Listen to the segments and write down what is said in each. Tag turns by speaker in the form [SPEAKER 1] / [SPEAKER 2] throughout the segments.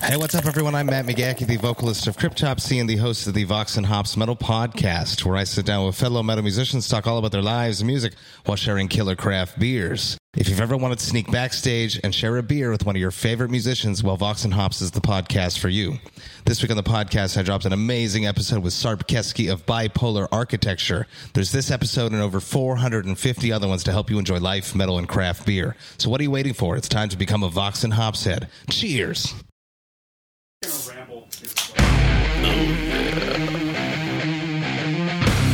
[SPEAKER 1] Hey, what's up, everyone? I'm Matt McGacky, the vocalist of Cryptopsy and the host of the Vox and Hops Metal Podcast, where I sit down with fellow metal musicians, talk all about their lives and music while sharing killer craft beers. If you've ever wanted to sneak backstage and share a beer with one of your favorite musicians, well, Vox and Hops is the podcast for you. This week on the podcast, I dropped an amazing episode with Sarp Kesky of Bipolar Architecture. There's this episode and over 450 other ones to help you enjoy life, metal, and craft beer. So what are you waiting for? It's time to become a Vox and Hops head. Cheers!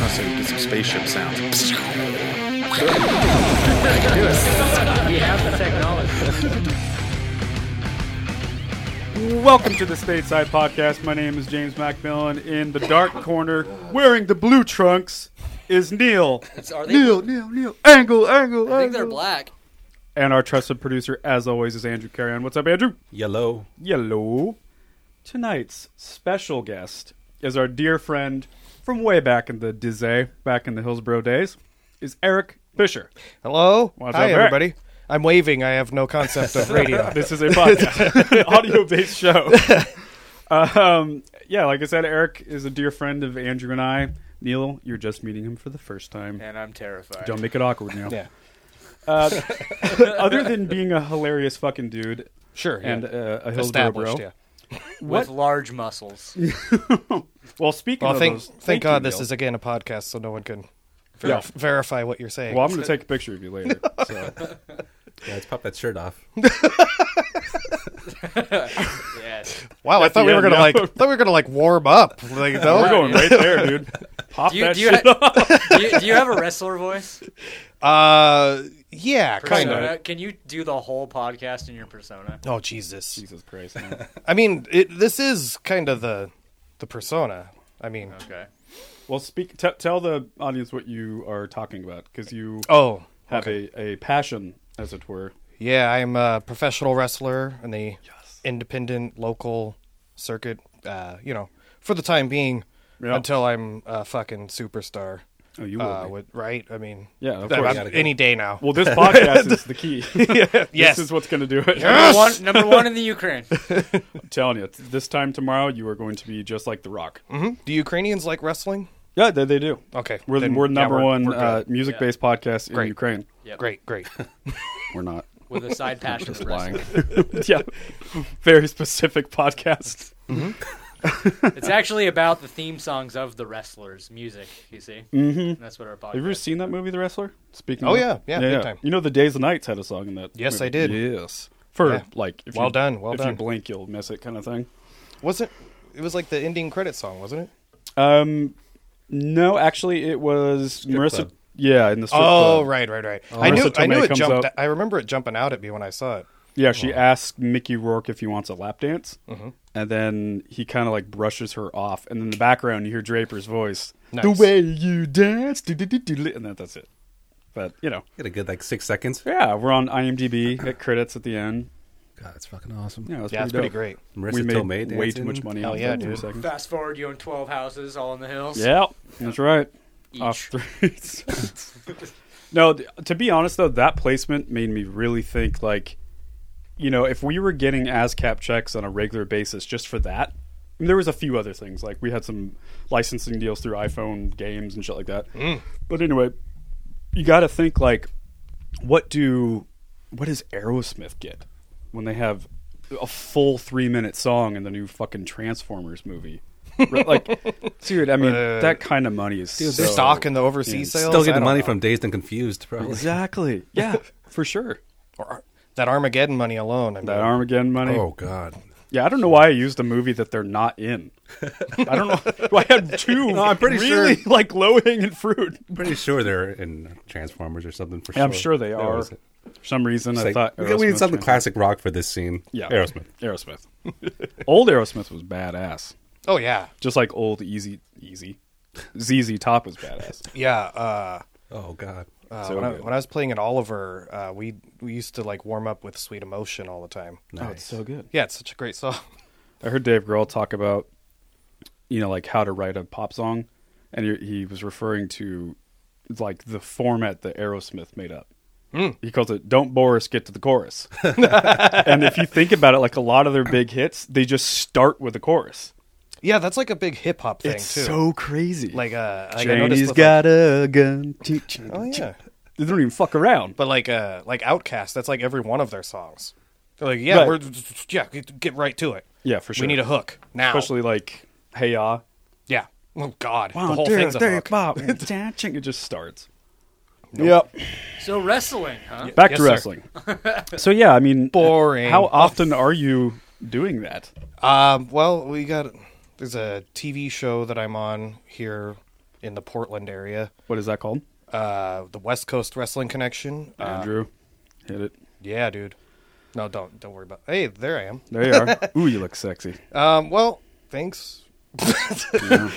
[SPEAKER 2] Also, did some spaceship sounds.
[SPEAKER 3] Welcome to the Stateside Podcast. My name is James Macmillan. In the dark corner, wearing the blue trunks, is Neil.
[SPEAKER 4] Are they,
[SPEAKER 3] Neil, Neil, Neil. Angle, angle,
[SPEAKER 4] I think they're
[SPEAKER 3] angle.
[SPEAKER 4] black.
[SPEAKER 3] And our trusted producer, as always, is Andrew Carrion. What's up, Andrew?
[SPEAKER 2] Yellow.
[SPEAKER 3] Hello. Tonight's special guest is our dear friend from way back in the Dizay, back in the Hillsborough days, is Eric Fisher.
[SPEAKER 5] Hello.
[SPEAKER 3] What's up,
[SPEAKER 5] Hi,
[SPEAKER 3] Eric?
[SPEAKER 5] everybody. I'm waving. I have no concept of radio.
[SPEAKER 3] This is a podcast, audio based show. um, yeah, like I said, Eric is a dear friend of Andrew and I. Neil, you're just meeting him for the first time.
[SPEAKER 6] and I'm terrified.
[SPEAKER 3] Don't make it awkward now.
[SPEAKER 5] Yeah.
[SPEAKER 3] Uh, other than being a hilarious fucking dude
[SPEAKER 5] Sure.
[SPEAKER 3] and
[SPEAKER 5] yeah.
[SPEAKER 3] uh, a Hillsborough bro.
[SPEAKER 5] established. Yeah.
[SPEAKER 3] What?
[SPEAKER 4] With large muscles.
[SPEAKER 3] Well, speaking
[SPEAKER 5] Well,
[SPEAKER 3] of
[SPEAKER 5] thank
[SPEAKER 3] those,
[SPEAKER 5] thank, God
[SPEAKER 3] you,
[SPEAKER 5] this
[SPEAKER 3] Neil.
[SPEAKER 5] is again a podcast, so no one can ver-
[SPEAKER 3] Yeah.
[SPEAKER 5] verify what you're saying.
[SPEAKER 3] Well, I'm going to take a picture of you later. So.
[SPEAKER 2] Yeah, let's pop that shirt off.
[SPEAKER 6] Yes.
[SPEAKER 5] wow, I thought we
[SPEAKER 3] the
[SPEAKER 5] were
[SPEAKER 3] end
[SPEAKER 5] gonna like
[SPEAKER 3] now.
[SPEAKER 5] thought we were gonna like warm up. Like, no?
[SPEAKER 3] We're going right there, dude. Pop
[SPEAKER 4] Do you,
[SPEAKER 3] that
[SPEAKER 4] do, you
[SPEAKER 3] shit up.
[SPEAKER 4] ha- do, you, do you have a wrestler voice?
[SPEAKER 5] Uh, yeah, kind
[SPEAKER 4] Persona?
[SPEAKER 5] of.
[SPEAKER 4] Can you do the whole podcast in your persona?
[SPEAKER 5] Oh Jesus!
[SPEAKER 3] Jesus Christ. man.
[SPEAKER 5] I mean, it, this is kind of the the persona. I mean,
[SPEAKER 4] Okay.
[SPEAKER 3] Well, speak. T- tell the audience what you are talking about because you
[SPEAKER 5] oh
[SPEAKER 3] have a, a passion, as it were.
[SPEAKER 5] yeah, I'm a professional wrestler in the independent local circuit. Uh, you know, for the time being,
[SPEAKER 3] Yeah.
[SPEAKER 5] until I'm a fucking superstar.
[SPEAKER 3] Oh, you will.
[SPEAKER 5] uh,
[SPEAKER 3] be.
[SPEAKER 5] with, right? I mean,
[SPEAKER 3] Yeah, of
[SPEAKER 5] that-
[SPEAKER 3] course.
[SPEAKER 5] I'm-
[SPEAKER 3] Gotta
[SPEAKER 2] go.
[SPEAKER 5] any day now.
[SPEAKER 3] well, this podcast is the key.
[SPEAKER 5] yes,
[SPEAKER 3] This is what's going to do it.
[SPEAKER 4] Number one, number one in the Ukraine.
[SPEAKER 3] I'm telling you, t- this time tomorrow, you are going to be just like The Rock.
[SPEAKER 5] Mm-hmm. do Ukrainians like wrestling?
[SPEAKER 3] Yeah, they, they do.
[SPEAKER 5] Okay,
[SPEAKER 3] We're,
[SPEAKER 5] then-
[SPEAKER 3] we're the
[SPEAKER 5] yeah,
[SPEAKER 3] number
[SPEAKER 5] we're-
[SPEAKER 3] one
[SPEAKER 5] we're good.
[SPEAKER 3] uh, music based podcast in
[SPEAKER 5] Great.
[SPEAKER 3] Ukraine.
[SPEAKER 4] Yep.
[SPEAKER 5] Great, great.
[SPEAKER 3] We're not.
[SPEAKER 4] With a side passion for
[SPEAKER 3] lying.
[SPEAKER 4] wrestling.
[SPEAKER 3] yeah. Very specific podcast.
[SPEAKER 4] It's actually about the theme songs of the wrestlers' music. You see, mm-hmm. that's what our podcast.
[SPEAKER 3] Have you ever seen that movie, The Wrestler? Speaking
[SPEAKER 5] Oh,
[SPEAKER 3] of-
[SPEAKER 5] yeah. Yeah, big time.
[SPEAKER 3] You know, The Days and Nights had a song in that.
[SPEAKER 5] Yes,
[SPEAKER 3] movie.
[SPEAKER 5] I did.
[SPEAKER 3] Yes. For,
[SPEAKER 5] Yeah.
[SPEAKER 3] like, if
[SPEAKER 5] Well
[SPEAKER 3] you,
[SPEAKER 5] done, well
[SPEAKER 3] if you
[SPEAKER 5] done.
[SPEAKER 3] blink, you'll miss it kind of thing.
[SPEAKER 5] was it? It was like the ending credit song, wasn't it?
[SPEAKER 3] Um, no, actually, it was Marissa.
[SPEAKER 2] club.
[SPEAKER 3] Yeah, in the strip
[SPEAKER 5] Oh,
[SPEAKER 3] club.
[SPEAKER 5] right, right, right. I knew,
[SPEAKER 3] Marissa
[SPEAKER 5] I knew
[SPEAKER 3] Tomei
[SPEAKER 5] it
[SPEAKER 3] comes
[SPEAKER 5] jumped.
[SPEAKER 3] up.
[SPEAKER 5] I remember it jumping out at me when I saw it.
[SPEAKER 3] Yeah, she asks Mickey Rourke if he wants a lap dance,
[SPEAKER 5] Mm-hmm.
[SPEAKER 3] and then he kind of like brushes her off. And in the background, you hear Draper's voice,
[SPEAKER 5] Nice.
[SPEAKER 3] "The way you dance," do-do-do-do-do," and that, that's it. But you know,
[SPEAKER 2] Get a good like six seconds.
[SPEAKER 3] yeah, we're on IMDb. Hit credits at the end.
[SPEAKER 2] God, that's fucking awesome.
[SPEAKER 3] Yeah, that's
[SPEAKER 5] Yeah, it's
[SPEAKER 3] pretty,
[SPEAKER 5] pretty
[SPEAKER 3] dope.
[SPEAKER 5] great.
[SPEAKER 2] Marissa
[SPEAKER 3] we made
[SPEAKER 2] Tomei
[SPEAKER 3] way
[SPEAKER 2] dancing.
[SPEAKER 3] too much money.
[SPEAKER 5] Hell
[SPEAKER 3] on
[SPEAKER 5] yeah,
[SPEAKER 3] that for a
[SPEAKER 5] dude.
[SPEAKER 3] second.
[SPEAKER 4] Fast forward, you own twelve houses, all in the hills.
[SPEAKER 3] Yeah, that's right.
[SPEAKER 4] Each.
[SPEAKER 3] Off streets. no, th- to be honest though, that placement made me really think. Like, you know, if we were getting ASCAP checks on a regular basis just for that, and there was a few other things. Like we had some licensing deals through iPhone games and shit like that. But anyway, you got to think like, what do, what does Aerosmith get when they have a full three minute song in the new fucking Transformers movie? like, dude, I mean,
[SPEAKER 5] Uh,
[SPEAKER 3] that kind of money is so
[SPEAKER 5] Stock in the overseas
[SPEAKER 3] Yeah,
[SPEAKER 5] sales.
[SPEAKER 2] Still getting
[SPEAKER 5] I don't
[SPEAKER 2] money
[SPEAKER 5] know.
[SPEAKER 2] from Dazed and Confused, probably.
[SPEAKER 3] Exactly. Yeah, for sure.
[SPEAKER 5] Or- that Armageddon money alone. I mean,
[SPEAKER 3] That Armageddon money.
[SPEAKER 2] Oh God.
[SPEAKER 3] Yeah, I don't know why I used a movie that they're not in. I don't know. I had two.
[SPEAKER 2] No, I'm pretty
[SPEAKER 3] really
[SPEAKER 2] sure-
[SPEAKER 3] like low hanging fruit.
[SPEAKER 2] Pretty sure they're in Transformers or something for sure.
[SPEAKER 3] Yeah, I'm sure they
[SPEAKER 2] There
[SPEAKER 3] are.
[SPEAKER 2] was
[SPEAKER 3] For
[SPEAKER 2] it.
[SPEAKER 3] some reason,
[SPEAKER 2] It's
[SPEAKER 3] I
[SPEAKER 2] like,
[SPEAKER 3] thought
[SPEAKER 2] we, we need
[SPEAKER 3] Aerosmith
[SPEAKER 2] something
[SPEAKER 3] trans-
[SPEAKER 2] classic rock for this scene.
[SPEAKER 3] Yeah,
[SPEAKER 2] Aerosmith.
[SPEAKER 3] Aerosmith. old Aerosmith was badass.
[SPEAKER 5] Oh yeah,
[SPEAKER 3] Just like old Easy Easy ZZ Top was badass.
[SPEAKER 5] yeah. Uh,
[SPEAKER 2] Oh God.
[SPEAKER 5] uh,
[SPEAKER 3] So
[SPEAKER 5] when, I,
[SPEAKER 3] good.
[SPEAKER 5] when I was playing at Oliver, uh, we we used to like warm up with "Sweet Emotion" all the time.
[SPEAKER 3] Oh, it's so good.
[SPEAKER 5] Yeah, it's such a great song.
[SPEAKER 3] I heard Dave Grohl talk about, you know, like how to write a pop song, and he, he was referring to like the format that Aerosmith made up. He calls it "Don't bore us, get to the chorus." and if you think about it, like a lot of their big hits, they just start with the chorus.
[SPEAKER 5] Yeah, that's like a big hip hop thing
[SPEAKER 3] It's
[SPEAKER 5] too.
[SPEAKER 3] so crazy.
[SPEAKER 5] like uh, like I noticed
[SPEAKER 3] Janie's
[SPEAKER 5] with,
[SPEAKER 3] got a gun.
[SPEAKER 5] Like, oh yeah,
[SPEAKER 3] They don't even fuck around.
[SPEAKER 5] but like uh, like Outcast, that's like every one of their songs. They're like, yeah,
[SPEAKER 3] Right.
[SPEAKER 5] we're yeah, get, get right to it.
[SPEAKER 3] Yeah, for sure.
[SPEAKER 5] We need a hook now.
[SPEAKER 3] especially like "Hey Ya."
[SPEAKER 5] yeah. Oh God, the
[SPEAKER 3] One,
[SPEAKER 5] whole
[SPEAKER 3] two,
[SPEAKER 5] thing's a
[SPEAKER 3] three,
[SPEAKER 5] hook.
[SPEAKER 3] pop. it just starts. Yep.
[SPEAKER 4] So wrestling, huh?
[SPEAKER 3] Back
[SPEAKER 5] Yes,
[SPEAKER 3] to
[SPEAKER 5] sir.
[SPEAKER 3] wrestling. so yeah, I mean,
[SPEAKER 5] Boring.
[SPEAKER 3] How often are you doing that?
[SPEAKER 5] Um, well, we got there's a TV show that I'm on here in the Portland area,
[SPEAKER 3] What is that called?
[SPEAKER 5] uh, the West Coast Wrestling Connection. Uh,
[SPEAKER 3] Andrew, hit it.
[SPEAKER 5] yeah, dude. No, don't don't worry about. Hey, there I am.
[SPEAKER 3] There you are. Ooh, you look sexy.
[SPEAKER 5] Um, well, thanks.
[SPEAKER 4] Welcome
[SPEAKER 5] um,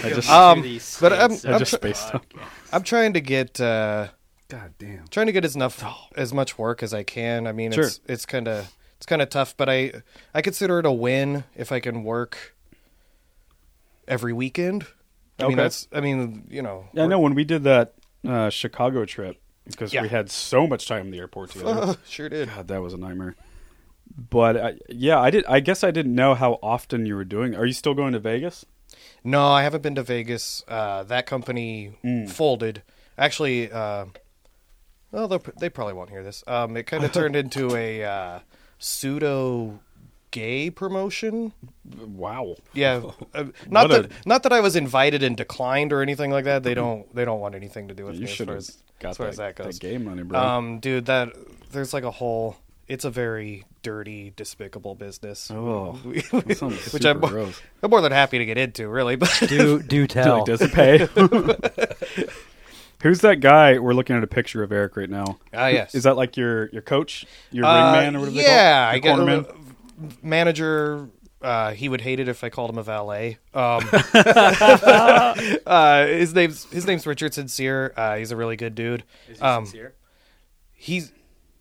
[SPEAKER 4] to the Saints
[SPEAKER 5] but I'm-
[SPEAKER 4] of
[SPEAKER 5] I'm
[SPEAKER 3] just
[SPEAKER 5] tr-
[SPEAKER 3] spaced out.
[SPEAKER 5] I'm trying to get uh,
[SPEAKER 2] God damn.
[SPEAKER 5] trying to get as enough
[SPEAKER 3] Oh.
[SPEAKER 5] as much work as I can. I mean, it's it's kind of it's kind of tough, but I I consider it a win if I can work every weekend. I
[SPEAKER 3] Okay.
[SPEAKER 5] mean, that's I mean, you know,
[SPEAKER 3] Yeah, I know when we did that uh, Chicago trip because
[SPEAKER 5] Yeah.
[SPEAKER 3] we had so much time in the airport together.
[SPEAKER 5] sure did.
[SPEAKER 3] God, that was a nightmare. But I, yeah, I did. I guess I didn't know how often you were doing. Are you still going to Vegas?
[SPEAKER 5] No, I haven't been to Vegas. Uh, that company
[SPEAKER 3] Mm.
[SPEAKER 5] folded. Actually, uh, well, they'll- they probably won't hear this. Um, it kind of turned into a uh, pseudo gay promotion.
[SPEAKER 3] Wow.
[SPEAKER 5] Yeah, uh, not
[SPEAKER 3] What a-
[SPEAKER 5] that not that I was invited and declined or anything like that. They don't they don't want anything to do with
[SPEAKER 3] You
[SPEAKER 5] me as
[SPEAKER 3] should
[SPEAKER 5] far
[SPEAKER 3] have
[SPEAKER 5] as,
[SPEAKER 3] got
[SPEAKER 5] as far
[SPEAKER 3] that,
[SPEAKER 5] as that
[SPEAKER 3] that
[SPEAKER 5] goes.
[SPEAKER 3] game money, bro.
[SPEAKER 5] um, dude, that there's like a whole. It's a very dirty, despicable business,
[SPEAKER 3] oh,
[SPEAKER 5] which I'm more,
[SPEAKER 3] gross.
[SPEAKER 5] I'm more than happy to get into. Really, but
[SPEAKER 7] Do do tell.
[SPEAKER 3] Like, does it pay? Who's that guy? We're looking at a picture of Eric right now.
[SPEAKER 5] Ah, yes.
[SPEAKER 3] Is that like your your coach, your
[SPEAKER 5] Uh,
[SPEAKER 3] ringman, or whatever they call it?
[SPEAKER 5] yeah,
[SPEAKER 3] Your
[SPEAKER 5] I
[SPEAKER 3] cornerman?
[SPEAKER 5] get uh, manager. Uh, he would hate it if I called him a valet. Um, uh, his name's his name's Richard Sincere. Uh, he's a really good dude.
[SPEAKER 4] Is he
[SPEAKER 5] Um,
[SPEAKER 4] sincere?
[SPEAKER 5] he's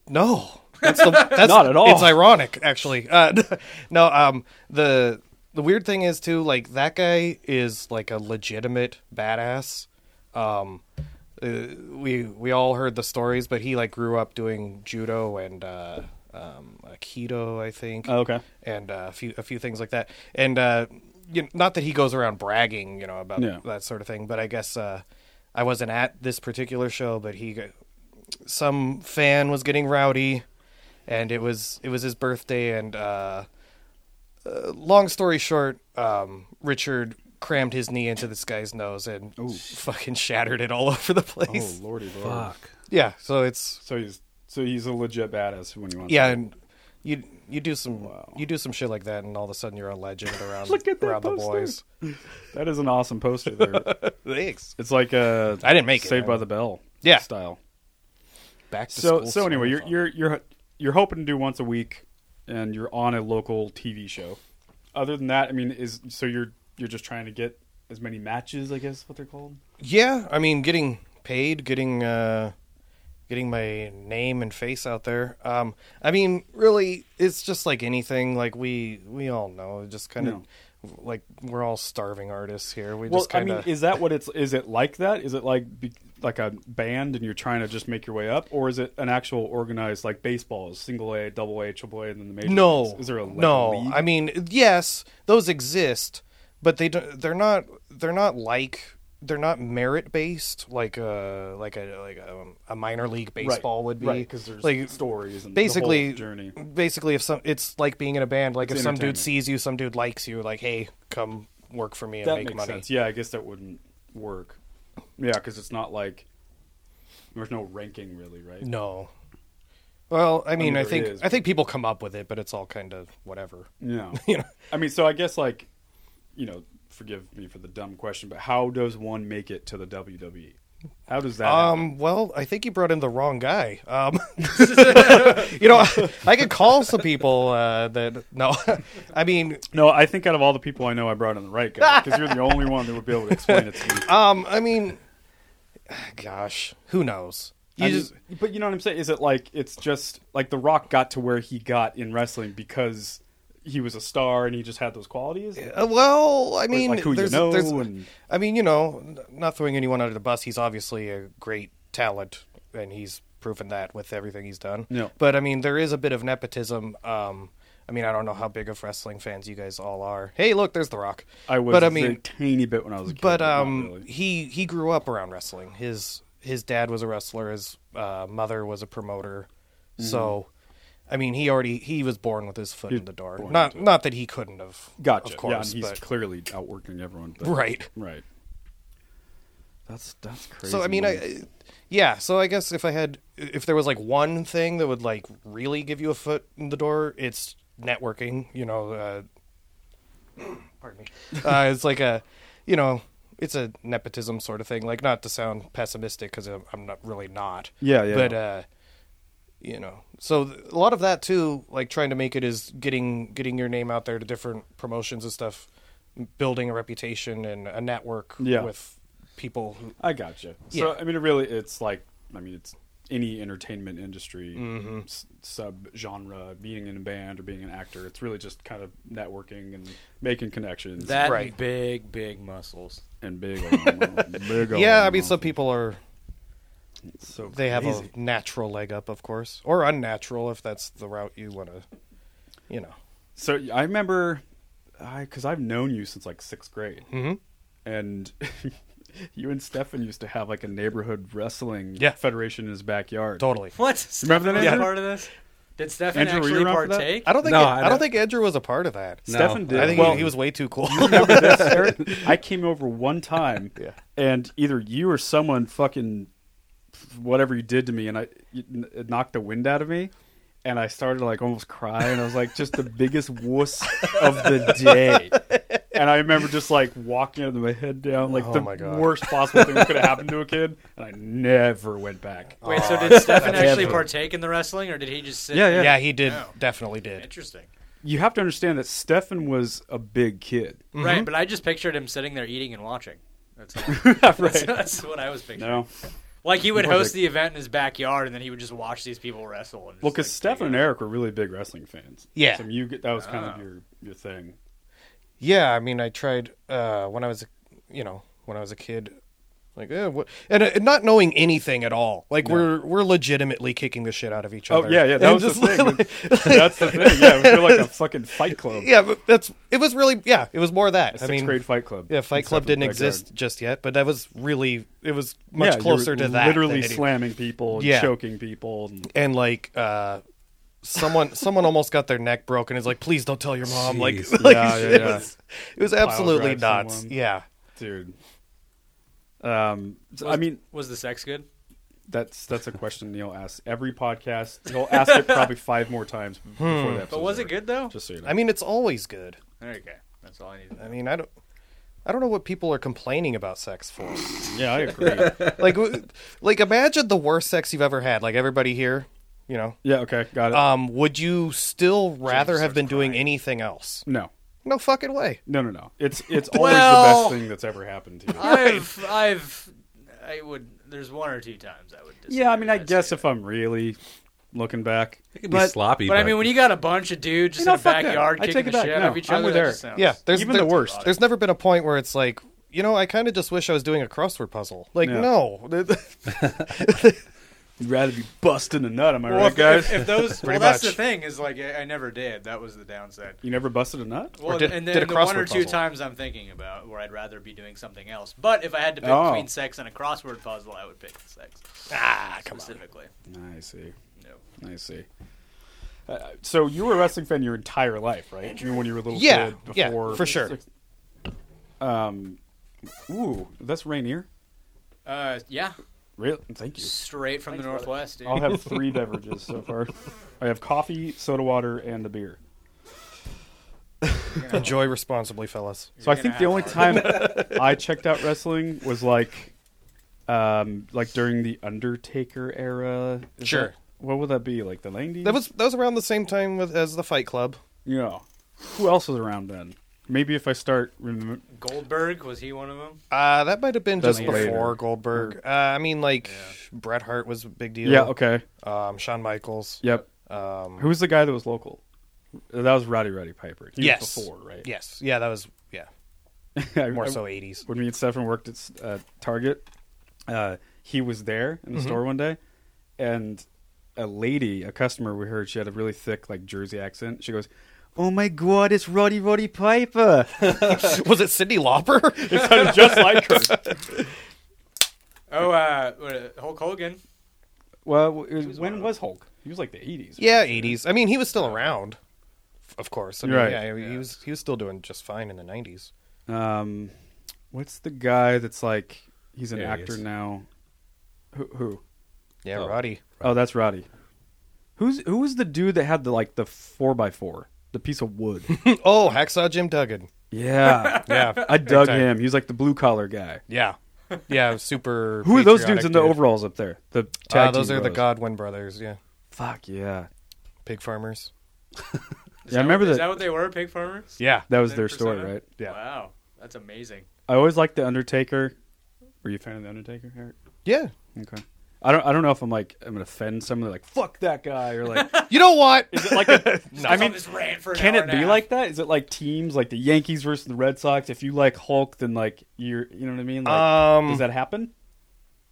[SPEAKER 5] no, that's the, that's
[SPEAKER 3] Not at all.
[SPEAKER 5] It's ironic, actually. Uh, no, um, the the weird thing is too, like that guy is like a legitimate badass. Um, uh, we we all heard the stories, but he like grew up doing judo and uh, um, aikido, I think
[SPEAKER 3] Oh, okay.
[SPEAKER 5] and uh, a few a few things like that. And uh, you know, not that he goes around bragging, you know, about
[SPEAKER 3] Yeah.
[SPEAKER 5] that sort of thing. But I guess uh, I wasn't at this particular show, but he, got- some fan was getting rowdy, and it was it was his birthday. And uh, uh, long story short, um, Richard crammed his knee into this guy's nose and fucking shattered it all over the place.
[SPEAKER 3] Oh, lordy, lord.
[SPEAKER 5] yeah, so it's
[SPEAKER 3] So he's so he's a legit badass when you want.
[SPEAKER 5] yeah, and you you do some you do some shit like that, and all of a sudden you're a legend around
[SPEAKER 3] Look at that
[SPEAKER 5] around the
[SPEAKER 3] poster.
[SPEAKER 5] boys.
[SPEAKER 3] that is an awesome poster. There,
[SPEAKER 5] Thanks.
[SPEAKER 3] it's like a
[SPEAKER 5] I didn't make it,
[SPEAKER 3] Saved
[SPEAKER 5] I-
[SPEAKER 3] by the Bell.
[SPEAKER 5] Yeah.
[SPEAKER 3] style.
[SPEAKER 5] Back to
[SPEAKER 3] So
[SPEAKER 5] school
[SPEAKER 3] so anyway, you're
[SPEAKER 5] song.
[SPEAKER 3] you're you're you're hoping to do once a week, and you're on a local TV show. Other than that, I mean, is so you're you're just trying to get as many matches, I guess, what they're called.
[SPEAKER 5] yeah. I mean, getting paid, getting uh, getting my name and face out there. Um, I mean, really, it's just like anything. Like we we all know, it just kind of like we're all starving artists here. We
[SPEAKER 3] Well,
[SPEAKER 5] just kind
[SPEAKER 3] I mean,
[SPEAKER 5] of
[SPEAKER 3] is that what it's? Is it like that? Is it like be, like a band and you're trying to just make your way up, or is it an actual organized like baseball, single A, double A, triple A, and then the major?
[SPEAKER 5] no.
[SPEAKER 3] leagues? is there a like,
[SPEAKER 5] no?
[SPEAKER 3] league?
[SPEAKER 5] I mean, yes, those exist, but they don't, they're not they're not like they're not merit based like a like a like a, a minor league baseball would be
[SPEAKER 3] right because there's
[SPEAKER 5] like
[SPEAKER 3] stories and the whole
[SPEAKER 5] basically
[SPEAKER 3] journey.
[SPEAKER 5] basically if some it's like being in a band like
[SPEAKER 3] It's
[SPEAKER 5] if some dude
[SPEAKER 3] entertainment.
[SPEAKER 5] sees you some dude likes you like hey come work for me and
[SPEAKER 3] That
[SPEAKER 5] make
[SPEAKER 3] makes
[SPEAKER 5] money
[SPEAKER 3] sense. Yeah, I guess that wouldn't work. Yeah, because it's not like there's no ranking really, right?
[SPEAKER 5] no well i mean
[SPEAKER 3] mean,
[SPEAKER 5] i,
[SPEAKER 3] there
[SPEAKER 5] think
[SPEAKER 3] is,
[SPEAKER 5] i think people come up with it but it's all kind of whatever
[SPEAKER 3] No.
[SPEAKER 5] you know
[SPEAKER 3] I mean, so I guess like, you know, forgive me for the dumb question, but how does one make it to the WWE? How does that? happen?
[SPEAKER 5] um well i think you brought in the wrong guy um you know i could call some people uh that no i mean
[SPEAKER 3] No, I think out of all the people I know, I brought in the right guy because you're the only one that would be able to explain it to me.
[SPEAKER 5] um i mean gosh who knows you
[SPEAKER 3] I
[SPEAKER 5] just
[SPEAKER 3] mean, but you know what I'm saying? Is it like it's just like The Rock got to where he got in wrestling because he was a star and he just had those qualities?
[SPEAKER 5] Uh, well, I mean,
[SPEAKER 3] like who you
[SPEAKER 5] there's,
[SPEAKER 3] know
[SPEAKER 5] there's,
[SPEAKER 3] and-
[SPEAKER 5] I mean, you know, n- not throwing anyone under the bus. He's obviously a great talent, and he's proven that with everything he's done.
[SPEAKER 3] Yeah.
[SPEAKER 5] But I mean, there is a bit of nepotism. Um, I mean, I don't know how big of wrestling fans you guys all are. Hey, look, there's The Rock.
[SPEAKER 3] I was
[SPEAKER 5] but I
[SPEAKER 3] a
[SPEAKER 5] mean,
[SPEAKER 3] tiny bit when I was a kid.
[SPEAKER 5] but
[SPEAKER 3] not
[SPEAKER 5] um,
[SPEAKER 3] really.
[SPEAKER 5] he he grew up around wrestling. His his dad was a wrestler. His uh, mother was a promoter.
[SPEAKER 3] Mm-hmm.
[SPEAKER 5] So, I mean, he already he was born with his foot in the door. Not not that he couldn't have.
[SPEAKER 3] gotcha.
[SPEAKER 5] Of course,
[SPEAKER 3] yeah, and he's
[SPEAKER 5] but
[SPEAKER 3] clearly outworking everyone. but-
[SPEAKER 5] right.
[SPEAKER 3] Right. That's that's crazy.
[SPEAKER 5] So I mean,
[SPEAKER 3] man.
[SPEAKER 5] I, yeah. So I guess if I had, if there was like one thing that would like really give you a foot in the door, it's networking. You know, uh, pardon me. Uh, it's like a, you know, it's a nepotism sort of thing. Like not to sound pessimistic because I'm, I'm not really not.
[SPEAKER 3] Yeah, yeah.
[SPEAKER 5] But uh, you know, so th- a lot of that too, like trying to make it is getting getting your name out there to different promotions and stuff, building a reputation and a network
[SPEAKER 3] Yeah.
[SPEAKER 5] with people who
[SPEAKER 3] I gotcha.
[SPEAKER 5] Yeah.
[SPEAKER 3] So I mean, it really, it's like I mean, it's any entertainment industry
[SPEAKER 5] Mm-hmm.
[SPEAKER 3] s- sub genre. Being in a band or being an actor, it's really just kind of networking and making connections.
[SPEAKER 4] That
[SPEAKER 5] Right.
[SPEAKER 4] big, big muscles.
[SPEAKER 3] and big, old- big. old
[SPEAKER 5] Yeah, I mean,
[SPEAKER 3] mouth.
[SPEAKER 5] some people are
[SPEAKER 3] so
[SPEAKER 5] they have
[SPEAKER 3] crazy.
[SPEAKER 5] a natural leg up, of course, or unnatural if that's the route you want to, you know.
[SPEAKER 3] So I remember, because I've known you since like sixth grade,
[SPEAKER 5] Mhm.
[SPEAKER 3] and you and Stefan used to have like a neighborhood wrestling
[SPEAKER 5] Yeah.
[SPEAKER 3] federation in his backyard.
[SPEAKER 5] Totally.
[SPEAKER 4] What?
[SPEAKER 3] Remember that,
[SPEAKER 4] Was
[SPEAKER 3] Andrew?
[SPEAKER 4] part of this? Did Stefan
[SPEAKER 3] Andrew, were you
[SPEAKER 4] actually
[SPEAKER 3] around for that?
[SPEAKER 4] partake?
[SPEAKER 5] I don't think E,
[SPEAKER 2] No,
[SPEAKER 5] I,
[SPEAKER 2] I
[SPEAKER 5] don't
[SPEAKER 2] don't-
[SPEAKER 5] think Andrew was a part of that.
[SPEAKER 2] No.
[SPEAKER 3] Stefan did.
[SPEAKER 5] I think
[SPEAKER 3] well,
[SPEAKER 5] he, he was way too cool.
[SPEAKER 3] I came over one time,
[SPEAKER 5] Yeah.
[SPEAKER 3] and either you or someone fucking whatever you did to me, and I it knocked the wind out of me, and I started to, like almost cry, and I was like just the biggest wuss of the day. And I remember just like walking out with my head down, like
[SPEAKER 5] Oh
[SPEAKER 3] the
[SPEAKER 5] my God.
[SPEAKER 3] worst possible thing that could have happened to a kid, and I never went back.
[SPEAKER 5] Oh.
[SPEAKER 4] Wait, so did Stefan actually
[SPEAKER 3] Never.
[SPEAKER 4] partake in the wrestling, or did he just sit?
[SPEAKER 3] yeah.
[SPEAKER 5] yeah, he did.
[SPEAKER 4] No.
[SPEAKER 5] Definitely did.
[SPEAKER 4] Interesting.
[SPEAKER 3] You have to understand that Stefan was a big kid.
[SPEAKER 4] Right, but I just pictured him sitting there eating and watching. That's, all. that's, that's what I was picturing.
[SPEAKER 3] No,
[SPEAKER 4] Like he would
[SPEAKER 3] More
[SPEAKER 4] host
[SPEAKER 3] like-
[SPEAKER 4] the event in his backyard, and then he would just watch these people wrestle. And
[SPEAKER 3] well,
[SPEAKER 4] just,
[SPEAKER 3] because
[SPEAKER 4] like,
[SPEAKER 3] Stefan and Eric were really big wrestling fans.
[SPEAKER 5] Yeah.
[SPEAKER 3] so you get- that was kind of your your thing.
[SPEAKER 5] Yeah, I mean, I tried uh, when I was, a- you know, when I was a kid, like, eh, what? and uh, not knowing anything at all. Like we're we're legitimately kicking the shit out of each
[SPEAKER 3] Oh
[SPEAKER 5] other.
[SPEAKER 3] yeah, yeah, that
[SPEAKER 5] And
[SPEAKER 3] was
[SPEAKER 5] just
[SPEAKER 3] the thing.
[SPEAKER 5] like-
[SPEAKER 3] That's the thing. Yeah, we were like a fucking Fight Club.
[SPEAKER 5] yeah, but that's it. Was really yeah, it was more of that.
[SPEAKER 3] a
[SPEAKER 5] I
[SPEAKER 3] sixth
[SPEAKER 5] mean,
[SPEAKER 3] grade Fight Club.
[SPEAKER 5] Yeah, Fight
[SPEAKER 3] Except
[SPEAKER 5] Club
[SPEAKER 3] for
[SPEAKER 5] didn't
[SPEAKER 3] backyard.
[SPEAKER 5] exist just yet, but that was really it was
[SPEAKER 3] Yeah,
[SPEAKER 5] much
[SPEAKER 3] you were
[SPEAKER 5] closer to that.
[SPEAKER 3] Literally
[SPEAKER 5] than any-
[SPEAKER 3] slamming people, and
[SPEAKER 5] Yeah.
[SPEAKER 3] choking people. And,
[SPEAKER 5] and like uh, someone someone almost got their neck broken. It's like, please don't tell your mom. Like,
[SPEAKER 2] Jeez.
[SPEAKER 5] like,
[SPEAKER 3] Yeah, yeah,
[SPEAKER 5] it
[SPEAKER 3] yeah.
[SPEAKER 5] was it was absolutely
[SPEAKER 3] drive
[SPEAKER 5] nuts.
[SPEAKER 3] someone.
[SPEAKER 5] Yeah,
[SPEAKER 3] dude, um, so,
[SPEAKER 4] Was,
[SPEAKER 3] I mean,
[SPEAKER 4] was the sex good?
[SPEAKER 3] that's that's a question Neil asks every podcast. He'll ask it probably five more times before that.
[SPEAKER 4] But was it good though?
[SPEAKER 3] Just so you know.
[SPEAKER 5] Hmm. I mean, it's always good.
[SPEAKER 4] Okay, that's all I need. to know.
[SPEAKER 5] I mean, I don't. I don't know what people are complaining about sex for.
[SPEAKER 3] yeah, I agree.
[SPEAKER 5] like, w- like imagine the worst sex you've ever had. Like everybody here, you know.
[SPEAKER 3] yeah, okay, got it.
[SPEAKER 5] Um, would you still rather have been doing anything else?
[SPEAKER 3] no,
[SPEAKER 5] No fucking way.
[SPEAKER 3] no, no, no. It's it's always the
[SPEAKER 4] Well-
[SPEAKER 3] best thing that's ever happened to you.
[SPEAKER 4] I've, I've, I would. There's one or two times I would. Disagree
[SPEAKER 3] yeah, I mean, I
[SPEAKER 4] with that
[SPEAKER 3] guess
[SPEAKER 4] statement.
[SPEAKER 3] if I'm really looking back,
[SPEAKER 2] It could be
[SPEAKER 4] But-
[SPEAKER 2] sloppy,
[SPEAKER 4] but, I mean, when you got a bunch of dudes just
[SPEAKER 3] You know,
[SPEAKER 4] in the
[SPEAKER 3] fuck that.
[SPEAKER 4] backyard
[SPEAKER 3] I
[SPEAKER 4] kicking
[SPEAKER 3] take it
[SPEAKER 4] the
[SPEAKER 3] back.
[SPEAKER 4] shit out
[SPEAKER 3] No,
[SPEAKER 4] of each
[SPEAKER 3] I'm
[SPEAKER 4] other,
[SPEAKER 3] with
[SPEAKER 4] that
[SPEAKER 3] Eric.
[SPEAKER 4] just sounds-
[SPEAKER 5] Yeah, there's
[SPEAKER 3] Even the
[SPEAKER 5] there-
[SPEAKER 3] worst.
[SPEAKER 5] There's never been a point where it's like, you know, I kind of just wish I was doing a crossword puzzle. Like,
[SPEAKER 3] Yeah.
[SPEAKER 5] no,
[SPEAKER 3] you'd rather be busting a nut. Am I
[SPEAKER 4] Well,
[SPEAKER 3] right,
[SPEAKER 4] if,
[SPEAKER 3] guys?
[SPEAKER 4] if- if those, well,
[SPEAKER 5] Pretty
[SPEAKER 4] that's
[SPEAKER 5] much.
[SPEAKER 4] the thing is like I, I never did. That was the downside.
[SPEAKER 3] You never busted a nut?
[SPEAKER 4] Well,
[SPEAKER 5] did-
[SPEAKER 4] and then
[SPEAKER 5] did a
[SPEAKER 4] the one
[SPEAKER 5] crossword
[SPEAKER 4] or two
[SPEAKER 5] puzzle.
[SPEAKER 4] times I'm thinking about where I'd rather be doing something else. But if I had to pick
[SPEAKER 3] Oh.
[SPEAKER 4] between sex and a crossword puzzle, I would pick the sex. Ah, specifically.
[SPEAKER 3] I see.
[SPEAKER 4] No.
[SPEAKER 3] I see. Uh, so you were a wrestling fan your entire life, right? Even when you were a little
[SPEAKER 5] Yeah,
[SPEAKER 3] kid.
[SPEAKER 5] yeah,
[SPEAKER 3] Before
[SPEAKER 5] for sure.
[SPEAKER 3] Um, ooh, that's Rainier.
[SPEAKER 4] Uh, yeah,
[SPEAKER 3] Real? Thank you.
[SPEAKER 4] straight from the northwest, dude.
[SPEAKER 3] I'll have three beverages so far. I have coffee, soda water, and a beer.
[SPEAKER 5] enjoy responsibly, fellas.
[SPEAKER 3] So I
[SPEAKER 4] You're
[SPEAKER 3] think
[SPEAKER 4] gonna
[SPEAKER 3] the
[SPEAKER 4] have
[SPEAKER 3] only time I checked out wrestling was like, um, like during the Undertaker era. Is
[SPEAKER 5] Sure.
[SPEAKER 3] that- what would that be? Like the 90s?
[SPEAKER 5] That was that was around the same time with, as the Fight Club.
[SPEAKER 3] Yeah. Who else was around then? Maybe if I start remem-
[SPEAKER 4] Goldberg was he one of them?
[SPEAKER 5] Uh, that might have been just
[SPEAKER 3] That's later.
[SPEAKER 5] before Goldberg. Uh, I mean, like Bret Hart was a big deal.
[SPEAKER 3] Yeah, okay.
[SPEAKER 5] Um, Shawn Michaels.
[SPEAKER 3] Yep. Um, Who was the guy that was local? That was Roddy Roddy Piper. He was
[SPEAKER 5] yes.
[SPEAKER 3] before, right?
[SPEAKER 5] Yes. Yeah, that was yeah.
[SPEAKER 3] I-
[SPEAKER 5] More
[SPEAKER 3] I-
[SPEAKER 5] so 80s.
[SPEAKER 3] when me and Stefan worked at uh, Target, uh, he was there in the
[SPEAKER 2] Mm-hmm.
[SPEAKER 3] store one day, and a lady, a customer, we heard she had a really thick like Jersey accent. She goes, "Oh my God, it's Roddy Roddy Piper!"
[SPEAKER 5] was it Cindy Lauper?
[SPEAKER 3] it sounded just like her.
[SPEAKER 6] Oh, uh, what, uh, Hulk Hogan.
[SPEAKER 3] Well, it was, when was Hulk? He was like the eighties.
[SPEAKER 5] yeah, 80s. I mean, he was still around. f- Of course. I mean,
[SPEAKER 3] Right.
[SPEAKER 5] yeah, I mean, he was he was still doing just fine in the 90s.
[SPEAKER 3] Um, what's the guy that's like? He's an
[SPEAKER 2] Yeah, he
[SPEAKER 3] actor
[SPEAKER 2] is.
[SPEAKER 3] now. Who, who?
[SPEAKER 5] Yeah,
[SPEAKER 2] Oh.
[SPEAKER 5] Roddy.
[SPEAKER 3] Oh, that's Roddy. Who's who was the dude that had the like the four by four, the piece of wood?
[SPEAKER 5] oh, Hacksaw Jim Duggan.
[SPEAKER 3] yeah,
[SPEAKER 5] Yeah.
[SPEAKER 3] I dug
[SPEAKER 5] time.
[SPEAKER 3] him. He was like the blue collar guy.
[SPEAKER 5] Yeah. Yeah, super
[SPEAKER 3] Who are those dudes
[SPEAKER 5] patriotic
[SPEAKER 3] in the
[SPEAKER 5] dude.
[SPEAKER 3] overalls up there? The tag
[SPEAKER 5] Uh, those
[SPEAKER 3] team
[SPEAKER 5] are the
[SPEAKER 3] bros.
[SPEAKER 5] Godwin brothers, yeah.
[SPEAKER 3] Fuck yeah,
[SPEAKER 5] Pig farmers.
[SPEAKER 6] Is
[SPEAKER 3] yeah. I
[SPEAKER 6] that-
[SPEAKER 3] remember
[SPEAKER 6] Is
[SPEAKER 3] that.
[SPEAKER 6] that
[SPEAKER 3] That,
[SPEAKER 6] what they were, pig farmers?
[SPEAKER 5] Yeah.
[SPEAKER 3] was their story,
[SPEAKER 6] persona?
[SPEAKER 3] right?
[SPEAKER 5] Yeah.
[SPEAKER 6] Wow, that's amazing.
[SPEAKER 3] I always liked the Undertaker. Were you a fan of the Undertaker, Eric?
[SPEAKER 5] Yeah.
[SPEAKER 3] Okay. I don't. I don't know if I'm like I'm gonna offend someone like fuck that guy or like.
[SPEAKER 5] You know what?
[SPEAKER 3] is it like a? I
[SPEAKER 6] I
[SPEAKER 3] mean,
[SPEAKER 6] mean, this rant for an
[SPEAKER 3] Can
[SPEAKER 6] hour
[SPEAKER 3] it
[SPEAKER 6] and
[SPEAKER 3] be
[SPEAKER 6] a
[SPEAKER 3] like that? Is it like teams, like the Yankees versus the Red Sox? If you like Hulk, then like you're, you know what I mean? Like,
[SPEAKER 5] Um,
[SPEAKER 3] does that happen?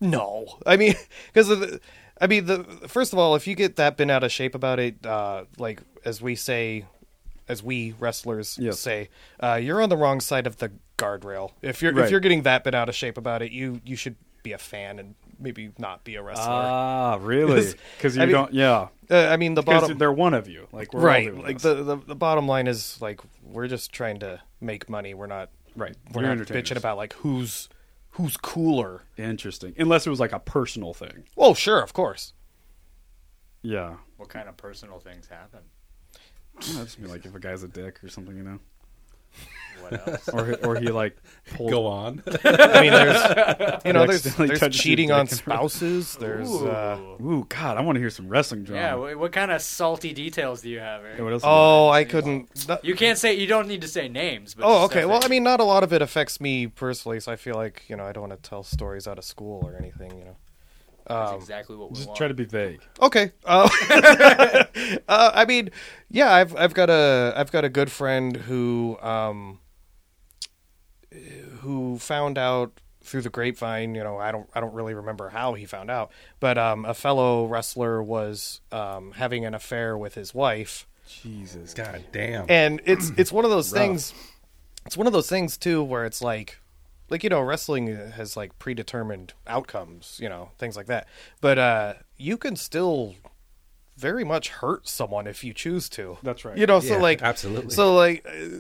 [SPEAKER 5] No, I mean, because I mean, the first of all, if you get that bent out of shape about it, uh, like as we say, as we wrestlers
[SPEAKER 3] Yes.
[SPEAKER 5] say, uh, you're on the wrong side of the guardrail. If you're
[SPEAKER 3] Right.
[SPEAKER 5] if you're getting that bent out of shape about it, you you should be a fan and maybe not be a wrestler.
[SPEAKER 3] Ah, really? Because you
[SPEAKER 5] uh, I mean-
[SPEAKER 3] don't, yeah.
[SPEAKER 5] Uh, I mean, the
[SPEAKER 3] Because
[SPEAKER 5] bottom
[SPEAKER 3] they're one of you. Like we're all
[SPEAKER 5] right,
[SPEAKER 3] doing
[SPEAKER 5] like
[SPEAKER 3] this.
[SPEAKER 5] the, the the bottom line is like we're just trying to make money. We're not
[SPEAKER 3] right.
[SPEAKER 5] we're
[SPEAKER 3] You're
[SPEAKER 5] not
[SPEAKER 3] entertainers.
[SPEAKER 5] bitching about like who's who's cooler.
[SPEAKER 3] Interesting. Unless it was like a personal thing.
[SPEAKER 5] Oh, sure, of course.
[SPEAKER 3] Yeah.
[SPEAKER 6] What kind of personal things happen?
[SPEAKER 3] Well, That's me, like if a guy's a dick or something, you know,
[SPEAKER 6] What else?
[SPEAKER 3] or he- or he like pulled.
[SPEAKER 2] Go on.
[SPEAKER 5] I mean, there's you know, there's,
[SPEAKER 3] accidentally
[SPEAKER 5] there's
[SPEAKER 3] touched your
[SPEAKER 5] cheating
[SPEAKER 3] dick
[SPEAKER 5] on
[SPEAKER 3] in her-
[SPEAKER 5] spouses. There's uh,
[SPEAKER 3] Ooh, God! I want to hear some wrestling drama.
[SPEAKER 6] yeah. What, what kind of salty details do you have? Eric?
[SPEAKER 3] Hey, what else?
[SPEAKER 5] oh, I couldn't. not-
[SPEAKER 6] You can't say. You don't need to say names. But
[SPEAKER 5] oh,
[SPEAKER 6] just
[SPEAKER 5] okay.
[SPEAKER 6] stuff
[SPEAKER 5] Well,
[SPEAKER 6] that-
[SPEAKER 5] I mean, not a lot of it affects me personally, so I feel like you know I don't want to tell stories out of school or anything. You know.
[SPEAKER 6] that's exactly what we
[SPEAKER 3] Just
[SPEAKER 6] want.
[SPEAKER 3] try to be vague.
[SPEAKER 5] Okay. Uh, uh, I mean, yeah, I've I've got a I've got a good friend who um who found out through the grapevine. You know, I don't I don't really remember how he found out, but um, a fellow wrestler was um, having an affair with his wife,
[SPEAKER 3] Jesus.
[SPEAKER 2] God damn.
[SPEAKER 5] and it's it's one of those things. It's one of those things too, where it's like, like you know, wrestling has like predetermined outcomes, you know, things like that. But uh, you can still very much hurt someone if you choose to.
[SPEAKER 3] That's right.
[SPEAKER 5] You know, so
[SPEAKER 2] Yeah,
[SPEAKER 5] like,
[SPEAKER 2] absolutely.
[SPEAKER 5] So like, uh,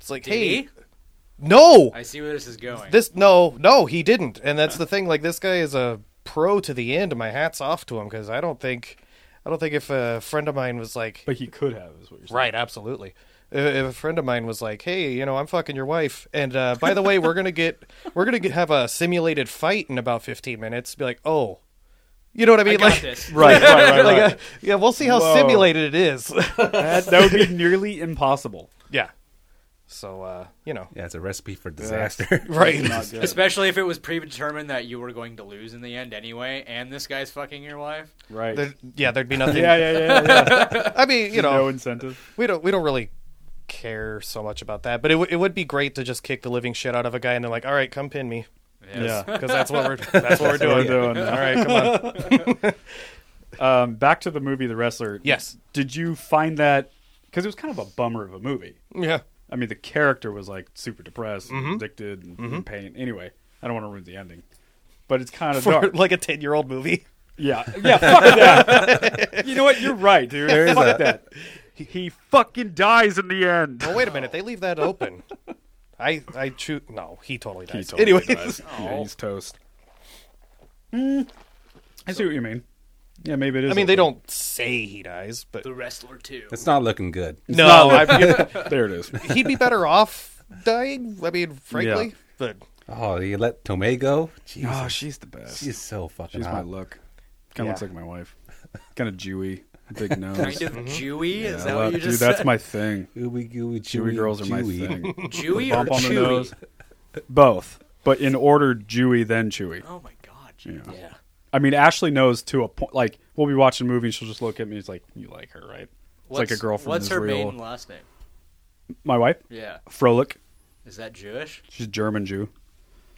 [SPEAKER 5] it's like,
[SPEAKER 6] Did
[SPEAKER 5] hey,
[SPEAKER 6] he?
[SPEAKER 5] no,
[SPEAKER 6] I see where this is going.
[SPEAKER 5] this no, no, he didn't, and that's the thing. Like, this guy is a pro to the end. My hat's off to him because I don't think, I don't think if a friend of mine was like,
[SPEAKER 3] But he could have, is what you're saying.
[SPEAKER 5] Right, absolutely. If if a friend of mine was like, "Hey, you know, I'm fucking your wife," and uh, by the way, we're gonna get we're gonna get, have a simulated fight in about 15 minutes, be like, "Oh, you know what
[SPEAKER 6] I
[SPEAKER 5] I mean?"
[SPEAKER 6] got
[SPEAKER 5] like,
[SPEAKER 6] this.
[SPEAKER 3] Right. Right. Right.
[SPEAKER 5] like,
[SPEAKER 3] right.
[SPEAKER 5] uh, yeah, we'll see how
[SPEAKER 3] Whoa.
[SPEAKER 5] simulated it is.
[SPEAKER 3] that, that would be nearly impossible.
[SPEAKER 5] yeah. So uh, you know,
[SPEAKER 2] Yeah, it's a recipe for disaster.
[SPEAKER 5] right?
[SPEAKER 3] Not good.
[SPEAKER 6] Especially if it was predetermined that you were going to lose in the end anyway, and this guy's fucking your wife.
[SPEAKER 3] Right.
[SPEAKER 5] There- yeah, there'd be nothing.
[SPEAKER 3] yeah, yeah, yeah, yeah.
[SPEAKER 5] I mean, you
[SPEAKER 3] no
[SPEAKER 5] know,
[SPEAKER 3] incentive.
[SPEAKER 5] we don't we don't really care so much about that, but it, w- it would be great to just kick the living shit out of a guy and then like, "All right, come pin me,"
[SPEAKER 3] Yeah.
[SPEAKER 5] because that's what we're that's what we're
[SPEAKER 3] We're
[SPEAKER 5] doing.
[SPEAKER 3] doing
[SPEAKER 5] All
[SPEAKER 3] that.
[SPEAKER 5] right, come on.
[SPEAKER 3] Um, back to the movie The Wrestler.
[SPEAKER 5] Yes.
[SPEAKER 3] Did you find that because it was kind of a bummer of a movie?
[SPEAKER 5] Yeah.
[SPEAKER 3] I mean, the character was like super depressed, and addicted, and in pain. Anyway, I don't want to ruin the ending, but it's kind of
[SPEAKER 5] for
[SPEAKER 3] dark.
[SPEAKER 5] like a 10 year old movie.
[SPEAKER 3] yeah, yeah. Fuck that. you know what? You're right, dude.
[SPEAKER 2] There is
[SPEAKER 3] fuck
[SPEAKER 2] a-
[SPEAKER 3] that. He, he fucking dies in the end.
[SPEAKER 5] Well, wait a minute. They leave that open. I I choose. No, he totally dies.
[SPEAKER 3] totally
[SPEAKER 5] anyway,
[SPEAKER 3] dies. Yeah, he's toast. Hmm. I see what you mean. Yeah, maybe it is.
[SPEAKER 5] I mean, they
[SPEAKER 3] open.
[SPEAKER 5] don't say he dies, but
[SPEAKER 6] The wrestler too.
[SPEAKER 2] It's not looking good.
[SPEAKER 5] no, I,
[SPEAKER 3] there it is.
[SPEAKER 5] he'd be better off dying. I mean, frankly,
[SPEAKER 3] Yeah.
[SPEAKER 5] but
[SPEAKER 2] Oh, you let Tomei go? Jesus.
[SPEAKER 3] Oh, she's the best.
[SPEAKER 2] she's so fucking
[SPEAKER 3] She's my
[SPEAKER 2] hot.
[SPEAKER 3] look. Kind of
[SPEAKER 5] Yeah.
[SPEAKER 3] looks like my wife. Kind of Jewy, big nose.
[SPEAKER 6] Kind of Jewy? Is that
[SPEAKER 3] I
[SPEAKER 6] what
[SPEAKER 3] love-
[SPEAKER 6] you
[SPEAKER 3] Mm-hmm. dude,
[SPEAKER 6] just
[SPEAKER 3] that's
[SPEAKER 6] said?
[SPEAKER 3] my thing.
[SPEAKER 2] Ooey gooey
[SPEAKER 3] Jewy
[SPEAKER 2] chewy,
[SPEAKER 3] girls are my
[SPEAKER 2] chewy.
[SPEAKER 3] thing.
[SPEAKER 6] Jewy or
[SPEAKER 3] Bump on the
[SPEAKER 6] Chewy?
[SPEAKER 3] nose. Both, but in order, Jewy then Chewy.
[SPEAKER 6] Oh my god.
[SPEAKER 3] Yeah.
[SPEAKER 6] Yeah.
[SPEAKER 3] I mean, Ashley knows to a point. Like we'll be watching a movie, and she'll just look at me. and It's like you like her, right? It's like a girl from
[SPEAKER 6] What's her
[SPEAKER 3] Israel.
[SPEAKER 6] maiden last name?
[SPEAKER 3] My wife,
[SPEAKER 6] Yeah,
[SPEAKER 3] Froelich,
[SPEAKER 6] is that Jewish?
[SPEAKER 3] she's German Jew.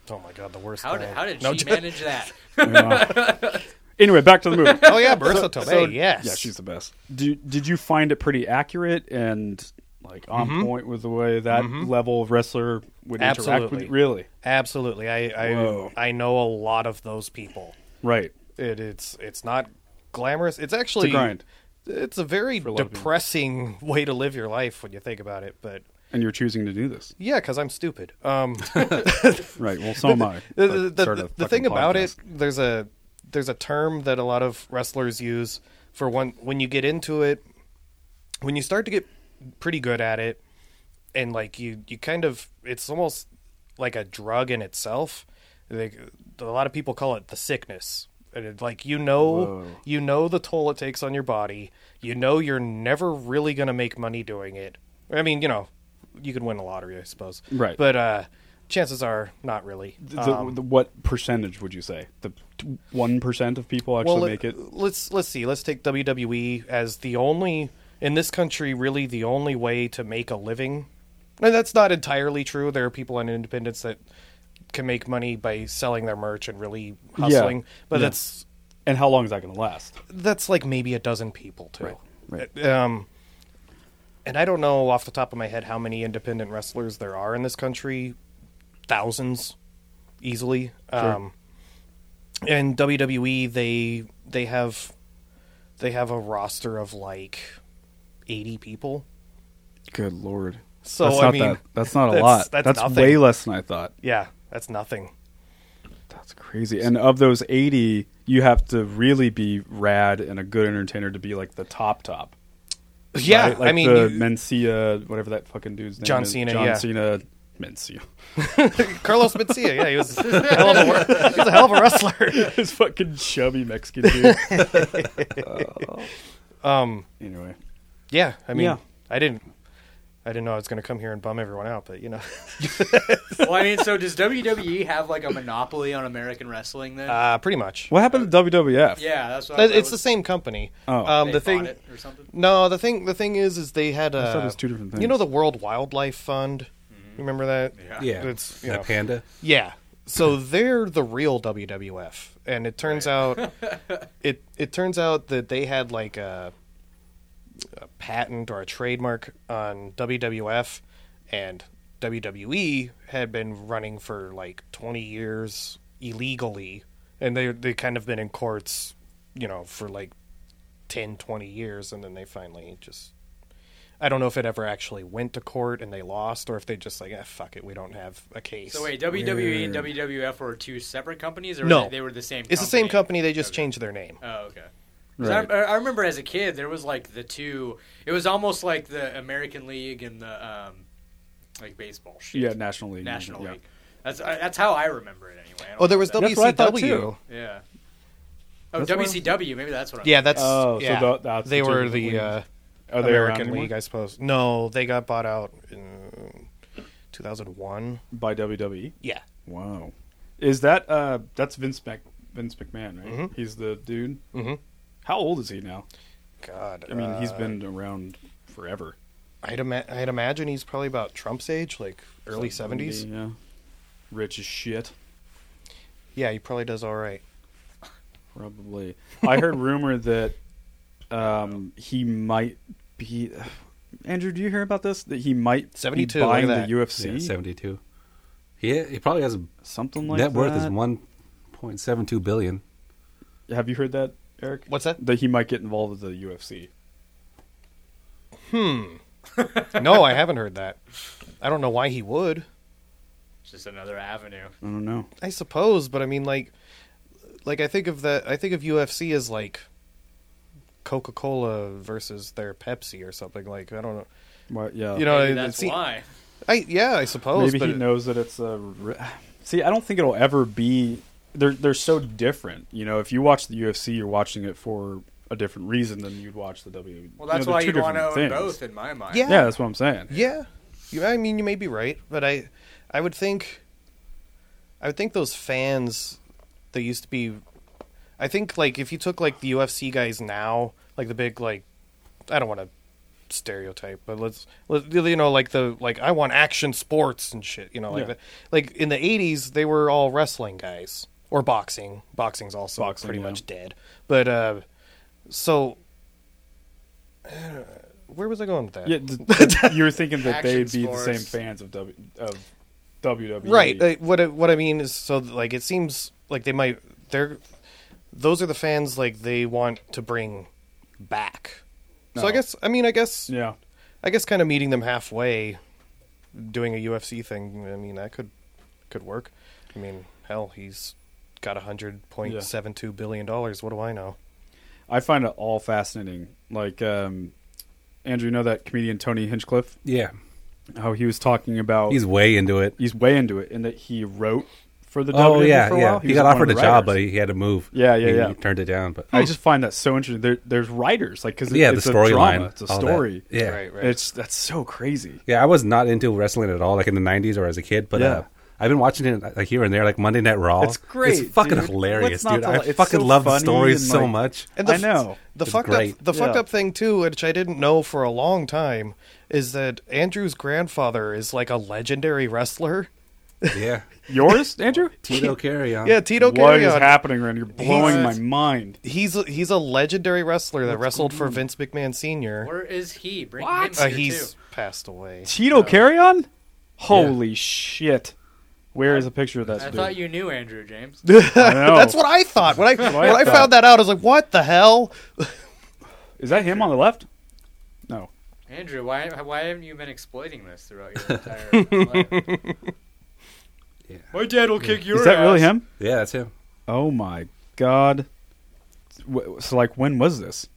[SPEAKER 5] Oh my god, the worst.
[SPEAKER 6] How did,
[SPEAKER 5] guy.
[SPEAKER 6] how did
[SPEAKER 5] No,
[SPEAKER 6] she
[SPEAKER 5] just-
[SPEAKER 6] manage that?
[SPEAKER 3] uh, Anyway, back to the movie.
[SPEAKER 5] Oh yeah, Marissa Tomei. yes.
[SPEAKER 3] Yeah, she's the best. Do, did you find it pretty accurate and like on
[SPEAKER 5] Mm-hmm.
[SPEAKER 3] point with the way that level of wrestler would interact with
[SPEAKER 5] Absolutely.
[SPEAKER 3] you? Really?
[SPEAKER 5] absolutely. I
[SPEAKER 3] Whoa.
[SPEAKER 5] I, I know a lot of those people.
[SPEAKER 3] Right.
[SPEAKER 5] It, it's it's not glamorous. It's actually
[SPEAKER 3] grind.
[SPEAKER 5] It's a very
[SPEAKER 3] a lot of people.
[SPEAKER 5] depressing way to live your life when you think about it. But
[SPEAKER 3] And you're choosing to do this.
[SPEAKER 5] yeah, because I'm stupid. Um,
[SPEAKER 3] Right. Well, so am I.
[SPEAKER 5] the,
[SPEAKER 3] but
[SPEAKER 5] the,
[SPEAKER 3] start a
[SPEAKER 5] the, the thing
[SPEAKER 3] fucking
[SPEAKER 5] about
[SPEAKER 3] podcast.
[SPEAKER 5] it there's a there's a term that a lot of wrestlers use for one when you get into it when you start to get pretty good at it and like you you kind of it's almost like a drug in itself like a lot of people call it the sickness and it, like you know you know the toll it takes on your body you know you're never really going to make money doing it i mean you know you can win a lottery i suppose
[SPEAKER 3] Right.
[SPEAKER 5] but uh chances are not really
[SPEAKER 3] The-
[SPEAKER 5] Um,
[SPEAKER 3] the- what percentage would you say? The one percent of people actually
[SPEAKER 5] well,
[SPEAKER 3] make it.
[SPEAKER 5] Let's let's see. Let's take WWE as the only in this country, really the only way to make a living. And that's not entirely true. There are people on independence that can make money by selling their merch and really hustling, but
[SPEAKER 3] Yeah.
[SPEAKER 5] that's
[SPEAKER 3] And how long is that going to last?
[SPEAKER 5] that's like maybe a dozen people too.
[SPEAKER 3] Right.
[SPEAKER 5] Um, and I don't know off the top of my head how many independent wrestlers there are in this country. Thousands, easily. Um, and WWE E, they they have they have a roster of like eighty people.
[SPEAKER 3] Good lord.
[SPEAKER 5] So,
[SPEAKER 3] that's
[SPEAKER 5] I
[SPEAKER 3] not
[SPEAKER 5] mean,
[SPEAKER 3] that- that's not a
[SPEAKER 5] that's-
[SPEAKER 3] lot.
[SPEAKER 5] that's
[SPEAKER 3] That's,
[SPEAKER 5] nothing.
[SPEAKER 3] way less than I thought.
[SPEAKER 5] Yeah, that's nothing.
[SPEAKER 3] That's crazy. And of those eighty, you have to really be rad and a good entertainer to be like the top top.
[SPEAKER 5] Yeah,
[SPEAKER 3] right? Like
[SPEAKER 5] I mean,
[SPEAKER 3] the
[SPEAKER 5] you-
[SPEAKER 3] Mencia, whatever that fucking dude's name
[SPEAKER 5] John
[SPEAKER 3] is.
[SPEAKER 5] Cena,
[SPEAKER 3] John
[SPEAKER 5] yeah.
[SPEAKER 3] Cena, Mencia.
[SPEAKER 5] Carlos Mencia. Yeah, he was, a hell of a, wor- he was a hell of a wrestler.
[SPEAKER 3] His fucking chubby Mexican dude. um. Anyway,
[SPEAKER 5] Yeah, I mean,
[SPEAKER 3] Yeah.
[SPEAKER 5] I didn't, I didn't know I was going to come here and bum everyone out, but you know,
[SPEAKER 6] well, I mean, so does WWE have like a monopoly on American wrestling then?
[SPEAKER 5] uh, pretty much.
[SPEAKER 3] what happened to WWF?
[SPEAKER 6] yeah, that's what I
[SPEAKER 5] It-
[SPEAKER 6] thought
[SPEAKER 5] It's
[SPEAKER 6] Uh, was-
[SPEAKER 5] the same company.
[SPEAKER 3] Oh.
[SPEAKER 5] um,
[SPEAKER 6] they
[SPEAKER 5] the
[SPEAKER 6] bought
[SPEAKER 5] thing.
[SPEAKER 6] it or something.
[SPEAKER 5] No, the thing. The thing is, is they had. Uh,
[SPEAKER 3] thought it was two different
[SPEAKER 5] You know
[SPEAKER 3] things.
[SPEAKER 5] the World Wildlife Fund.
[SPEAKER 6] Mm-hmm.
[SPEAKER 5] Remember that? Yeah.
[SPEAKER 2] Yeah,
[SPEAKER 5] It's, you
[SPEAKER 2] that
[SPEAKER 5] know.
[SPEAKER 2] panda.
[SPEAKER 5] Yeah. So they're the real WWF, and it turns out it it turns out that they had like a, a patent or a trademark on WWF, and WWE had been running for like twenty years illegally, and they they kind of been in courts, you know, for like 10, 20 years, and then they finally just. I don't know if it ever actually went to court and they lost, or if they just like, ah, fuck it, we don't have a case.
[SPEAKER 6] So wait, WWE and WWF were two separate companies, or
[SPEAKER 5] No.
[SPEAKER 6] they, they were the same?
[SPEAKER 5] It's the same company. They just changed their name.
[SPEAKER 6] Oh, okay. 'Cause I, I remember as a kid, there was like the two. It was almost like the American League and the um, like baseball shit.
[SPEAKER 3] Yeah, National League.
[SPEAKER 6] National
[SPEAKER 3] Yeah.
[SPEAKER 6] League. That's I, that's how I remember it anyway. I don't
[SPEAKER 5] Oh, there was
[SPEAKER 6] know
[SPEAKER 3] That's what I thought,
[SPEAKER 5] WCW.
[SPEAKER 3] too.
[SPEAKER 6] that- yeah. Oh,
[SPEAKER 3] That's what I-
[SPEAKER 6] WCW. Maybe that's what. I'm
[SPEAKER 5] Yeah, that's
[SPEAKER 3] Oh, so
[SPEAKER 5] yeah.
[SPEAKER 3] tha- that's
[SPEAKER 5] they
[SPEAKER 3] the
[SPEAKER 5] were
[SPEAKER 3] two
[SPEAKER 5] the
[SPEAKER 3] leagues.
[SPEAKER 5] uh,
[SPEAKER 3] Are they around
[SPEAKER 5] American
[SPEAKER 3] anymore?
[SPEAKER 5] League, I suppose. No, they got bought out in 2001.
[SPEAKER 3] by WWE.
[SPEAKER 5] Yeah,
[SPEAKER 3] Wow. Is that uh that's Vince Mc, Vince McMahon, right? He's the dude. Mm-hmm. Uh, How old is he now?
[SPEAKER 5] God. uh,
[SPEAKER 3] I mean, he's been around forever.
[SPEAKER 5] I'd, ima- I'd imagine he's probably about Trump's age, like early 70s.
[SPEAKER 3] Yeah. Rich as shit,
[SPEAKER 5] Yeah, he probably does all right.
[SPEAKER 3] probably. I heard rumor that um he might be Andrew, do you hear about this? That he might
[SPEAKER 5] 72,
[SPEAKER 3] be
[SPEAKER 5] look
[SPEAKER 3] buying
[SPEAKER 5] at
[SPEAKER 3] the
[SPEAKER 5] that.
[SPEAKER 3] UFC,
[SPEAKER 2] Yeah, seventy-two. Yeah, he probably has a
[SPEAKER 3] something like
[SPEAKER 2] net
[SPEAKER 3] that.
[SPEAKER 2] worth is one point seven two billion.
[SPEAKER 3] Have you heard that, Eric?
[SPEAKER 5] What's that?
[SPEAKER 3] That he might get involved with the UFC.
[SPEAKER 5] no, I haven't heard that. I don't know why he would.
[SPEAKER 6] It's just another avenue.
[SPEAKER 3] I don't know.
[SPEAKER 5] I suppose, but I mean, like, like I think of the I think of UFC as like Coca Cola versus their Pepsi or something. Like I don't know,
[SPEAKER 3] What, yeah.
[SPEAKER 5] you know,
[SPEAKER 6] Maybe
[SPEAKER 5] it-
[SPEAKER 6] that's
[SPEAKER 5] see-
[SPEAKER 6] why.
[SPEAKER 5] I yeah, I
[SPEAKER 2] Oh,
[SPEAKER 5] suppose.
[SPEAKER 3] Oh. Maybe
[SPEAKER 5] but
[SPEAKER 3] he knows that it's a. ri- See, I don't think it'll ever be. They're they're so different. You know, if you watch the UFC, you're watching it for a different reason than you'd watch the WWE.
[SPEAKER 6] Well, that's
[SPEAKER 3] you know,
[SPEAKER 6] why
[SPEAKER 3] they're two
[SPEAKER 6] you'd want to own
[SPEAKER 3] different things.
[SPEAKER 6] both, in my mind.
[SPEAKER 5] Yeah.
[SPEAKER 3] Yeah, that's what I'm saying.
[SPEAKER 5] Yeah, you, I mean, you may be right, but I, I would think, I would think those fans, they used to be, I think like if you took like the UFC guys now, like the big like, I don't want to stereotype, but let's, let you know like the like I want action sports and shit. You know, like
[SPEAKER 3] Yeah.
[SPEAKER 5] that. like in the '80s they were all wrestling guys or boxing. Boxing's also
[SPEAKER 3] Boxing,
[SPEAKER 5] pretty
[SPEAKER 3] yeah.
[SPEAKER 5] much dead. But uh, so uh, where was I going with that?
[SPEAKER 3] Yeah, th- th- you were thinking that
[SPEAKER 6] Action
[SPEAKER 3] they'd be
[SPEAKER 6] sports.
[SPEAKER 3] the same fans of W of E. WWE,
[SPEAKER 5] right uh, what I, what i mean is so like it seems like they might they're those are the fans like they want to bring back so i
[SPEAKER 3] No.
[SPEAKER 5] guess i mean i guess
[SPEAKER 3] yeah,
[SPEAKER 5] i guess kind of meeting them halfway doing a ufc thing i mean that could could work i mean hell he's got a hundred point seven two billion dollars what do i know
[SPEAKER 3] I find it all fascinating. Like um, Andrew, you know that comedian Tony Hinchcliffe,
[SPEAKER 2] Yeah,
[SPEAKER 3] how he was talking about
[SPEAKER 2] he's way into it.
[SPEAKER 3] he's way into it, and that he wrote for the
[SPEAKER 2] oh
[SPEAKER 3] WWE
[SPEAKER 2] yeah,
[SPEAKER 3] for a
[SPEAKER 2] yeah.
[SPEAKER 3] while.
[SPEAKER 2] He,
[SPEAKER 3] was
[SPEAKER 2] got
[SPEAKER 3] one of
[SPEAKER 2] offered
[SPEAKER 3] the
[SPEAKER 2] a job,
[SPEAKER 3] writers.
[SPEAKER 2] but he, he had to move.
[SPEAKER 3] Yeah, yeah,
[SPEAKER 2] He-
[SPEAKER 3] yeah.
[SPEAKER 2] He turned it down, but
[SPEAKER 3] I just find that so interesting. There, there's writers like because
[SPEAKER 2] Oh. yeah, the
[SPEAKER 3] it's a drama,
[SPEAKER 2] storyline,
[SPEAKER 3] it's a
[SPEAKER 2] all that.
[SPEAKER 3] story.
[SPEAKER 2] Yeah,
[SPEAKER 3] It's that's so crazy.
[SPEAKER 2] yeah. I was not into wrestling at all, like in the '90s or as a kid, but.
[SPEAKER 3] Yeah.
[SPEAKER 2] Uh, I've been watching it like here and there, like Monday Night Raw.
[SPEAKER 3] It's great,
[SPEAKER 2] It's fucking
[SPEAKER 3] dude. What's
[SPEAKER 2] hilarious,
[SPEAKER 3] not
[SPEAKER 2] dude.
[SPEAKER 3] to
[SPEAKER 2] I
[SPEAKER 3] like? It's
[SPEAKER 2] fucking
[SPEAKER 3] so
[SPEAKER 2] love the
[SPEAKER 3] funny
[SPEAKER 2] stories
[SPEAKER 3] and,
[SPEAKER 2] so
[SPEAKER 3] like-
[SPEAKER 2] much.
[SPEAKER 3] And
[SPEAKER 5] the
[SPEAKER 3] I
[SPEAKER 5] f-
[SPEAKER 3] know.
[SPEAKER 5] the
[SPEAKER 2] It's
[SPEAKER 5] fucked up
[SPEAKER 2] great.
[SPEAKER 5] the fucked
[SPEAKER 3] Yeah.
[SPEAKER 5] up thing too, which I didn't know for a long time, is that Andrew's grandfather is like a legendary wrestler.
[SPEAKER 2] Yeah,
[SPEAKER 3] Yours, Andrew?
[SPEAKER 2] Tito Carry on.
[SPEAKER 5] Yeah, Tito
[SPEAKER 3] Um, What is
[SPEAKER 5] Carrion.
[SPEAKER 3] happening, Randy? You're blowing
[SPEAKER 5] He's-
[SPEAKER 3] my mind.
[SPEAKER 5] he's a, he's a legendary wrestler that wrestled for Vince McMahon Senior.
[SPEAKER 6] Where is he? Bring him
[SPEAKER 5] Uh,
[SPEAKER 6] here
[SPEAKER 5] he's
[SPEAKER 6] too.
[SPEAKER 5] passed away.
[SPEAKER 3] Tito Carrion? Holy shit! Where is a picture of that?
[SPEAKER 6] I
[SPEAKER 3] dude?
[SPEAKER 6] thought you knew Andrew James.
[SPEAKER 3] I know.
[SPEAKER 5] That's what I thought when I when I
[SPEAKER 3] thought.
[SPEAKER 5] found that out. I was like, "What the hell?"
[SPEAKER 3] Is that him on the left? No.
[SPEAKER 6] Andrew, why why haven't you been exploiting this throughout your entire life? My dad will kick your
[SPEAKER 3] Is that really
[SPEAKER 6] ass.
[SPEAKER 3] him?
[SPEAKER 2] yeah, that's him.
[SPEAKER 3] Oh my god. W- So like when was this?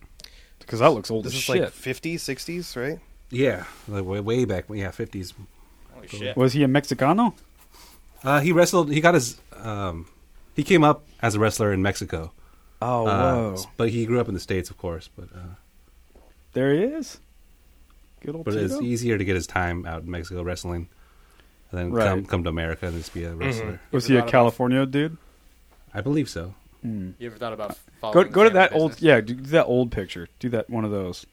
[SPEAKER 3] Because that looks old
[SPEAKER 5] This
[SPEAKER 3] as
[SPEAKER 5] is
[SPEAKER 3] shit.
[SPEAKER 5] like 50s, 60s, right?
[SPEAKER 2] Yeah, like way, way back. Yeah, fifties.
[SPEAKER 6] Holy shit.
[SPEAKER 3] was he a Mexicano?
[SPEAKER 2] Uh, he wrestled. He got his. Um, he came up as a wrestler in Mexico,
[SPEAKER 3] Oh
[SPEAKER 2] Uh,
[SPEAKER 3] whoa.
[SPEAKER 2] s- but he grew up in the states, of course. But uh,
[SPEAKER 3] There he is. Good old
[SPEAKER 2] but it's
[SPEAKER 3] Tito.
[SPEAKER 2] easier to get his time out in Mexico wrestling, and then
[SPEAKER 3] Right.
[SPEAKER 2] come come to America and just be
[SPEAKER 3] Mm-hmm.
[SPEAKER 2] a wrestler.
[SPEAKER 3] Was he a California dude?
[SPEAKER 2] I believe so.
[SPEAKER 6] You ever thought about
[SPEAKER 3] Go
[SPEAKER 5] Oh,
[SPEAKER 6] following the
[SPEAKER 3] go to
[SPEAKER 6] family
[SPEAKER 3] that old
[SPEAKER 6] business?
[SPEAKER 3] yeah, do that old picture. Do that one of those.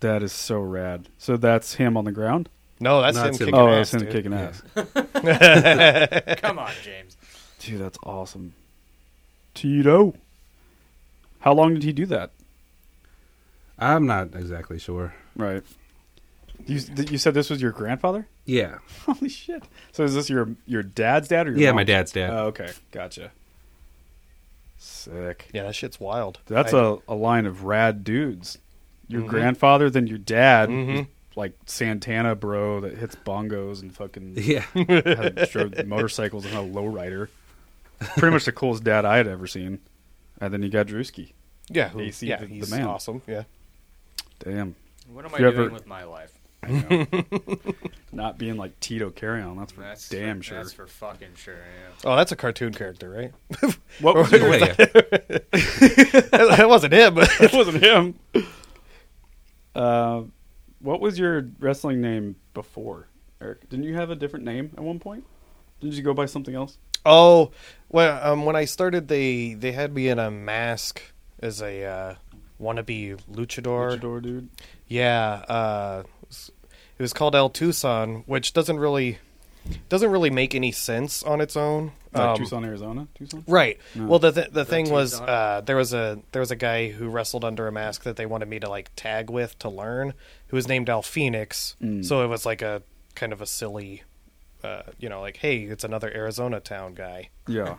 [SPEAKER 3] That is so rad. So that's him on the ground.
[SPEAKER 5] No, that's
[SPEAKER 2] No,
[SPEAKER 5] him
[SPEAKER 2] it's him.
[SPEAKER 5] kicking
[SPEAKER 3] oh,
[SPEAKER 5] ass.
[SPEAKER 3] that's him
[SPEAKER 5] dude.
[SPEAKER 3] kicking ass.
[SPEAKER 6] Come on, James.
[SPEAKER 3] Dude, that's awesome. Tito. How long did he do that?
[SPEAKER 2] I'm not exactly sure.
[SPEAKER 3] Right. You th- you said this was your grandfather?
[SPEAKER 2] Yeah,
[SPEAKER 3] Holy shit! So is this your your dad's dad or your
[SPEAKER 2] yeah,
[SPEAKER 3] mom's?
[SPEAKER 2] my dad's dad.
[SPEAKER 3] Oh, okay, gotcha. Sick.
[SPEAKER 5] Yeah, that shit's wild.
[SPEAKER 3] That's
[SPEAKER 5] I-
[SPEAKER 3] a, a line of rad dudes. Your
[SPEAKER 6] Mm-hmm.
[SPEAKER 3] grandfather, then your dad,
[SPEAKER 5] Mhm.
[SPEAKER 3] like Santana bro that hits bongos and fucking
[SPEAKER 2] yeah,
[SPEAKER 3] has, drove motorcycles and a lowrider. Pretty much the coolest dad I had ever seen. And then you got Drewski.
[SPEAKER 5] yeah, who-
[SPEAKER 3] AC,
[SPEAKER 5] yeah,
[SPEAKER 3] the- the
[SPEAKER 5] he's
[SPEAKER 3] man.
[SPEAKER 5] awesome. Yeah.
[SPEAKER 3] Damn.
[SPEAKER 6] What am I
[SPEAKER 3] You
[SPEAKER 6] doing
[SPEAKER 3] ever-
[SPEAKER 6] with my life?
[SPEAKER 3] I know. Not being like Tito Carrion, that's for
[SPEAKER 6] That's
[SPEAKER 3] damn
[SPEAKER 6] for,
[SPEAKER 3] sure.
[SPEAKER 6] That's for fucking sure.
[SPEAKER 5] Oh, that's a cartoon character, right?
[SPEAKER 3] What was your-
[SPEAKER 2] yeah,
[SPEAKER 5] that wasn't him.
[SPEAKER 3] it wasn't him. Uh, what was your wrestling name before, Eric? Didn't you have a different name at one point? Didn't you go by something else?
[SPEAKER 5] Oh, well, um, when I started, they they had me in a mask as a uh, wannabe luchador.
[SPEAKER 3] Luchador dude.
[SPEAKER 5] Yeah, uh, it was called El Tucson, which doesn't really doesn't really make any sense on its own.
[SPEAKER 3] Uh,
[SPEAKER 5] Um,
[SPEAKER 3] Tucson, Arizona. Tucson.
[SPEAKER 5] Right. Well, the th- the thing was,
[SPEAKER 6] Tucson.
[SPEAKER 5] uh, there was a there was a guy who wrestled under a mask that they wanted me to like tag with to learn, who was named Al Phoenix.
[SPEAKER 3] Hmm.
[SPEAKER 5] So it was like a kind of a silly, uh, you know, like hey, it's another Arizona town guy.
[SPEAKER 3] Yeah.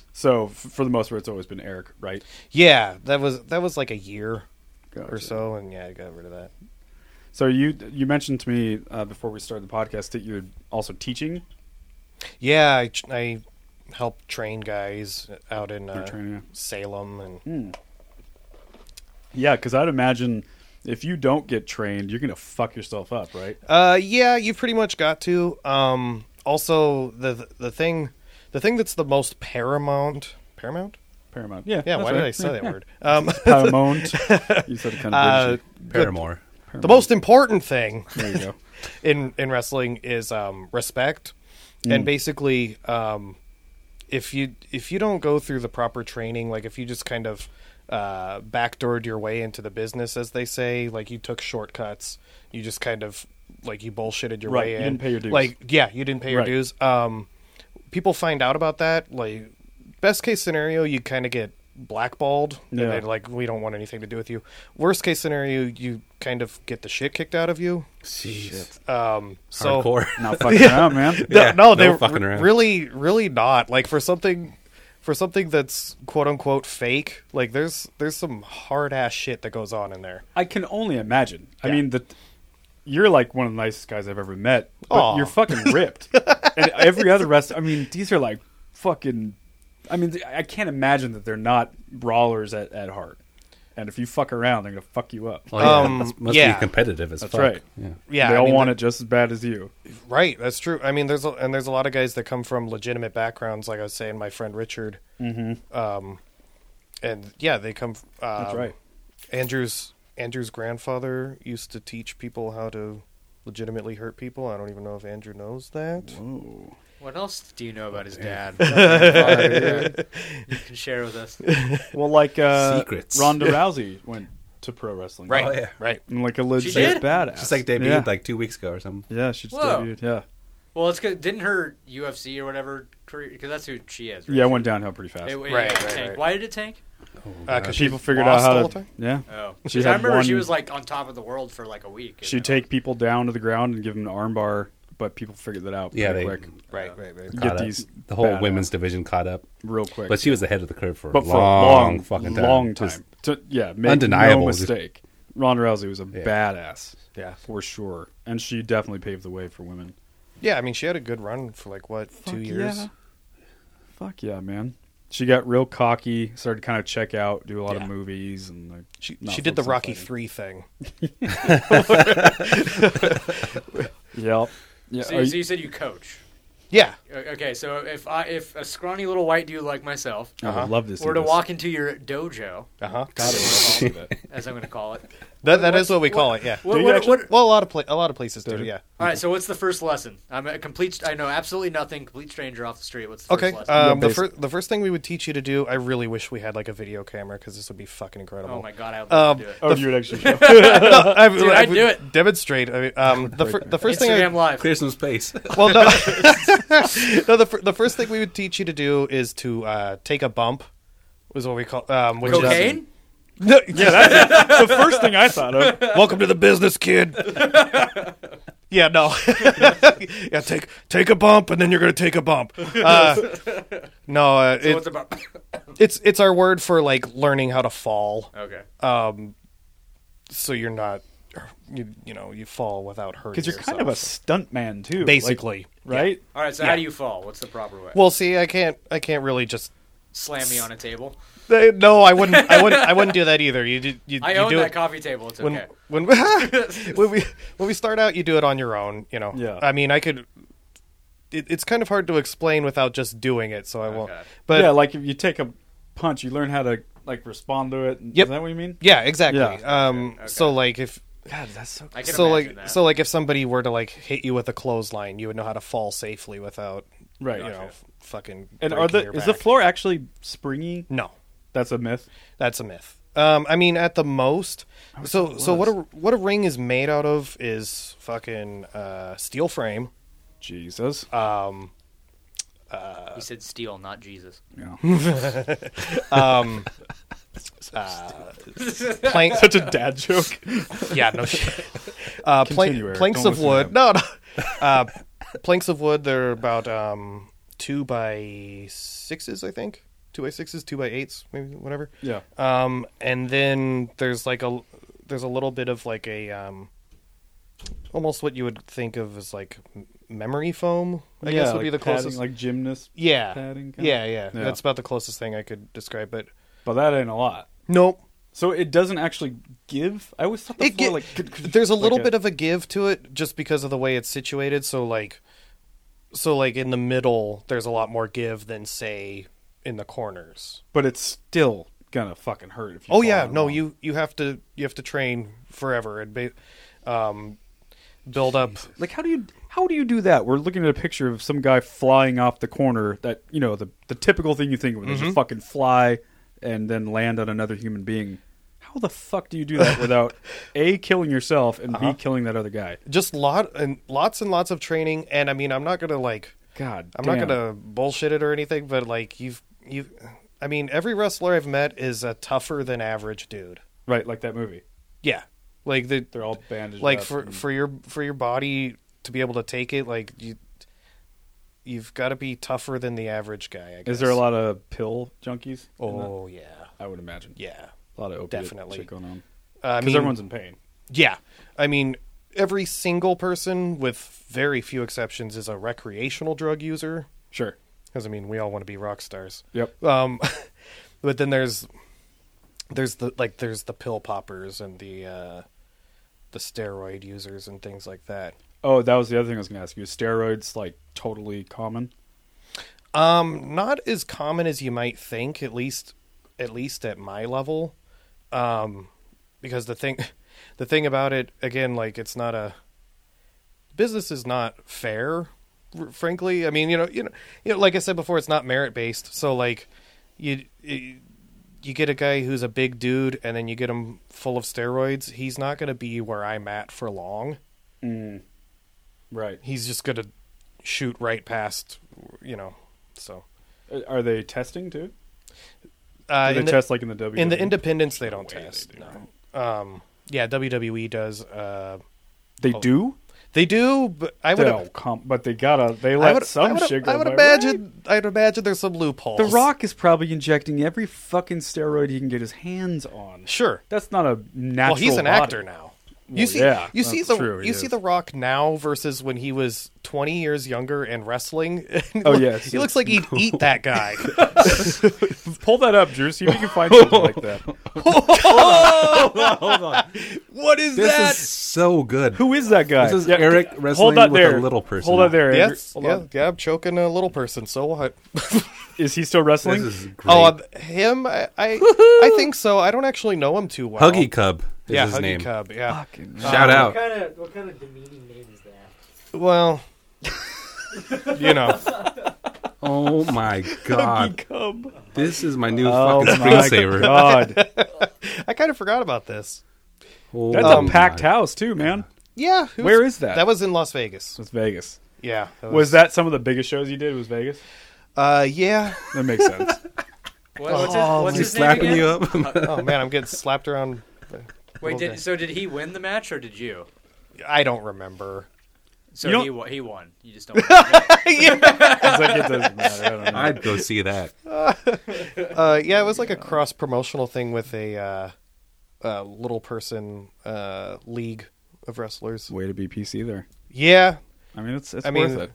[SPEAKER 3] so f- for the most part, it's always been Eric, right?
[SPEAKER 5] Yeah, that was that was like a year or
[SPEAKER 3] Gotcha.
[SPEAKER 5] so, and yeah, I got rid of that.
[SPEAKER 3] So you you mentioned to me uh, before we started the podcast that you're also teaching.
[SPEAKER 5] Yeah, I, tr- I help train guys out in
[SPEAKER 3] You're
[SPEAKER 5] uh,
[SPEAKER 3] training.
[SPEAKER 5] Salem, and
[SPEAKER 3] Yeah, because I'd imagine if you don't get trained, you're gonna fuck yourself up, right?
[SPEAKER 5] uh, yeah, you pretty much got to. Um, also, the the thing, the thing that's the most paramount, paramount.
[SPEAKER 3] Paramount. Yeah.
[SPEAKER 5] Yeah,
[SPEAKER 3] that's
[SPEAKER 5] why
[SPEAKER 3] right.
[SPEAKER 5] did I say that word? Um,
[SPEAKER 3] Paramount. you said it kind of.
[SPEAKER 5] uh,
[SPEAKER 3] British.
[SPEAKER 2] Paramore.
[SPEAKER 5] the most important thing
[SPEAKER 3] there you go.
[SPEAKER 5] in in wrestling is um, respect,
[SPEAKER 3] Mm.
[SPEAKER 5] and basically, um, if you if you don't go through the proper training, like if you just kind of uh, backdoored your way into the business, as they say. Like you took shortcuts. You just kind of like you bullshitted your
[SPEAKER 3] Right,
[SPEAKER 5] way
[SPEAKER 3] you
[SPEAKER 5] in.
[SPEAKER 3] didn't pay your dues.
[SPEAKER 5] Like yeah, you didn't pay your
[SPEAKER 3] Right.
[SPEAKER 5] dues. Um, people find out about that. Like best case scenario, you kind of get blackballed.
[SPEAKER 3] Yeah.
[SPEAKER 5] And they like we don't want anything to do with you. Worst case scenario, you kind of get the shit kicked out of you.
[SPEAKER 2] Jeez.
[SPEAKER 5] Um, so
[SPEAKER 2] Hardcore.
[SPEAKER 3] Not fucking around, man.
[SPEAKER 5] no,
[SPEAKER 2] Yeah,
[SPEAKER 5] no, they
[SPEAKER 2] no
[SPEAKER 5] were
[SPEAKER 2] fucking around.
[SPEAKER 5] really, really not. Like for something, for something that's quote unquote fake. Like there's there's some hard ass shit that goes on in there.
[SPEAKER 3] I can only imagine. I
[SPEAKER 5] Yeah.
[SPEAKER 3] mean, the you're like one of the nicest guys I've ever met. But
[SPEAKER 5] Aw.
[SPEAKER 3] you're fucking ripped. and every other rest, I mean, these are like fucking. I mean, I can't imagine that they're not brawlers at, at heart. And if you fuck around, they're gonna fuck you up.
[SPEAKER 2] Oh, yeah,
[SPEAKER 5] Um,
[SPEAKER 2] that's- must
[SPEAKER 5] yeah.
[SPEAKER 2] be competitive as
[SPEAKER 3] That's
[SPEAKER 2] fuck.
[SPEAKER 3] right.
[SPEAKER 2] Yeah.
[SPEAKER 5] Yeah,
[SPEAKER 3] they
[SPEAKER 5] I
[SPEAKER 3] all
[SPEAKER 5] mean,
[SPEAKER 3] want
[SPEAKER 5] the-
[SPEAKER 3] it just as bad as you.
[SPEAKER 5] Right, that's true. I mean, there's a, and there's a lot of guys that come from legitimate backgrounds, like I was saying, my friend Richard. Mm-hmm. Um, and yeah, they come. f- Um,
[SPEAKER 3] That's right.
[SPEAKER 5] Andrew's Andrew's grandfather used to teach people how to legitimately hurt people. I don't even know if Andrew knows that.
[SPEAKER 6] What else do you know about his dad? Yeah. you can share with us.
[SPEAKER 3] Well, like uh,
[SPEAKER 2] Secrets.
[SPEAKER 3] Ronda Rousey went to pro wrestling,
[SPEAKER 2] Oh, yeah.
[SPEAKER 5] Right.
[SPEAKER 3] And like a legit
[SPEAKER 6] did?
[SPEAKER 3] badass,
[SPEAKER 2] Just like debuted
[SPEAKER 3] yeah.
[SPEAKER 2] like two weeks ago or something.
[SPEAKER 3] yeah, she just
[SPEAKER 6] Whoa.
[SPEAKER 3] debuted, yeah,
[SPEAKER 6] Well, it's good. Didn't her UFC or whatever career, because that's who she is, right?
[SPEAKER 3] yeah, it went downhill pretty fast.
[SPEAKER 6] It, it,
[SPEAKER 5] Right,
[SPEAKER 6] it
[SPEAKER 5] right,
[SPEAKER 6] tanked.
[SPEAKER 5] right.
[SPEAKER 6] Why did it tank?
[SPEAKER 5] Because
[SPEAKER 3] People figured out how to,
[SPEAKER 5] time?
[SPEAKER 3] yeah,
[SPEAKER 6] Oh,
[SPEAKER 3] She
[SPEAKER 6] 'Cause I
[SPEAKER 3] had
[SPEAKER 6] remember she
[SPEAKER 3] one-
[SPEAKER 6] was like on top of the world for like a week.
[SPEAKER 3] She'd take people down to the ground and give them an armbar, but people figured that out.
[SPEAKER 2] Yeah,
[SPEAKER 3] pretty
[SPEAKER 2] they
[SPEAKER 3] quick.
[SPEAKER 5] Right, right, right.
[SPEAKER 3] You
[SPEAKER 2] caught
[SPEAKER 3] get
[SPEAKER 2] up.
[SPEAKER 3] these
[SPEAKER 2] the whole
[SPEAKER 3] badass-
[SPEAKER 2] women's division caught up.
[SPEAKER 3] real quick.
[SPEAKER 2] But she was ahead of the curve for
[SPEAKER 3] but
[SPEAKER 2] a
[SPEAKER 3] for a
[SPEAKER 2] long,
[SPEAKER 3] long
[SPEAKER 2] fucking time.
[SPEAKER 3] long time.
[SPEAKER 2] Just-
[SPEAKER 3] To- yeah, make
[SPEAKER 2] Undeniable.
[SPEAKER 3] no
[SPEAKER 2] Just-
[SPEAKER 3] mistake. Ronda Rousey was a
[SPEAKER 2] Yeah.
[SPEAKER 3] badass,
[SPEAKER 5] Yeah.
[SPEAKER 3] for sure, and she definitely paved the way for women.
[SPEAKER 5] Yeah, I mean, she had a good run for like what two years.
[SPEAKER 3] Fuck yeah, man. She got real cocky, started to kind of check out, do a lot
[SPEAKER 5] Yeah.
[SPEAKER 3] of movies, and like
[SPEAKER 5] She
[SPEAKER 3] not
[SPEAKER 5] she did the
[SPEAKER 3] focused on
[SPEAKER 5] Rocky
[SPEAKER 3] fighting.
[SPEAKER 5] Three thing.
[SPEAKER 3] Yep. Yeah.
[SPEAKER 6] So,
[SPEAKER 3] are you-
[SPEAKER 6] you, so you said you coach.
[SPEAKER 5] Yeah,
[SPEAKER 6] O- Okay, so if I if a scrawny little white dude like myself
[SPEAKER 3] I
[SPEAKER 5] uh-huh.
[SPEAKER 3] would love to see
[SPEAKER 6] were to
[SPEAKER 3] this.
[SPEAKER 6] walk into your dojo,
[SPEAKER 5] uh
[SPEAKER 3] Uh-huh.
[SPEAKER 5] huh.
[SPEAKER 6] as I'm going to call it,
[SPEAKER 5] That that is what we call it. Yeah.
[SPEAKER 6] what,
[SPEAKER 3] you
[SPEAKER 6] what,
[SPEAKER 3] actually?
[SPEAKER 6] what,
[SPEAKER 5] Well, a lot of pla- a lot of places do. Yeah.
[SPEAKER 6] all right, so what's the first lesson? I'm a complete. I know absolutely nothing. Complete stranger off the street. What's the
[SPEAKER 5] Okay.
[SPEAKER 6] first lesson?
[SPEAKER 5] Um, the
[SPEAKER 3] basic-
[SPEAKER 5] first the first thing we would teach you to do. I really wish we had like a video camera because this would be fucking incredible.
[SPEAKER 6] oh my god, I would
[SPEAKER 5] um,
[SPEAKER 6] love to do it.
[SPEAKER 3] Oh, you would actually show.
[SPEAKER 5] I, Dude,
[SPEAKER 6] I'd do it.
[SPEAKER 5] Demonstrate. I mean, um, the fir- the first thing I
[SPEAKER 6] Instagram live.
[SPEAKER 2] Clear some space.
[SPEAKER 5] well no, no the, fir- the first thing we would teach you to do is to uh, take a bump. Was what we call um, which is-
[SPEAKER 6] Cocaine.
[SPEAKER 5] No,
[SPEAKER 3] the first thing I thought of.
[SPEAKER 5] Welcome to the business, kid. yeah, no. yeah, take take a bump, and then you're gonna take a bump. Uh, no, uh,
[SPEAKER 6] So
[SPEAKER 5] it-
[SPEAKER 6] what's about?
[SPEAKER 5] it's it's our word for like learning how to fall,
[SPEAKER 6] okay.
[SPEAKER 5] so you're not, you, you know, you fall without hurting.
[SPEAKER 3] Because you're kind of a
[SPEAKER 5] yourself.
[SPEAKER 3] stunt man too, like-
[SPEAKER 5] basically
[SPEAKER 3] right?
[SPEAKER 6] All right. So how do you fall? What's the proper way?
[SPEAKER 5] Well, see, I can't I can't really just.
[SPEAKER 6] Slam me on a table.
[SPEAKER 5] They- No, I wouldn't. I wouldn't. I wouldn't do that either. You do. You,
[SPEAKER 6] I
[SPEAKER 5] you
[SPEAKER 6] own
[SPEAKER 5] do
[SPEAKER 6] that
[SPEAKER 5] it-
[SPEAKER 6] coffee table. It's
[SPEAKER 5] when
[SPEAKER 6] okay.
[SPEAKER 5] when, when we when we start out, you do it on your own. You know.
[SPEAKER 3] Yeah.
[SPEAKER 5] I mean, I could. It, it's kind of hard to explain without just doing it, so I won't.
[SPEAKER 6] Okay.
[SPEAKER 5] But
[SPEAKER 3] yeah,
[SPEAKER 5] yeah,
[SPEAKER 3] like if you take a punch, you learn how to like respond to it.
[SPEAKER 5] Yep.
[SPEAKER 3] Is that what you mean?
[SPEAKER 5] exactly.
[SPEAKER 3] Yeah.
[SPEAKER 5] Um. So like if.
[SPEAKER 3] God, that's so.
[SPEAKER 6] I can
[SPEAKER 5] So
[SPEAKER 6] imagine
[SPEAKER 5] like
[SPEAKER 6] that.
[SPEAKER 5] so like if somebody were to like hit you with a clothesline, you would know how to fall safely without
[SPEAKER 3] Right.
[SPEAKER 5] you know
[SPEAKER 3] Gotcha.
[SPEAKER 5] f- fucking.
[SPEAKER 3] And are
[SPEAKER 5] breaking
[SPEAKER 3] the
[SPEAKER 5] your
[SPEAKER 3] is the
[SPEAKER 5] back.
[SPEAKER 3] floor actually springy?
[SPEAKER 5] No,
[SPEAKER 3] That's a myth.
[SPEAKER 5] That's a myth. Um, I mean, at the most. So, so what a what a ring is made out of is fucking uh, steel frame.
[SPEAKER 3] Jesus.
[SPEAKER 5] Uh,
[SPEAKER 7] Uh,
[SPEAKER 6] he said steel, not Jesus.
[SPEAKER 3] yeah.
[SPEAKER 5] Plank,
[SPEAKER 3] Such a dad joke.
[SPEAKER 5] yeah, no shit. Uh, plank,
[SPEAKER 3] Continue, Eric.
[SPEAKER 5] planks
[SPEAKER 3] Don't
[SPEAKER 5] of
[SPEAKER 3] listen
[SPEAKER 5] wood. No, no. Uh, planks of wood. They're about um, two by sixes, I think. Two by sixes, two by eights, maybe whatever.
[SPEAKER 3] Yeah.
[SPEAKER 5] Um, and then there's like a there's a little bit of like a um, almost what you would think of as like m- memory foam. I guess would
[SPEAKER 3] like
[SPEAKER 5] be the
[SPEAKER 3] padding,
[SPEAKER 5] closest.
[SPEAKER 3] like gymnast.
[SPEAKER 5] yeah.
[SPEAKER 3] padding kinda?
[SPEAKER 5] yeah, yeah,
[SPEAKER 3] Yeah.
[SPEAKER 5] That's about the closest thing I could describe. But
[SPEAKER 3] But that ain't a lot.
[SPEAKER 5] nope.
[SPEAKER 3] So it doesn't actually give. I always thought the
[SPEAKER 5] It
[SPEAKER 3] floor
[SPEAKER 5] gi-
[SPEAKER 3] like could- could-
[SPEAKER 5] there's a
[SPEAKER 3] like
[SPEAKER 5] little bit of a give to it just because of the way it's situated. So like, so like in the middle, there's a lot more give than say in the corners.
[SPEAKER 3] but it's still gonna fucking hurt if you.
[SPEAKER 5] Oh
[SPEAKER 3] fall
[SPEAKER 5] yeah,
[SPEAKER 3] on
[SPEAKER 5] no,
[SPEAKER 3] wrong.
[SPEAKER 5] you you have to you have to train forever and ba- um, build up.
[SPEAKER 3] Like how do you how do you do that? We're looking at a picture of Mm-hmm. some guy flying off the corner. That you know the the typical thing you think of. There's a fucking fly and then land on another human being. How the fuck do you do that without a killing yourself and b killing that other guy?
[SPEAKER 5] Just lot and lots and lots of training, and I mean, I'm not gonna like,
[SPEAKER 3] God,
[SPEAKER 5] I'm
[SPEAKER 3] damn.
[SPEAKER 5] not gonna bullshit it or anything, but like you've you, I mean, every wrestler I've met is a tougher than average dude.
[SPEAKER 3] right like that movie.
[SPEAKER 5] Yeah, like the
[SPEAKER 3] They're all bandaged.
[SPEAKER 5] like
[SPEAKER 3] up
[SPEAKER 5] for
[SPEAKER 3] and-
[SPEAKER 5] for your for your body to be able to take it, like you, you've got to be tougher than the average guy. I guess.
[SPEAKER 3] is there a lot of pill junkies? in that?
[SPEAKER 5] Oh yeah,
[SPEAKER 3] I would imagine.
[SPEAKER 5] yeah.
[SPEAKER 3] a lot of opiate
[SPEAKER 5] Definitely.
[SPEAKER 3] shit going on.
[SPEAKER 5] I
[SPEAKER 3] Because
[SPEAKER 5] mean,
[SPEAKER 3] everyone's in pain.
[SPEAKER 5] Yeah. I mean, every single person, with very few exceptions, is a recreational drug user.
[SPEAKER 3] Sure.
[SPEAKER 5] Because, I mean, we all want to be rock stars.
[SPEAKER 3] Yep.
[SPEAKER 5] Um, but then there's there's the like there's the pill poppers and the uh the steroid users and things like that.
[SPEAKER 3] Oh, that was the other thing I was going to ask you. Is steroids like totally common?
[SPEAKER 5] Um not as common as you might think at least at least at my level. Um because the thing the thing about it again like it's not a business is not fair r- frankly i mean you know you know, you know like i said before it's not merit based so like you you you get a guy who's a big dude and then you get him full of steroids he's not going to be where i'm at for long
[SPEAKER 3] Right.
[SPEAKER 5] he's just going to shoot right past you know so
[SPEAKER 3] Uh, Are they testing too?
[SPEAKER 5] uh,
[SPEAKER 3] Do they
[SPEAKER 5] in the-
[SPEAKER 3] test like in the E? WWE?
[SPEAKER 5] in the independents they don't
[SPEAKER 3] way they
[SPEAKER 5] test
[SPEAKER 3] do,
[SPEAKER 5] no um yeah wwe does uh
[SPEAKER 3] They do.
[SPEAKER 5] they do but i would
[SPEAKER 3] They'll come, but they gotta. They
[SPEAKER 5] I
[SPEAKER 3] let
[SPEAKER 5] would, I
[SPEAKER 3] some
[SPEAKER 5] would,
[SPEAKER 3] shit go.
[SPEAKER 5] I would
[SPEAKER 3] by,
[SPEAKER 5] imagine. I'd imagine there's some loopholes.
[SPEAKER 3] right? The Rock is probably injecting every fucking steroid he can get his hands on.
[SPEAKER 5] Sure.
[SPEAKER 3] That's not a natural.
[SPEAKER 5] well, he's an
[SPEAKER 3] body.
[SPEAKER 5] actor now. You
[SPEAKER 3] Well,
[SPEAKER 5] see,
[SPEAKER 3] yeah,
[SPEAKER 5] you see
[SPEAKER 3] that's
[SPEAKER 5] the
[SPEAKER 3] true, he
[SPEAKER 5] you see
[SPEAKER 3] is.
[SPEAKER 5] the Rock now versus when he was 20 years younger and wrestling.
[SPEAKER 3] Oh, yeah, it's-
[SPEAKER 5] he looks like he'd eat that guy.
[SPEAKER 3] Pull that up, Drew. See if you can find something like that.
[SPEAKER 5] what is
[SPEAKER 2] This
[SPEAKER 5] that?
[SPEAKER 2] is so good.
[SPEAKER 3] Who is that guy?
[SPEAKER 2] This is Eric
[SPEAKER 3] hold
[SPEAKER 2] wrestling
[SPEAKER 3] that
[SPEAKER 2] with
[SPEAKER 3] there.
[SPEAKER 2] a little person.
[SPEAKER 3] Hold that there. Andrew.
[SPEAKER 5] yes,
[SPEAKER 3] Hold
[SPEAKER 5] yeah,
[SPEAKER 3] on.
[SPEAKER 5] yeah. I'm choking a little person. So what?
[SPEAKER 3] Is he still wrestling?
[SPEAKER 2] This is great.
[SPEAKER 5] Oh, um, him. I I, I think so. I don't actually know him too well.
[SPEAKER 2] Huggy Cub is
[SPEAKER 5] yeah,
[SPEAKER 2] his
[SPEAKER 5] Huggy
[SPEAKER 2] name.
[SPEAKER 5] Cub. Yeah.
[SPEAKER 2] Shout out.
[SPEAKER 7] kind of what kind of demeaning name is that?
[SPEAKER 5] Well, you know.
[SPEAKER 2] Oh my god. This is my new
[SPEAKER 3] Oh
[SPEAKER 2] fucking
[SPEAKER 3] my
[SPEAKER 2] screensaver.
[SPEAKER 3] God, that's
[SPEAKER 5] I kind of forgot about this.
[SPEAKER 2] Oh
[SPEAKER 3] a
[SPEAKER 2] my
[SPEAKER 3] packed house too, man.
[SPEAKER 5] Um, Yeah. who's-
[SPEAKER 3] Where is that?
[SPEAKER 5] That was in Las Vegas. Uh,
[SPEAKER 3] It's Vegas.
[SPEAKER 5] Yeah. that
[SPEAKER 3] Was that some of the biggest shows you did? Was Vegas?
[SPEAKER 5] Uh, yeah.
[SPEAKER 3] That makes sense.
[SPEAKER 6] What, what's his, what's
[SPEAKER 2] He's
[SPEAKER 6] his name
[SPEAKER 2] slapping
[SPEAKER 6] again?
[SPEAKER 2] you up.
[SPEAKER 5] Oh man, I'm getting slapped around.
[SPEAKER 6] Wait,
[SPEAKER 5] Okay.
[SPEAKER 6] did, so did he win the match or did you?
[SPEAKER 5] I don't remember.
[SPEAKER 6] So
[SPEAKER 3] You don't-
[SPEAKER 6] he wa- he won. You just don't. remember.
[SPEAKER 3] It's like it doesn't matter. I don't know.
[SPEAKER 2] I'd go see that.
[SPEAKER 5] Uh, yeah, it was like a cross promotional thing with a uh, uh, little person uh, league of wrestlers.
[SPEAKER 3] Way to be PC there.
[SPEAKER 5] Yeah,
[SPEAKER 3] I mean, it's it's
[SPEAKER 5] I
[SPEAKER 3] worth
[SPEAKER 5] mean,
[SPEAKER 3] it.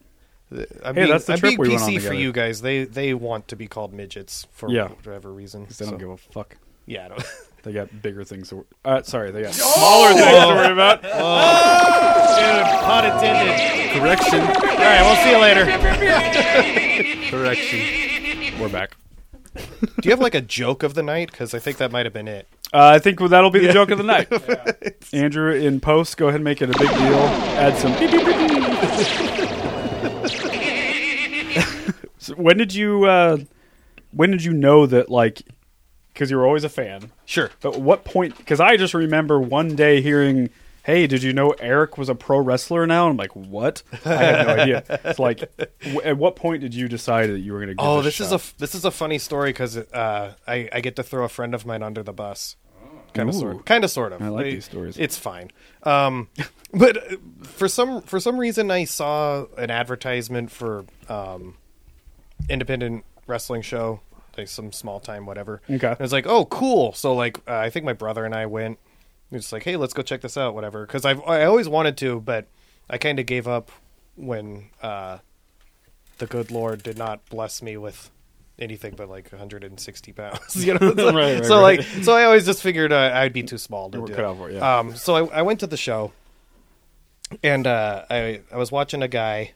[SPEAKER 5] th- I
[SPEAKER 3] Hey,
[SPEAKER 5] mean,
[SPEAKER 3] that's the
[SPEAKER 5] I'm
[SPEAKER 3] trip
[SPEAKER 5] being
[SPEAKER 3] we went on
[SPEAKER 5] PC for
[SPEAKER 3] together.
[SPEAKER 5] you guys. They they want to be called midgets for
[SPEAKER 3] Yeah.
[SPEAKER 5] whatever reason.
[SPEAKER 3] 'Cause They don't
[SPEAKER 5] So-
[SPEAKER 3] give a fuck.
[SPEAKER 5] yeah, I don't-
[SPEAKER 3] They got bigger things to. Wor- uh, sorry, they got smaller things to worry about.
[SPEAKER 5] pun intended.
[SPEAKER 2] Correction.
[SPEAKER 5] All right, we'll see you later.
[SPEAKER 2] Correction.
[SPEAKER 3] We're back.
[SPEAKER 5] Do you have like a joke of the night? Because I think that might have been it.
[SPEAKER 3] Uh, I think that'll be the joke of the night. Andrew, in post, go ahead and make it a big deal. Add some. beep, beep, beep, beep. so when did you? Uh, when did you know that? Like, because you were always a fan.
[SPEAKER 5] Sure.
[SPEAKER 3] But what point? Because I just remember one day hearing, "Hey, did you know Eric was a pro wrestler now?" And I'm like, "What?" I had no idea. It's like, w- at what point did you decide that you were going to? give
[SPEAKER 5] Oh,
[SPEAKER 3] it
[SPEAKER 5] this is
[SPEAKER 3] shot?
[SPEAKER 5] a f- this is a funny story because uh, I I get to throw a friend of mine under the bus, kind of
[SPEAKER 3] Ooh.
[SPEAKER 5] sort, kind of sort of.
[SPEAKER 3] I like
[SPEAKER 5] It-
[SPEAKER 3] these stories.
[SPEAKER 5] It's fine, um, but uh, for some for some reason I saw an advertisement for um, independent wrestling show, like some small time whatever.
[SPEAKER 3] Okay.
[SPEAKER 5] and it's like oh cool. So like uh, I think my brother and I went. We're just like hey let's go check this out whatever because I've I always wanted to but I kind of gave up when. Uh, the good Lord did not bless me with anything but like 160 pounds. You know, so,
[SPEAKER 3] Right, right,
[SPEAKER 5] so,
[SPEAKER 3] right.
[SPEAKER 5] like, so I always just figured uh, I'd be too small to
[SPEAKER 3] You were
[SPEAKER 5] do.
[SPEAKER 3] cut
[SPEAKER 5] it.
[SPEAKER 3] out for it, yeah.
[SPEAKER 5] Um, so I, I went to the show, and uh, I I was watching a guy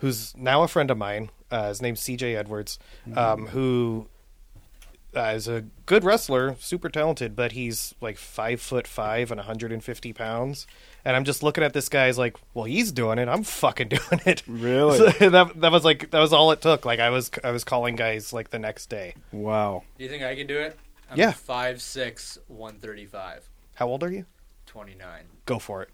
[SPEAKER 5] who's now a friend of mine. Uh, his name's C.J. Edwards,
[SPEAKER 3] Mm-hmm.
[SPEAKER 5] um, who uh, is a good wrestler, super talented, but he's like five foot five and 150 pounds. And I'm just looking at this guy's like, well, he's doing it. I'm fucking doing it.
[SPEAKER 3] Really?
[SPEAKER 5] So that, that was like that was all it took. Like I was I was calling guys like the next day.
[SPEAKER 3] wow.
[SPEAKER 6] Do you think I can do it? I'm
[SPEAKER 5] Yeah.
[SPEAKER 6] Five six one thirty five.
[SPEAKER 5] How old are you?
[SPEAKER 6] Twenty nine.
[SPEAKER 5] Go for it.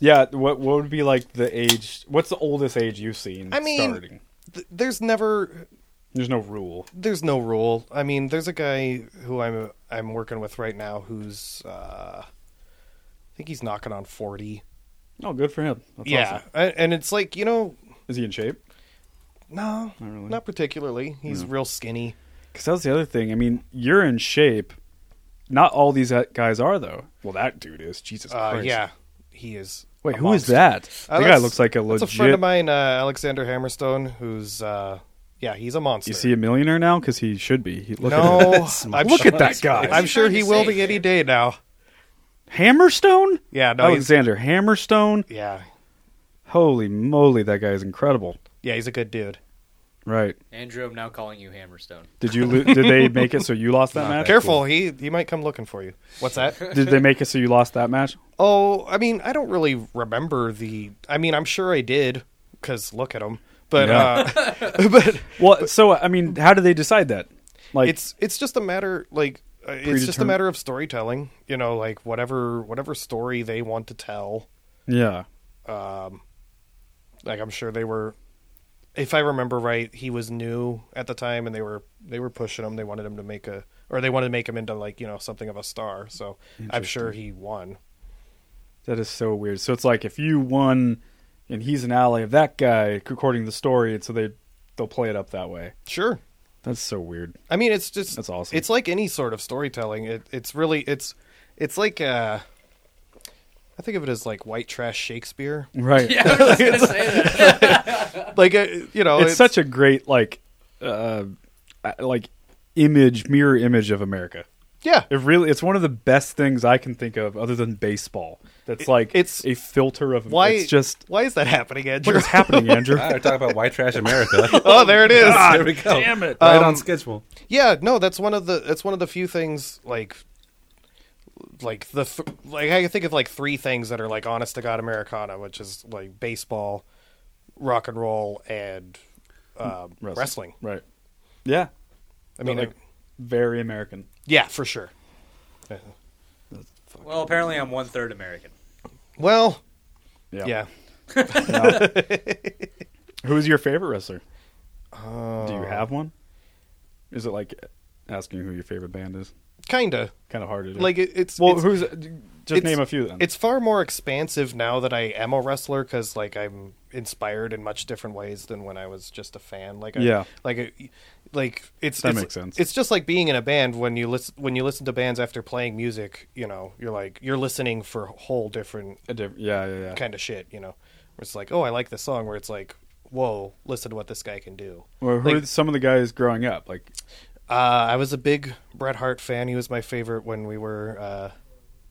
[SPEAKER 3] Yeah, what what would be like the age? What's the oldest age you've seen?
[SPEAKER 5] I mean-
[SPEAKER 3] starting?
[SPEAKER 5] Th- there's never
[SPEAKER 3] there's no rule.
[SPEAKER 5] there's no rule. I mean, there's a guy who I'm I'm working with right now who's uh I think he's knocking on 40.
[SPEAKER 3] Oh, good for him. That's
[SPEAKER 5] yeah.
[SPEAKER 3] awesome.
[SPEAKER 5] A- And it's like, you know,
[SPEAKER 3] Is he in shape?
[SPEAKER 5] no, not,
[SPEAKER 3] Not really.
[SPEAKER 5] particularly. He's real skinny.
[SPEAKER 3] Because that was the other thing. I mean, you're in shape. Not all these uh, guys are though. Well, that dude is Jesus
[SPEAKER 5] Uh
[SPEAKER 3] Christ.
[SPEAKER 5] yeah. He is
[SPEAKER 3] Wait,
[SPEAKER 5] a
[SPEAKER 3] who is
[SPEAKER 5] monster.
[SPEAKER 3] that?
[SPEAKER 5] Uh,
[SPEAKER 3] That guy
[SPEAKER 5] that's-
[SPEAKER 3] looks like a
[SPEAKER 5] that's
[SPEAKER 3] legit.
[SPEAKER 5] a friend of mine, uh, Alexander Hammerstone, who's uh yeah, he's a monster.
[SPEAKER 3] You see a millionaire now because he should be. He, look
[SPEAKER 5] no,
[SPEAKER 3] at him.
[SPEAKER 5] I'm
[SPEAKER 3] look
[SPEAKER 5] sure,
[SPEAKER 3] at that guy.
[SPEAKER 5] I'm sure
[SPEAKER 6] trying
[SPEAKER 5] he
[SPEAKER 6] to
[SPEAKER 5] will
[SPEAKER 6] say
[SPEAKER 5] be any day now.
[SPEAKER 3] Hammerstone.
[SPEAKER 5] Yeah, no, he's-
[SPEAKER 3] Alexander Hammerstone.
[SPEAKER 5] Yeah,
[SPEAKER 3] Holy moly, that guy is incredible.
[SPEAKER 5] yeah, he's a good dude.
[SPEAKER 3] Right?
[SPEAKER 6] Andrew, I'm now calling you Hammerstone.
[SPEAKER 3] Did you? lo- did they make it so you lost that match?
[SPEAKER 5] Careful, he he might come looking for you. What's that?
[SPEAKER 3] Did they make it so you lost that match?
[SPEAKER 5] oh, I mean, I don't really remember the. I mean, I'm sure I did because look at him. But uh, but
[SPEAKER 3] Well, so I mean, how do they decide that? Like,
[SPEAKER 5] it's it's just a matter like uh, it's just a
[SPEAKER 3] Predetermined-
[SPEAKER 5] matter of storytelling. You know, like whatever whatever story they want to tell.
[SPEAKER 3] yeah,
[SPEAKER 5] Like I'm sure they were. If I remember right, he was new at the time, and they were they were pushing him. They wanted him to make a, or they wanted to make him into like you know something of a star. So I'm sure he won.
[SPEAKER 3] that is so weird. So it's like if you won, and he's an ally of that guy, according to the story, and so they they'll play it up that way.
[SPEAKER 5] Sure,
[SPEAKER 3] That's so weird.
[SPEAKER 5] I mean, it's just
[SPEAKER 3] That's awesome.
[SPEAKER 5] It's like any sort of storytelling. It, it's really it's it's like uh, I think of it as like white trash Shakespeare.
[SPEAKER 3] Right?
[SPEAKER 6] Yeah, I was gonna say that.
[SPEAKER 5] Like uh, you know,
[SPEAKER 3] it's, such a great like, uh, uh, like image mirror image of America.
[SPEAKER 5] yeah.
[SPEAKER 3] It really it's one of the best things I can think of other than baseball. That's like
[SPEAKER 5] it's-
[SPEAKER 3] a filter of
[SPEAKER 5] Why
[SPEAKER 3] it's just
[SPEAKER 5] why is that happening, Andrew?
[SPEAKER 3] what is happening, Andrew.
[SPEAKER 2] We're talking about white trash America.
[SPEAKER 5] oh, there it is.
[SPEAKER 2] there we go.
[SPEAKER 3] Damn it.
[SPEAKER 2] Right on schedule.
[SPEAKER 5] Yeah, no, that's one of the that's one of the few things like like the th- like I can think of like three things that are like honest to god Americana, which is like baseball, rock and roll, and um, wrestling.
[SPEAKER 3] Right. Yeah.
[SPEAKER 5] I mean,
[SPEAKER 3] like
[SPEAKER 5] like-
[SPEAKER 3] very American.
[SPEAKER 5] yeah, for sure.
[SPEAKER 6] Well, apparently I'm one third American.
[SPEAKER 5] Well,
[SPEAKER 3] Yeah.
[SPEAKER 5] yeah.
[SPEAKER 3] Who's your favorite wrestler? Do
[SPEAKER 5] Uh,
[SPEAKER 3] you have one? Is it like asking who your favorite band is?
[SPEAKER 5] Kinda.
[SPEAKER 3] Kind of hard to do.
[SPEAKER 5] Like it, it's
[SPEAKER 3] well,
[SPEAKER 5] it's,
[SPEAKER 3] who's just
[SPEAKER 5] it's-
[SPEAKER 3] name a few then.
[SPEAKER 5] It's far more expansive now that I am a wrestler because like I'm inspired in much different ways than when I was just a fan. Like I,
[SPEAKER 3] Yeah.
[SPEAKER 5] like I- like it's
[SPEAKER 3] That
[SPEAKER 5] it's-
[SPEAKER 3] makes sense.
[SPEAKER 5] It's just like being in a band when you listen when you listen to bands after playing music. You know, you're like you're listening for a whole different
[SPEAKER 3] a diff- yeah, yeah, yeah.
[SPEAKER 5] kind of shit. You know, where it's like oh I like this song. Where it's like whoa listen to what this guy can do.
[SPEAKER 3] Or who
[SPEAKER 5] like-
[SPEAKER 3] are some of the guys growing up? Like
[SPEAKER 5] Uh, I was a big Bret Hart fan. He was my favorite when we were uh,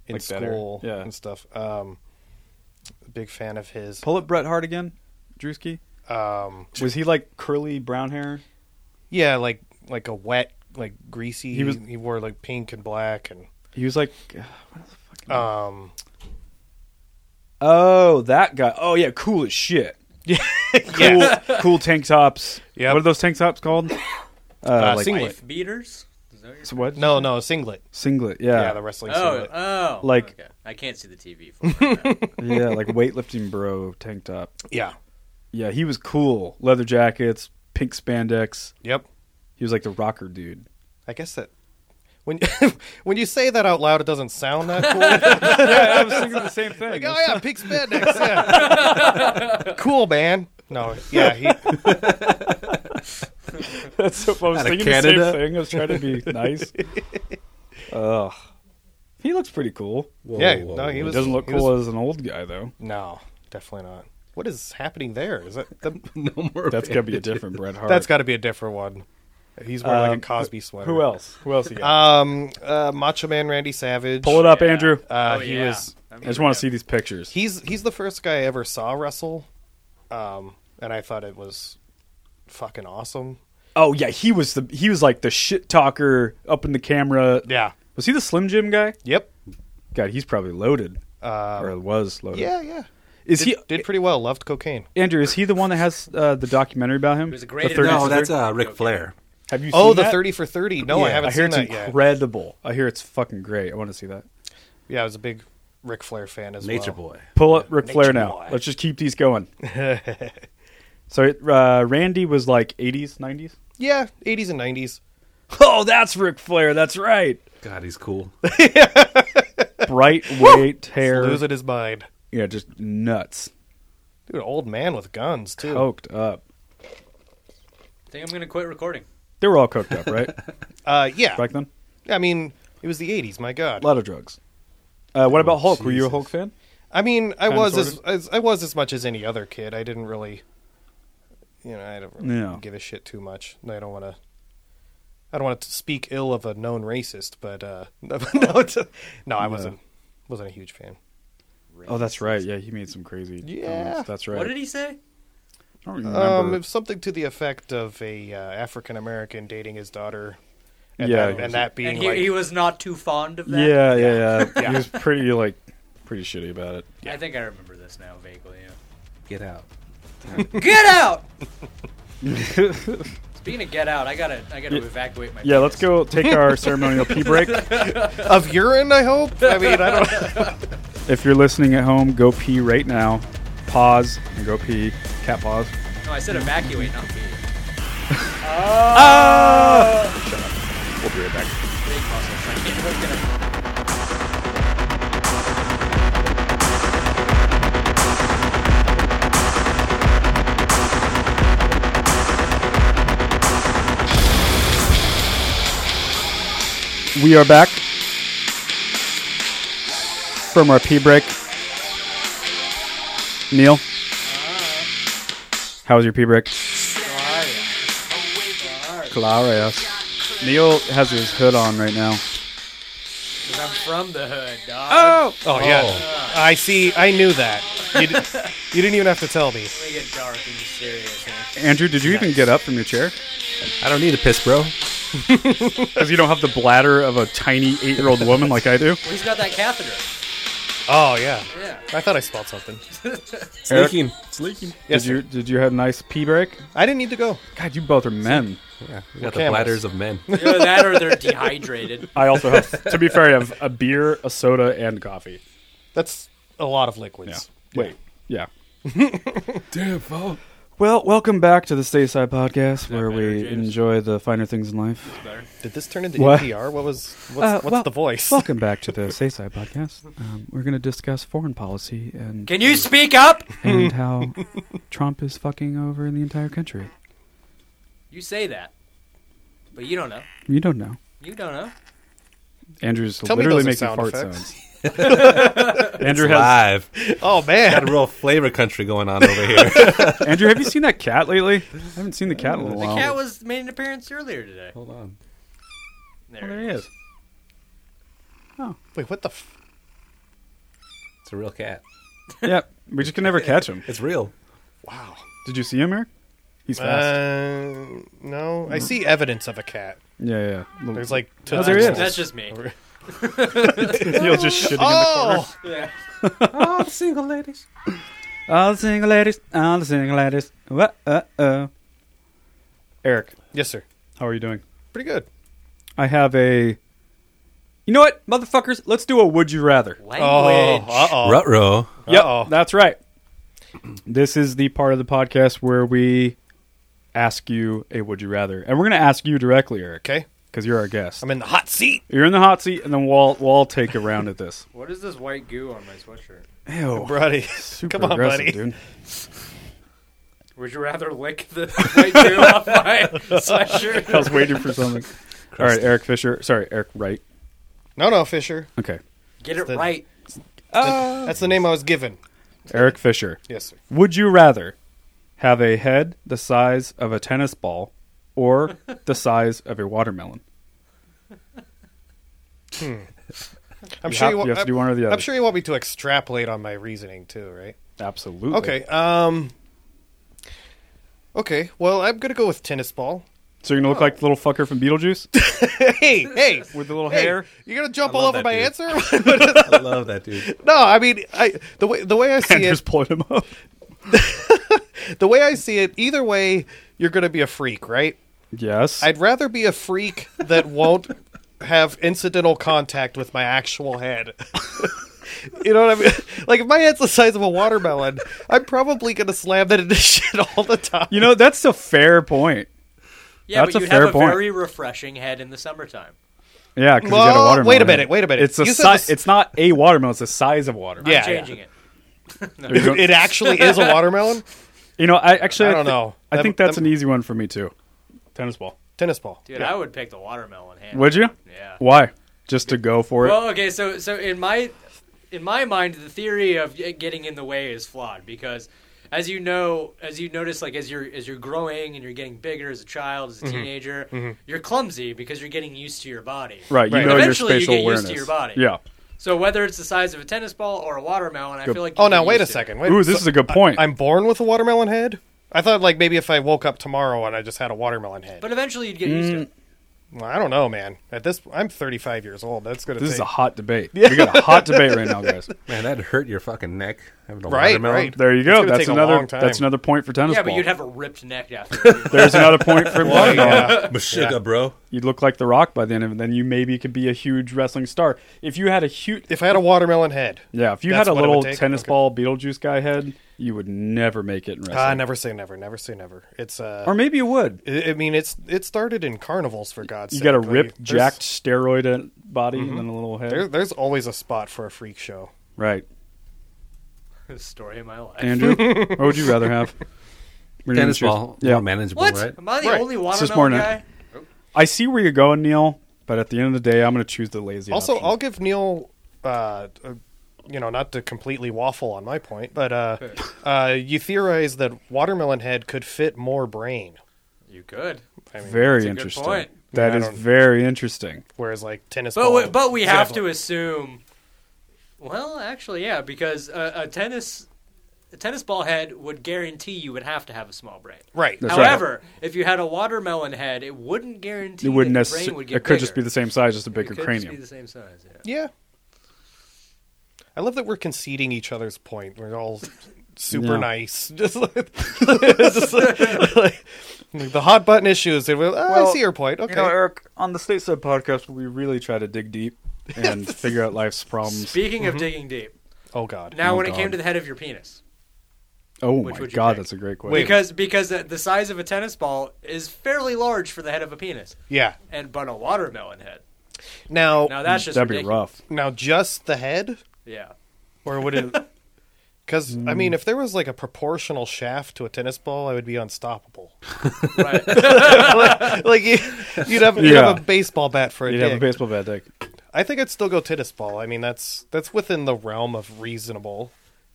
[SPEAKER 5] in
[SPEAKER 3] Like better.
[SPEAKER 5] school
[SPEAKER 3] Yeah.
[SPEAKER 5] and stuff. Um, big fan of his.
[SPEAKER 3] pull up Bret Hart again, Drewski.
[SPEAKER 5] Um,
[SPEAKER 3] Was he like curly brown hair?
[SPEAKER 5] yeah, like like a wet, like greasy.
[SPEAKER 3] He
[SPEAKER 5] He
[SPEAKER 3] was-
[SPEAKER 5] was he wore like pink and black and
[SPEAKER 3] He was like uh, what the fuck?
[SPEAKER 5] um,
[SPEAKER 3] Oh, that guy. Oh yeah, cool as shit. Cool,
[SPEAKER 5] yeah,
[SPEAKER 3] cool tank tops.
[SPEAKER 5] Yep.
[SPEAKER 3] What are those tank tops called? Uh,
[SPEAKER 5] Uh,
[SPEAKER 3] like-
[SPEAKER 5] singlet.
[SPEAKER 6] Life beaters. Is that what you're-
[SPEAKER 3] So what?
[SPEAKER 5] No, no, singlet.
[SPEAKER 3] Singlet.
[SPEAKER 5] Yeah,
[SPEAKER 3] Yeah.
[SPEAKER 5] the wrestling
[SPEAKER 6] Oh,
[SPEAKER 5] singlet.
[SPEAKER 3] uh,
[SPEAKER 6] oh,
[SPEAKER 3] Like-
[SPEAKER 6] okay. I can't see the TV. For it.
[SPEAKER 3] yeah, like weightlifting bro tank top.
[SPEAKER 5] yeah.
[SPEAKER 3] Yeah, he was cool. Leather jackets, pink spandex.
[SPEAKER 5] Yep.
[SPEAKER 3] He was like the rocker dude.
[SPEAKER 5] I guess that when when you say that out loud, it doesn't sound that cool.
[SPEAKER 3] I was thinking the same thing.
[SPEAKER 5] oh yeah, pink spandex. Yeah. cool, man. No, yeah, he,
[SPEAKER 3] That's what I was
[SPEAKER 2] Outta
[SPEAKER 3] thinking the
[SPEAKER 2] Canada.
[SPEAKER 3] same thing. I was trying to be nice. Ugh. He looks pretty cool.
[SPEAKER 2] Whoa,
[SPEAKER 5] yeah.
[SPEAKER 2] whoa,
[SPEAKER 5] no, he
[SPEAKER 3] He
[SPEAKER 5] was.
[SPEAKER 3] doesn't look
[SPEAKER 5] he
[SPEAKER 3] cool as
[SPEAKER 5] was-
[SPEAKER 3] an old guy though.
[SPEAKER 5] no, definitely not. What is happening there? Is that the,
[SPEAKER 2] no more.
[SPEAKER 3] That's gotta be a different Bret Hart.
[SPEAKER 5] that's got to be a different one? He's wearing like a Cosby sweater.
[SPEAKER 3] Who else? Who else? You got?
[SPEAKER 5] Um, uh, Macho Man Randy Savage.
[SPEAKER 3] Pull it up, Andrew.
[SPEAKER 5] Uh,
[SPEAKER 6] Oh,
[SPEAKER 5] he
[SPEAKER 6] yeah.
[SPEAKER 5] was.
[SPEAKER 6] I
[SPEAKER 3] I
[SPEAKER 6] mean,
[SPEAKER 3] just want
[SPEAKER 6] yeah.
[SPEAKER 3] to see these pictures.
[SPEAKER 5] He's he's the first guy I ever saw wrestle, um, and I thought it was fucking awesome.
[SPEAKER 3] Oh yeah, he was the he was like the shit talker up in the camera.
[SPEAKER 5] Yeah.
[SPEAKER 3] Was he the Slim Jim guy?
[SPEAKER 5] Yep.
[SPEAKER 3] God, he's probably loaded.
[SPEAKER 6] Uh,
[SPEAKER 3] or was loaded.
[SPEAKER 5] Yeah. Yeah.
[SPEAKER 3] Is
[SPEAKER 5] Did,
[SPEAKER 3] he
[SPEAKER 5] did pretty well. Loved cocaine.
[SPEAKER 3] Andrew, is he the one that has uh, the documentary about him?
[SPEAKER 6] It was a great-
[SPEAKER 3] The 30
[SPEAKER 6] No,
[SPEAKER 3] for
[SPEAKER 2] Oh, that's
[SPEAKER 3] 30?
[SPEAKER 2] uh, Ric Flair.
[SPEAKER 3] Have you?
[SPEAKER 5] oh,
[SPEAKER 3] seen
[SPEAKER 5] the
[SPEAKER 3] that?
[SPEAKER 5] thirty for thirty. No, I
[SPEAKER 3] Yeah,
[SPEAKER 5] haven't
[SPEAKER 3] Oh, I hear
[SPEAKER 5] seen that
[SPEAKER 3] it's
[SPEAKER 5] yet.
[SPEAKER 3] incredible. I hear it's fucking great. I want to see that.
[SPEAKER 5] Yeah, I was a big Ric Flair fan as
[SPEAKER 2] Nature
[SPEAKER 5] well.
[SPEAKER 2] Boy.
[SPEAKER 3] Pull up Ric Flair
[SPEAKER 5] Nature
[SPEAKER 3] now.
[SPEAKER 5] Boy.
[SPEAKER 3] Let's just keep these going. so it, uh, Randy was like 80s, 90s.
[SPEAKER 5] Yeah, eighties and nineties.
[SPEAKER 3] Oh, that's Ric Flair. That's right.
[SPEAKER 2] God, he's cool.
[SPEAKER 3] Bright white hair.
[SPEAKER 5] Losing his mind.
[SPEAKER 3] Yeah, just nuts.
[SPEAKER 5] Dude, old man with guns too.
[SPEAKER 3] Coked up.
[SPEAKER 6] I think I'm gonna quit recording.
[SPEAKER 3] They were all coked up, right?
[SPEAKER 5] Uh, yeah.
[SPEAKER 3] Back then,
[SPEAKER 5] I mean, it was the eighties. My God.
[SPEAKER 3] a lot of drugs. Uh, what about Hulk? Were you a Hulk fan?
[SPEAKER 5] I mean, I
[SPEAKER 3] Kinda
[SPEAKER 5] was
[SPEAKER 3] sorta.
[SPEAKER 5] as, as I was as much as any other kid. I didn't really, you know, I don't really
[SPEAKER 3] No.
[SPEAKER 5] give a shit too much. I don't want to. I don't want to speak ill of a known racist, but uh, no, no, it's- no, I wasn't wasn't a huge fan.
[SPEAKER 3] Oh, that's right. Yeah, he made some crazy.
[SPEAKER 5] Yeah.
[SPEAKER 3] comments. that's right.
[SPEAKER 6] What did he say?
[SPEAKER 3] I don't remember.
[SPEAKER 5] Um, if something to the effect of a uh, African American dating his daughter, and
[SPEAKER 3] Yeah,
[SPEAKER 5] that, and that being
[SPEAKER 6] And he,
[SPEAKER 5] like,
[SPEAKER 6] he was not too fond of that.
[SPEAKER 3] yeah, yeah, yeah, He was pretty like pretty shitty about it.
[SPEAKER 6] I think I remember this now vaguely. Yeah.
[SPEAKER 2] Get out.
[SPEAKER 6] Get out. Speaking of get out, I gotta I gotta evacuate my.
[SPEAKER 3] Yeah, let's
[SPEAKER 6] penis.
[SPEAKER 3] go take our ceremonial pee break.
[SPEAKER 5] of urine. I hope. I mean, I don't.
[SPEAKER 3] If you're listening at home, go pee right now. Pause and go pee. Cat pause.
[SPEAKER 6] No, I said evacuate, not be.
[SPEAKER 3] We'll be right back.
[SPEAKER 6] Big muscles. I can't look at 'em.
[SPEAKER 3] We are back from our pee break. Neil, how was your pee break? Glorious. Neil has his hood on right now.
[SPEAKER 6] 'Cause I'm from the hood, dog.
[SPEAKER 5] Oh, yeah. I see. I knew that. You, d- you didn't even have to tell me.
[SPEAKER 6] They get dark and mysterious. Man.
[SPEAKER 3] Andrew, did you even get up from your chair?
[SPEAKER 2] I don't need a piss, bro.
[SPEAKER 3] Because you don't have the bladder of a tiny eight-year-old woman like I do.
[SPEAKER 6] Well, he's got that catheter.
[SPEAKER 5] Oh yeah.
[SPEAKER 6] Yeah.
[SPEAKER 5] I thought I spelled something.
[SPEAKER 2] It's leaking. It's leaking.
[SPEAKER 5] Yes,
[SPEAKER 3] did you did you have a nice pee break?
[SPEAKER 5] I didn't need to go.
[SPEAKER 3] God, you both are men.
[SPEAKER 2] Yeah, we got the
[SPEAKER 5] cameras.
[SPEAKER 2] bladders of men.
[SPEAKER 6] Either that or they're dehydrated.
[SPEAKER 3] I also have to be fair, I have a beer, a soda, and coffee.
[SPEAKER 5] That's a lot of liquids.
[SPEAKER 3] Wait. Yeah. Well, welcome back to the Stateside Podcast, where we enjoy the finer things in life.
[SPEAKER 5] Did this turn into
[SPEAKER 3] What?
[SPEAKER 5] NPR? What was what's,
[SPEAKER 3] Uh,
[SPEAKER 5] what's
[SPEAKER 3] well-
[SPEAKER 5] the voice?
[SPEAKER 3] Welcome back to the Stateside Podcast. Um, we're going to discuss foreign policy and
[SPEAKER 6] Can you speak up?
[SPEAKER 3] and how Trump is fucking over the entire country.
[SPEAKER 6] You say that, but you don't know.
[SPEAKER 3] You don't know.
[SPEAKER 6] You don't know.
[SPEAKER 3] Andrew's
[SPEAKER 5] Tell me
[SPEAKER 3] literally
[SPEAKER 5] those are
[SPEAKER 3] making
[SPEAKER 5] sound
[SPEAKER 3] fart
[SPEAKER 5] effects.
[SPEAKER 3] sounds. Andrew has
[SPEAKER 2] Live.
[SPEAKER 5] Oh man.
[SPEAKER 2] Got a real flavor country going on over here.
[SPEAKER 3] Andrew, have you seen that cat lately? I haven't seen the cat in a
[SPEAKER 6] The
[SPEAKER 3] while.
[SPEAKER 6] cat was made an appearance earlier today.
[SPEAKER 2] Hold on.
[SPEAKER 6] There.
[SPEAKER 3] Oh, there he is.
[SPEAKER 5] Wait, what the? F-
[SPEAKER 2] It's a real cat.
[SPEAKER 3] Yep. We just can never catch him.
[SPEAKER 2] It's real.
[SPEAKER 5] wow.
[SPEAKER 3] Did you see him, Eric? He's fast.
[SPEAKER 5] Uh, no, I see evidence of a cat.
[SPEAKER 3] yeah, yeah, yeah. Little-
[SPEAKER 5] There's like
[SPEAKER 3] Oh, there he is. Oh.
[SPEAKER 6] That's just me.
[SPEAKER 3] Neil just shitting
[SPEAKER 5] Oh,
[SPEAKER 2] Oh, the single ladies.
[SPEAKER 3] All the single ladies, all the single ladies. What? Uh, uh. Eric,
[SPEAKER 5] yes, sir.
[SPEAKER 3] how are you doing?
[SPEAKER 5] Pretty good.
[SPEAKER 3] I have a. You know what, motherfuckers? Let's do a would you rather.
[SPEAKER 6] Language.
[SPEAKER 5] Oh, uh-oh.
[SPEAKER 2] Rutro.
[SPEAKER 5] Uh-oh.
[SPEAKER 3] Yep, that's right. This is the part of the podcast where we ask you a would you rather, and we're going to ask you directly, Eric,
[SPEAKER 5] Okay,
[SPEAKER 3] because you're our guest.
[SPEAKER 5] I'm in the hot seat.
[SPEAKER 3] You're in the hot seat, and then we'll we'll all take a round at this.
[SPEAKER 6] What is this white goo on my sweatshirt?
[SPEAKER 3] Ew,
[SPEAKER 5] Buddy,
[SPEAKER 3] super
[SPEAKER 5] come on,
[SPEAKER 3] aggressive,
[SPEAKER 5] buddy.
[SPEAKER 3] dude.
[SPEAKER 6] Would you rather lick the white goo off my sweatshirt?
[SPEAKER 3] I was waiting for something. all right, Eric Fisher. Sorry, Eric Wright.
[SPEAKER 5] No, no, Fisher.
[SPEAKER 3] Okay,
[SPEAKER 6] Get it
[SPEAKER 5] the-
[SPEAKER 6] right.
[SPEAKER 5] That's the name I was given.
[SPEAKER 3] Eric Fisher.
[SPEAKER 5] Yes, sir.
[SPEAKER 3] Would you rather have a head the size of a tennis ball or the size of a watermelon? You
[SPEAKER 5] I'm sure
[SPEAKER 3] have-
[SPEAKER 5] you, wa-
[SPEAKER 3] you have to do one or the
[SPEAKER 5] I'm
[SPEAKER 3] other.
[SPEAKER 5] sure you want me to extrapolate on my reasoning too, right?
[SPEAKER 3] Absolutely.
[SPEAKER 5] Okay. Um. Okay. Well, I'm gonna go with tennis ball.
[SPEAKER 3] So you're gonna look
[SPEAKER 5] Oh.
[SPEAKER 3] like the little fucker from Beetlejuice
[SPEAKER 5] Hey, hey,
[SPEAKER 3] with the little
[SPEAKER 5] hey,
[SPEAKER 3] hair.
[SPEAKER 5] You're gonna jump
[SPEAKER 2] I
[SPEAKER 5] all
[SPEAKER 2] love
[SPEAKER 5] over
[SPEAKER 2] that
[SPEAKER 5] my
[SPEAKER 2] dude.
[SPEAKER 5] answer?
[SPEAKER 2] I love that dude.
[SPEAKER 5] no, I mean, I the way the way I see
[SPEAKER 3] And just
[SPEAKER 5] it,
[SPEAKER 3] pulling him up.
[SPEAKER 5] the way I see it, either way, you're gonna be a freak, right?
[SPEAKER 3] Yes.
[SPEAKER 5] I'd rather be a freak that won't have incidental contact with my actual head. you know what I mean? Like if my head's the size of a watermelon, I'm probably gonna slam that into shit all the time.
[SPEAKER 3] you know, that's a fair point.
[SPEAKER 6] Yeah,
[SPEAKER 3] That's a
[SPEAKER 6] but you'd
[SPEAKER 3] fair
[SPEAKER 6] have a
[SPEAKER 3] point.
[SPEAKER 6] very refreshing head in the summertime.
[SPEAKER 3] Yeah, because you got a
[SPEAKER 5] Well,
[SPEAKER 3] watermelon.
[SPEAKER 5] wait a minute, wait a minute.
[SPEAKER 3] It's a
[SPEAKER 5] You said
[SPEAKER 3] si-
[SPEAKER 5] this-
[SPEAKER 3] It's not a watermelon. It's the size of watermelon.
[SPEAKER 5] Yeah,
[SPEAKER 6] I'm changing it.
[SPEAKER 3] There you, go.
[SPEAKER 5] It actually is a watermelon
[SPEAKER 3] You know, I actually
[SPEAKER 5] I don't
[SPEAKER 3] thi-
[SPEAKER 5] know.
[SPEAKER 3] I
[SPEAKER 5] That-
[SPEAKER 3] think that's
[SPEAKER 5] that-
[SPEAKER 3] an easy one for me too. Tennis ball.
[SPEAKER 5] tennis ball.
[SPEAKER 6] Dude, I would pick the watermelon hand.
[SPEAKER 3] Would you?
[SPEAKER 6] Yeah.
[SPEAKER 3] Why? Just to go for it.
[SPEAKER 6] Well, okay, so so in my in my mind, the theory of it getting in the way is flawed because, as you know, as you notice, like as you're as you're growing and you're getting bigger as a child,
[SPEAKER 3] Mm-hmm.
[SPEAKER 6] as a teenager, you're clumsy because you're getting used to your body.
[SPEAKER 3] right. You
[SPEAKER 5] Right.
[SPEAKER 3] know your
[SPEAKER 6] Eventually you
[SPEAKER 3] spatial
[SPEAKER 6] get
[SPEAKER 3] awareness.
[SPEAKER 6] used to your body.
[SPEAKER 3] Yeah.
[SPEAKER 6] So whether it's the size of a tennis ball or a watermelon, I feel like. you
[SPEAKER 5] Oh, now
[SPEAKER 6] get
[SPEAKER 5] wait a
[SPEAKER 6] used to it.
[SPEAKER 5] second. Wait,
[SPEAKER 3] Ooh, this is a good point.
[SPEAKER 5] I, am born with a watermelon head. I thought like maybe if I woke up tomorrow and I just had a watermelon head.
[SPEAKER 6] But eventually you'd get used
[SPEAKER 3] Mm,
[SPEAKER 6] to it.
[SPEAKER 5] Well, I don't know, man. At this, I'm 35 years old. That's gonna
[SPEAKER 3] this
[SPEAKER 5] take
[SPEAKER 3] is a hot debate. We got a hot debate right now, guys.
[SPEAKER 2] Man, that'd hurt your fucking neck. Having a
[SPEAKER 5] Right,
[SPEAKER 2] watermelon.
[SPEAKER 5] right.
[SPEAKER 3] There you
[SPEAKER 5] It's
[SPEAKER 3] go.
[SPEAKER 5] gonna
[SPEAKER 3] That's
[SPEAKER 5] take a
[SPEAKER 3] another.
[SPEAKER 5] long time.
[SPEAKER 3] That's another point for tennis
[SPEAKER 6] Yeah,
[SPEAKER 3] ball.
[SPEAKER 6] but you'd have a ripped neck after. a few months.
[SPEAKER 3] There's another point for
[SPEAKER 5] Well,
[SPEAKER 3] watermelon.
[SPEAKER 5] yeah.
[SPEAKER 2] Meshuggah, bro.
[SPEAKER 3] You'd look like The Rock by the end of it. Then you maybe could be a huge wrestling star if you had a huge.
[SPEAKER 5] If I had a watermelon head,
[SPEAKER 3] Yeah, if you
[SPEAKER 5] That's
[SPEAKER 3] had a
[SPEAKER 5] what it would
[SPEAKER 3] little
[SPEAKER 5] take?
[SPEAKER 3] tennis
[SPEAKER 5] Okay.
[SPEAKER 3] ball Beetlejuice guy head, you would never make it in wrestling.
[SPEAKER 5] ah, never say never, never say never. It's uh,
[SPEAKER 3] Or maybe you would.
[SPEAKER 5] I I mean, it's it started in carnivals for God's
[SPEAKER 3] You
[SPEAKER 5] sake.
[SPEAKER 3] got a
[SPEAKER 5] like,
[SPEAKER 3] ripped,
[SPEAKER 5] there's-
[SPEAKER 3] jacked, steroid body and then a little head.
[SPEAKER 5] There, there's always a spot for a freak show.
[SPEAKER 3] right.
[SPEAKER 6] Story of my life.
[SPEAKER 3] Andrew, what would you rather have? We're gonna
[SPEAKER 2] Tennis
[SPEAKER 3] choose-
[SPEAKER 2] ball.
[SPEAKER 3] Yeah.
[SPEAKER 2] manageable,
[SPEAKER 6] what?
[SPEAKER 2] right?
[SPEAKER 6] Am I the
[SPEAKER 5] Right.
[SPEAKER 6] only
[SPEAKER 3] It's just
[SPEAKER 6] watermelon
[SPEAKER 3] more
[SPEAKER 6] guy?
[SPEAKER 3] than- I see where you're going, Neil, but at the end of the day, I'm going to choose the lazy
[SPEAKER 5] Also,
[SPEAKER 3] option.
[SPEAKER 5] I'll give Neil, uh, uh, you know, not to completely waffle on my point, but uh, uh, you theorize that watermelon head could fit more brain,
[SPEAKER 6] You could.
[SPEAKER 5] I mean,
[SPEAKER 3] very
[SPEAKER 6] That's a good
[SPEAKER 3] interesting.
[SPEAKER 6] point.
[SPEAKER 3] That
[SPEAKER 5] I
[SPEAKER 3] is
[SPEAKER 5] don't-
[SPEAKER 3] very interesting.
[SPEAKER 5] whereas like tennis.
[SPEAKER 6] But
[SPEAKER 5] ball,
[SPEAKER 6] we, but we
[SPEAKER 5] is
[SPEAKER 6] have
[SPEAKER 5] gonna
[SPEAKER 6] to assume. Well, actually, yeah, because a, a tennis a tennis ball head would guarantee you would have to have a small brain.
[SPEAKER 5] right.
[SPEAKER 3] That's right.
[SPEAKER 6] However, if you had a watermelon head, it wouldn't guarantee
[SPEAKER 3] It wouldn't
[SPEAKER 6] that your brain
[SPEAKER 3] necessarily.
[SPEAKER 6] would
[SPEAKER 3] It
[SPEAKER 6] get
[SPEAKER 3] could just be
[SPEAKER 6] bigger.
[SPEAKER 3] the same size, just a
[SPEAKER 6] It
[SPEAKER 3] bigger
[SPEAKER 6] could just
[SPEAKER 3] cranium.
[SPEAKER 6] be the same size. Yeah.
[SPEAKER 5] Yeah. I love that we're conceding each other's point. We're all super
[SPEAKER 3] Yeah.
[SPEAKER 5] nice. Just like, just like- like, the hot button issues. and we're, "Ah, I see your point. Okay.
[SPEAKER 3] You
[SPEAKER 6] er,
[SPEAKER 3] know, Eric, on the Stateside podcast, we really try to dig deep and figure out life's problems. Mm-hmm.
[SPEAKER 6] Speaking of digging deep,
[SPEAKER 5] oh God.
[SPEAKER 6] now
[SPEAKER 3] Oh,
[SPEAKER 6] when it
[SPEAKER 3] God.
[SPEAKER 6] came to the head of your penis,
[SPEAKER 3] Oh
[SPEAKER 6] Which
[SPEAKER 3] my
[SPEAKER 6] would you
[SPEAKER 3] god,
[SPEAKER 6] pick?
[SPEAKER 3] that's a great question.
[SPEAKER 6] because because the, the size of a tennis ball is fairly large for the head of a penis,
[SPEAKER 5] yeah.
[SPEAKER 6] and but a watermelon head. Now
[SPEAKER 5] Now, now,
[SPEAKER 6] that's just
[SPEAKER 3] that'd be
[SPEAKER 6] ridiculous.
[SPEAKER 3] rough.
[SPEAKER 5] just the head,
[SPEAKER 6] Yeah.
[SPEAKER 5] or would it? Because
[SPEAKER 3] Hmm.
[SPEAKER 5] I mean, if there was like a proportional shaft to a tennis ball, I would be unstoppable.
[SPEAKER 6] Right.
[SPEAKER 5] like you, you'd have you'd
[SPEAKER 3] Yeah.
[SPEAKER 5] have a baseball bat for a
[SPEAKER 3] You'd
[SPEAKER 5] dick.
[SPEAKER 3] have a baseball bat dick.
[SPEAKER 5] I think I'd still go tennis ball. I mean, that's that's within the realm of reasonable.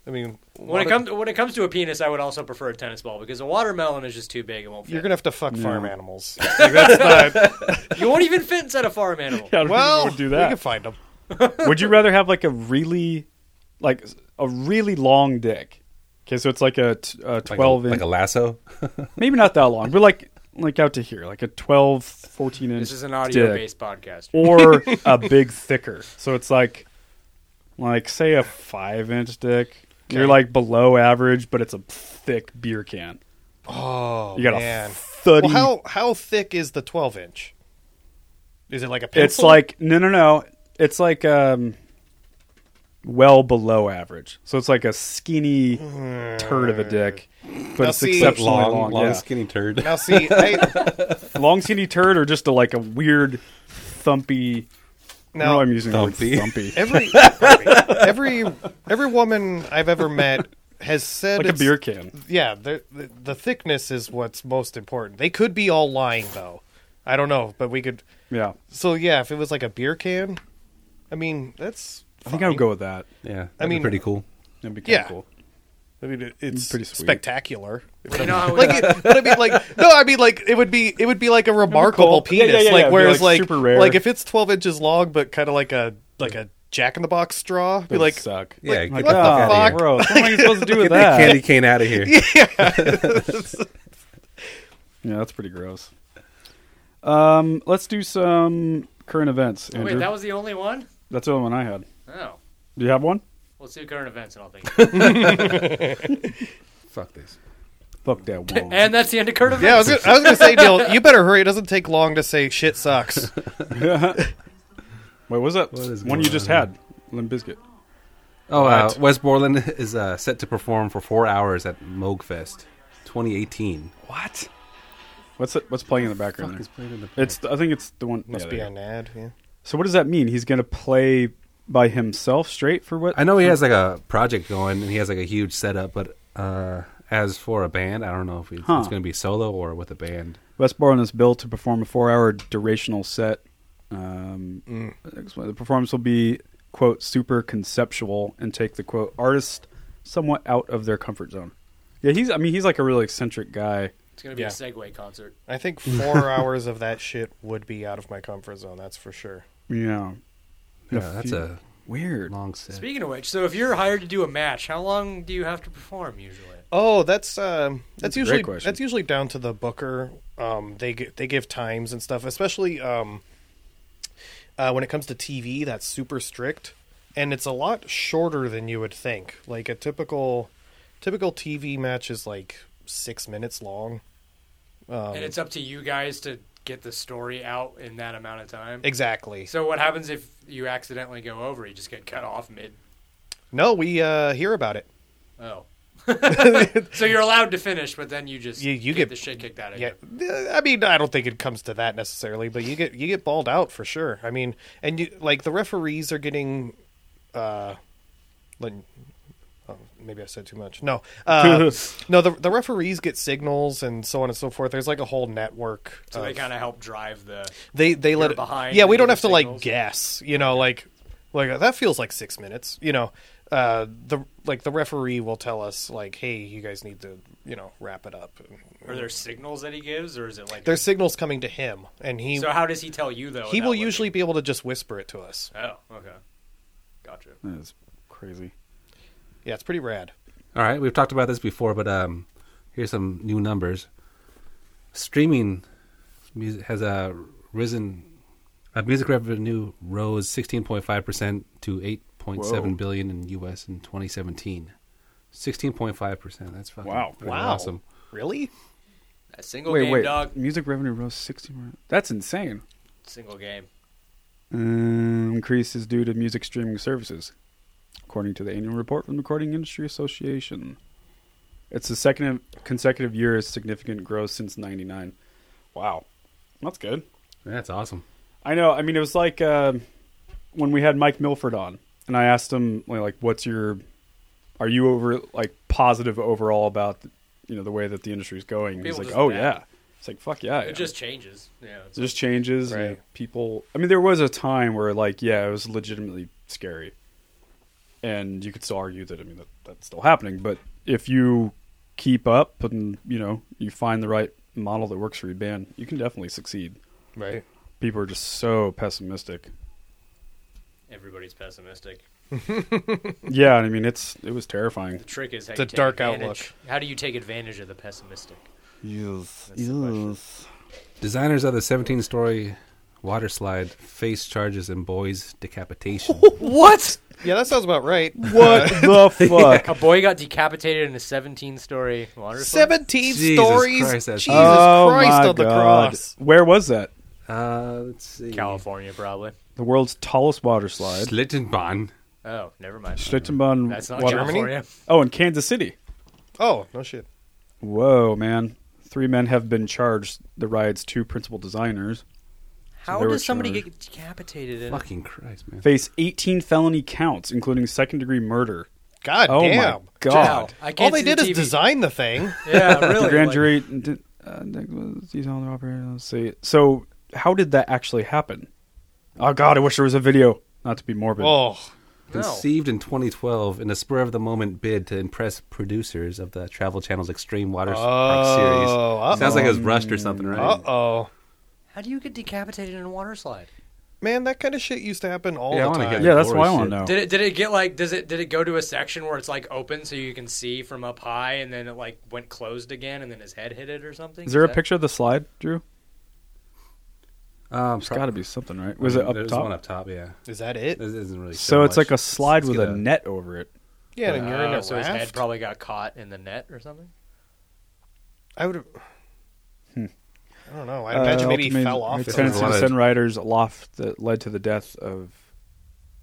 [SPEAKER 5] I mean,
[SPEAKER 6] When it
[SPEAKER 5] comes.
[SPEAKER 6] comes when it comes to a penis, I would also prefer a tennis ball because a watermelon is just too big. It won't fit.
[SPEAKER 5] You're gonna have to fuck farm animals. Like, that's not,
[SPEAKER 6] You won't even fit inside a farm animal.
[SPEAKER 5] well,
[SPEAKER 3] would do
[SPEAKER 5] we can
[SPEAKER 3] that.
[SPEAKER 5] find them.
[SPEAKER 3] would you rather have like a really, like a really long dick? Okay, so it's like a, t- a
[SPEAKER 2] Like a-
[SPEAKER 3] twelve
[SPEAKER 2] like
[SPEAKER 3] inch,
[SPEAKER 2] a lasso.
[SPEAKER 3] maybe not that long, but like like out to here, like a 12, 14 inch.
[SPEAKER 6] This is an audio
[SPEAKER 3] dick.
[SPEAKER 6] based podcast.
[SPEAKER 3] or a big thicker. So it's like, like say a five inch dick. You're like below average, but it's a thick beer can.
[SPEAKER 5] Oh,
[SPEAKER 3] You got
[SPEAKER 5] man.
[SPEAKER 3] a thuddy.
[SPEAKER 5] Well, how how thick is the 12 inch? Is it like a pencil?
[SPEAKER 3] It's like no, no, no. It's like um, well below average. So it's like a skinny turd of a dick, but
[SPEAKER 5] Now
[SPEAKER 3] it's
[SPEAKER 5] see-
[SPEAKER 3] exceptionally long,
[SPEAKER 2] long,
[SPEAKER 3] yeah.
[SPEAKER 2] skinny turd.
[SPEAKER 5] now see, I,
[SPEAKER 3] long skinny turd, or just a, like a weird thumpy.
[SPEAKER 5] Now-
[SPEAKER 3] No, I'm using the
[SPEAKER 2] Thumpy.
[SPEAKER 3] word thumpy.
[SPEAKER 5] every every every woman I've ever met has said
[SPEAKER 3] Like a
[SPEAKER 5] it's-
[SPEAKER 3] beer can.
[SPEAKER 5] Yeah, the, the the thickness is what's most important. They could be all lying though. I don't know, but we could.
[SPEAKER 3] Yeah,
[SPEAKER 5] So yeah, if it was like a beer can, I mean that's.
[SPEAKER 3] I think I would go with that.
[SPEAKER 2] Yeah, that'd
[SPEAKER 5] I
[SPEAKER 2] be
[SPEAKER 5] mean-
[SPEAKER 2] pretty cool.
[SPEAKER 3] That'd be kinda
[SPEAKER 5] Yeah.
[SPEAKER 3] cool.
[SPEAKER 5] I mean, it- it's
[SPEAKER 3] Pretty
[SPEAKER 5] pretty
[SPEAKER 3] sweet.
[SPEAKER 5] spectacular.
[SPEAKER 6] You know how we-
[SPEAKER 5] like, it, but I mean, like, no, I mean, like, it would be, it would be like a remarkable
[SPEAKER 3] Yeah, yeah,
[SPEAKER 5] penis.
[SPEAKER 3] yeah, yeah,
[SPEAKER 5] like,
[SPEAKER 3] it'd be,
[SPEAKER 5] whereas,
[SPEAKER 3] like,
[SPEAKER 5] like,
[SPEAKER 3] super rare.
[SPEAKER 5] like, if it's twelve inches long, but kind of like a, like a Jack in the Box straw, be
[SPEAKER 3] That'd
[SPEAKER 5] like,
[SPEAKER 3] suck. Oh
[SPEAKER 2] Yeah,
[SPEAKER 5] like,
[SPEAKER 2] get
[SPEAKER 5] what
[SPEAKER 2] the fuck
[SPEAKER 5] the
[SPEAKER 2] outta
[SPEAKER 5] fuck?
[SPEAKER 2] here.
[SPEAKER 3] Bro, what are you supposed to do with
[SPEAKER 2] Get that
[SPEAKER 3] that?
[SPEAKER 2] candy cane out of here.
[SPEAKER 3] Yeah, that's pretty gross. Um, let's do some current events. Andrew.
[SPEAKER 6] Wait, that was the only one?
[SPEAKER 3] That's the only one I had.
[SPEAKER 6] Oh.
[SPEAKER 3] Do you have one?
[SPEAKER 6] Let's do current events and I'll think.
[SPEAKER 2] Fuck this.
[SPEAKER 3] Fuck that Wong.
[SPEAKER 6] And that's the end of Kurt of
[SPEAKER 5] Yeah, I was, gonna, I was gonna say, Neil, you better hurry. It doesn't take long to say shit sucks.
[SPEAKER 3] Wait, what was that
[SPEAKER 2] is
[SPEAKER 3] one you
[SPEAKER 2] going
[SPEAKER 3] just
[SPEAKER 2] on?
[SPEAKER 3] had? Limp Bizkit.
[SPEAKER 2] Oh, uh,
[SPEAKER 5] What?
[SPEAKER 2] Wes Borland is uh, set to perform for four hours at Moogfest 2018.
[SPEAKER 3] What? What's it, what's playing in the background?
[SPEAKER 2] Fuck
[SPEAKER 3] there?
[SPEAKER 2] is playing in the
[SPEAKER 3] It's I think it's the one.
[SPEAKER 5] Must
[SPEAKER 3] yeah,
[SPEAKER 5] be
[SPEAKER 3] there.
[SPEAKER 5] on ad. Yeah.
[SPEAKER 3] So what does that mean? He's gonna play by himself straight for what?
[SPEAKER 2] I know he has like a project going and he has like a huge setup, but uh, as for a band, I don't know if it's,
[SPEAKER 3] Huh.
[SPEAKER 2] it's going to be solo or with a band.
[SPEAKER 3] West Borland is billed to perform a four-hour durational set. Um,
[SPEAKER 2] Mm.
[SPEAKER 3] The performance will be quote super conceptual and take the quote artist somewhat out of their comfort zone. Yeah, he's. I mean, he's like a really eccentric guy.
[SPEAKER 6] It's gonna be
[SPEAKER 5] Yeah.
[SPEAKER 6] a Segway concert.
[SPEAKER 5] I think four hours of that shit would be out of my comfort zone. That's for sure.
[SPEAKER 3] Yeah.
[SPEAKER 2] Yeah, that's a
[SPEAKER 3] weird.
[SPEAKER 2] long set.
[SPEAKER 6] Speaking of which, so if you're hired to do a match, how long do you have to perform usually?
[SPEAKER 5] Oh, that's um, that's,
[SPEAKER 3] That's a great
[SPEAKER 5] usually
[SPEAKER 3] question.
[SPEAKER 5] that's usually down to the booker. Um, they gi- they give times and stuff, especially um, uh, when it comes to TV. That's super strict, and it's a lot shorter than you would think. Like a typical typical TV match is like six minutes long.
[SPEAKER 6] and it's up to you guys to get the story out in that amount of time.
[SPEAKER 5] Exactly.
[SPEAKER 6] So what happens if you accidentally go over? You just get cut off mid.
[SPEAKER 5] No, we uh, hear about it.
[SPEAKER 6] Oh. so you're allowed to finish, but then you just
[SPEAKER 5] You- you get-
[SPEAKER 6] the shit kicked out of
[SPEAKER 5] Yeah,
[SPEAKER 6] you.
[SPEAKER 5] uh, I mean, I don't think it comes to that necessarily, but you get you get balled out for sure. I mean, and you like the referees are getting, uh, like, oh, maybe I said too much. No, uh, no, the the referees get signals and so on and so forth. There's like a whole network.
[SPEAKER 6] So they
[SPEAKER 5] of-
[SPEAKER 6] kind of help drive the.
[SPEAKER 5] they they let
[SPEAKER 6] you're
[SPEAKER 5] it
[SPEAKER 6] behind
[SPEAKER 5] Yeah, we
[SPEAKER 6] and you
[SPEAKER 5] don't have
[SPEAKER 6] get
[SPEAKER 5] to like
[SPEAKER 6] signals.
[SPEAKER 5] guess. You know, like like that feels like six minutes. You know, uh, the like the referee will tell us like, hey, you guys need to you know wrap it up.
[SPEAKER 6] Are there signals that he gives, or is it like?
[SPEAKER 5] There's signals coming to him, and he
[SPEAKER 6] so how does he tell you though?
[SPEAKER 5] he
[SPEAKER 6] without
[SPEAKER 5] will
[SPEAKER 6] looking?
[SPEAKER 5] usually be able to just whisper it to us.
[SPEAKER 6] Oh, okay. Gotcha.
[SPEAKER 3] That's crazy.
[SPEAKER 5] Yeah, it's pretty rad.
[SPEAKER 2] All right, we've talked about this before, but um, here's some new numbers. Streaming music has uh, risen. Uh, music revenue rose 6.5 percent to 8.7
[SPEAKER 3] Whoa.
[SPEAKER 2] billion in U.S. in 2017. 6.5 percent. That's fucking
[SPEAKER 3] Wow.
[SPEAKER 2] pretty
[SPEAKER 5] Wow.
[SPEAKER 2] awesome.
[SPEAKER 5] Really?
[SPEAKER 6] A single
[SPEAKER 3] wait,
[SPEAKER 6] game,
[SPEAKER 3] wait.
[SPEAKER 6] dog.
[SPEAKER 3] Music revenue rose sixty. more- That's insane.
[SPEAKER 6] Single game.
[SPEAKER 3] Um, increase is due to music streaming services, according to the annual report from the Recording Industry Association. It's the second consecutive year of significant growth since '99. Wow, that's good.
[SPEAKER 2] That's awesome.
[SPEAKER 3] I know. I mean, it was like um when we had Mike Milford on, and I asked him like, like, "What's your? Are you over like positive overall about you know the way that the industry's going?" He's
[SPEAKER 6] People
[SPEAKER 3] like,
[SPEAKER 6] just
[SPEAKER 3] "Oh
[SPEAKER 6] adapt.
[SPEAKER 3] yeah." It's like, "Fuck yeah!" yeah."
[SPEAKER 6] It just changes. Yeah. It's
[SPEAKER 3] It just changes. and
[SPEAKER 5] Right.
[SPEAKER 3] people. I mean, there was a time where, like, yeah, it was legitimately scary, and you could still argue that. I mean, that, that's still happening. But if you keep up and you know you find the right model that works for your band, you can definitely succeed.
[SPEAKER 5] Right.
[SPEAKER 3] People are just so pessimistic.
[SPEAKER 6] everybody's pessimistic.
[SPEAKER 3] yeah, I mean, it's it was terrifying.
[SPEAKER 6] The trick is how
[SPEAKER 5] It's
[SPEAKER 6] you
[SPEAKER 5] a
[SPEAKER 6] take
[SPEAKER 5] dark
[SPEAKER 6] advantage- How do you take advantage of the pessimistic?
[SPEAKER 3] Yes,
[SPEAKER 6] That's the question.
[SPEAKER 2] Designers of the 17-story water slide face charges in boys decapitation.
[SPEAKER 6] What?
[SPEAKER 5] Yeah, that sounds about right. Uh,
[SPEAKER 3] What the fuck?
[SPEAKER 6] A boy got decapitated in a 17-story water slide.
[SPEAKER 5] Seventeen
[SPEAKER 2] Jesus
[SPEAKER 5] stories.
[SPEAKER 2] Christ, that's-
[SPEAKER 5] Jesus
[SPEAKER 3] oh
[SPEAKER 5] Christ
[SPEAKER 3] my
[SPEAKER 5] on the
[SPEAKER 3] God.
[SPEAKER 5] cross.
[SPEAKER 3] Where was that?
[SPEAKER 2] uh, let's see.
[SPEAKER 6] California, probably.
[SPEAKER 3] The world's tallest water slide.
[SPEAKER 2] Schlittenbahn.
[SPEAKER 6] Oh, never mind.
[SPEAKER 3] Schlittenbahn
[SPEAKER 6] That's not
[SPEAKER 3] water-
[SPEAKER 5] Germany?
[SPEAKER 6] California.
[SPEAKER 3] Oh, in Kansas City.
[SPEAKER 5] Oh no shit.
[SPEAKER 3] Whoa, man. Three men have been charged the ride's two principal designers.
[SPEAKER 6] How
[SPEAKER 3] they were
[SPEAKER 6] does somebody
[SPEAKER 3] charged.
[SPEAKER 6] get decapitated in?
[SPEAKER 2] Fucking Christ, man.
[SPEAKER 3] Face 18 felony counts, including second degree murder.
[SPEAKER 5] God
[SPEAKER 3] Oh,
[SPEAKER 5] damn.
[SPEAKER 3] my God.
[SPEAKER 6] Wow. I can't
[SPEAKER 5] All they
[SPEAKER 6] see
[SPEAKER 5] did
[SPEAKER 6] the
[SPEAKER 5] is
[SPEAKER 6] TV.
[SPEAKER 5] design the thing.
[SPEAKER 6] Yeah, really.
[SPEAKER 3] the grand
[SPEAKER 6] like-
[SPEAKER 3] jury. did- uh, Nicholas, he's on the operator, Let's see. So, how did that actually happen? Oh, God, I wish there was a video. Not to be morbid.
[SPEAKER 5] oh,
[SPEAKER 6] No.
[SPEAKER 2] Conceived in 2012 in a spur of the moment bid to impress producers of the Travel Channel's Extreme Water Park series.
[SPEAKER 5] uh-oh.
[SPEAKER 2] Sounds like it was rushed or something, right?
[SPEAKER 5] uh oh.
[SPEAKER 6] How do you get decapitated in a water slide?
[SPEAKER 5] Man, that kind of shit used to happen all
[SPEAKER 2] Yeah, I
[SPEAKER 5] the
[SPEAKER 2] wanna
[SPEAKER 5] time.
[SPEAKER 2] get-
[SPEAKER 3] yeah, that's
[SPEAKER 2] Lord,
[SPEAKER 3] what I want
[SPEAKER 2] shit.
[SPEAKER 3] to know.
[SPEAKER 6] Did it did it get like does it did it go to a section where it's like open so you can see from up high and then it like went closed again and then his head hit it or something?
[SPEAKER 3] Is there a
[SPEAKER 6] that-
[SPEAKER 3] picture of the slide, Drew?
[SPEAKER 2] Um,
[SPEAKER 3] It's
[SPEAKER 2] pro-
[SPEAKER 3] got to be something, right? Was it up
[SPEAKER 2] There's
[SPEAKER 3] top?
[SPEAKER 2] one up top, yeah.
[SPEAKER 5] Is that it?
[SPEAKER 2] This isn't really
[SPEAKER 3] so
[SPEAKER 2] show
[SPEAKER 3] it's
[SPEAKER 2] much.
[SPEAKER 3] like a slide
[SPEAKER 2] Let's
[SPEAKER 3] with
[SPEAKER 2] get
[SPEAKER 3] a net over it.
[SPEAKER 5] Yeah, and you're in
[SPEAKER 6] Oh,
[SPEAKER 5] a
[SPEAKER 6] so his head
[SPEAKER 5] raft.
[SPEAKER 6] probably got caught in the net or something.
[SPEAKER 5] I would. I don't know. I imagine
[SPEAKER 3] Hmm. Uh,
[SPEAKER 5] maybe he
[SPEAKER 3] ultimate
[SPEAKER 5] fell off. Oh,
[SPEAKER 3] made
[SPEAKER 5] or
[SPEAKER 3] Tennessee
[SPEAKER 2] a lot of-
[SPEAKER 3] Sun Riders aloft that led to the death of.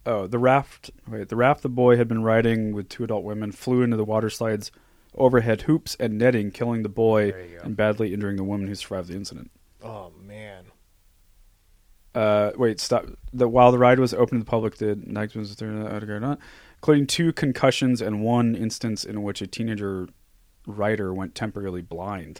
[SPEAKER 3] Oh, the raft. Wait, the raft the boy had been riding with two adult women flew into the water slides, overhead hoops and netting, killing the boy and badly injuring the woman who survived the incident.
[SPEAKER 5] Oh man.
[SPEAKER 3] Uh, wait, stop. The, while the ride was open to the public, the next was not, including two concussions and one instance in which a teenager rider went temporarily blind.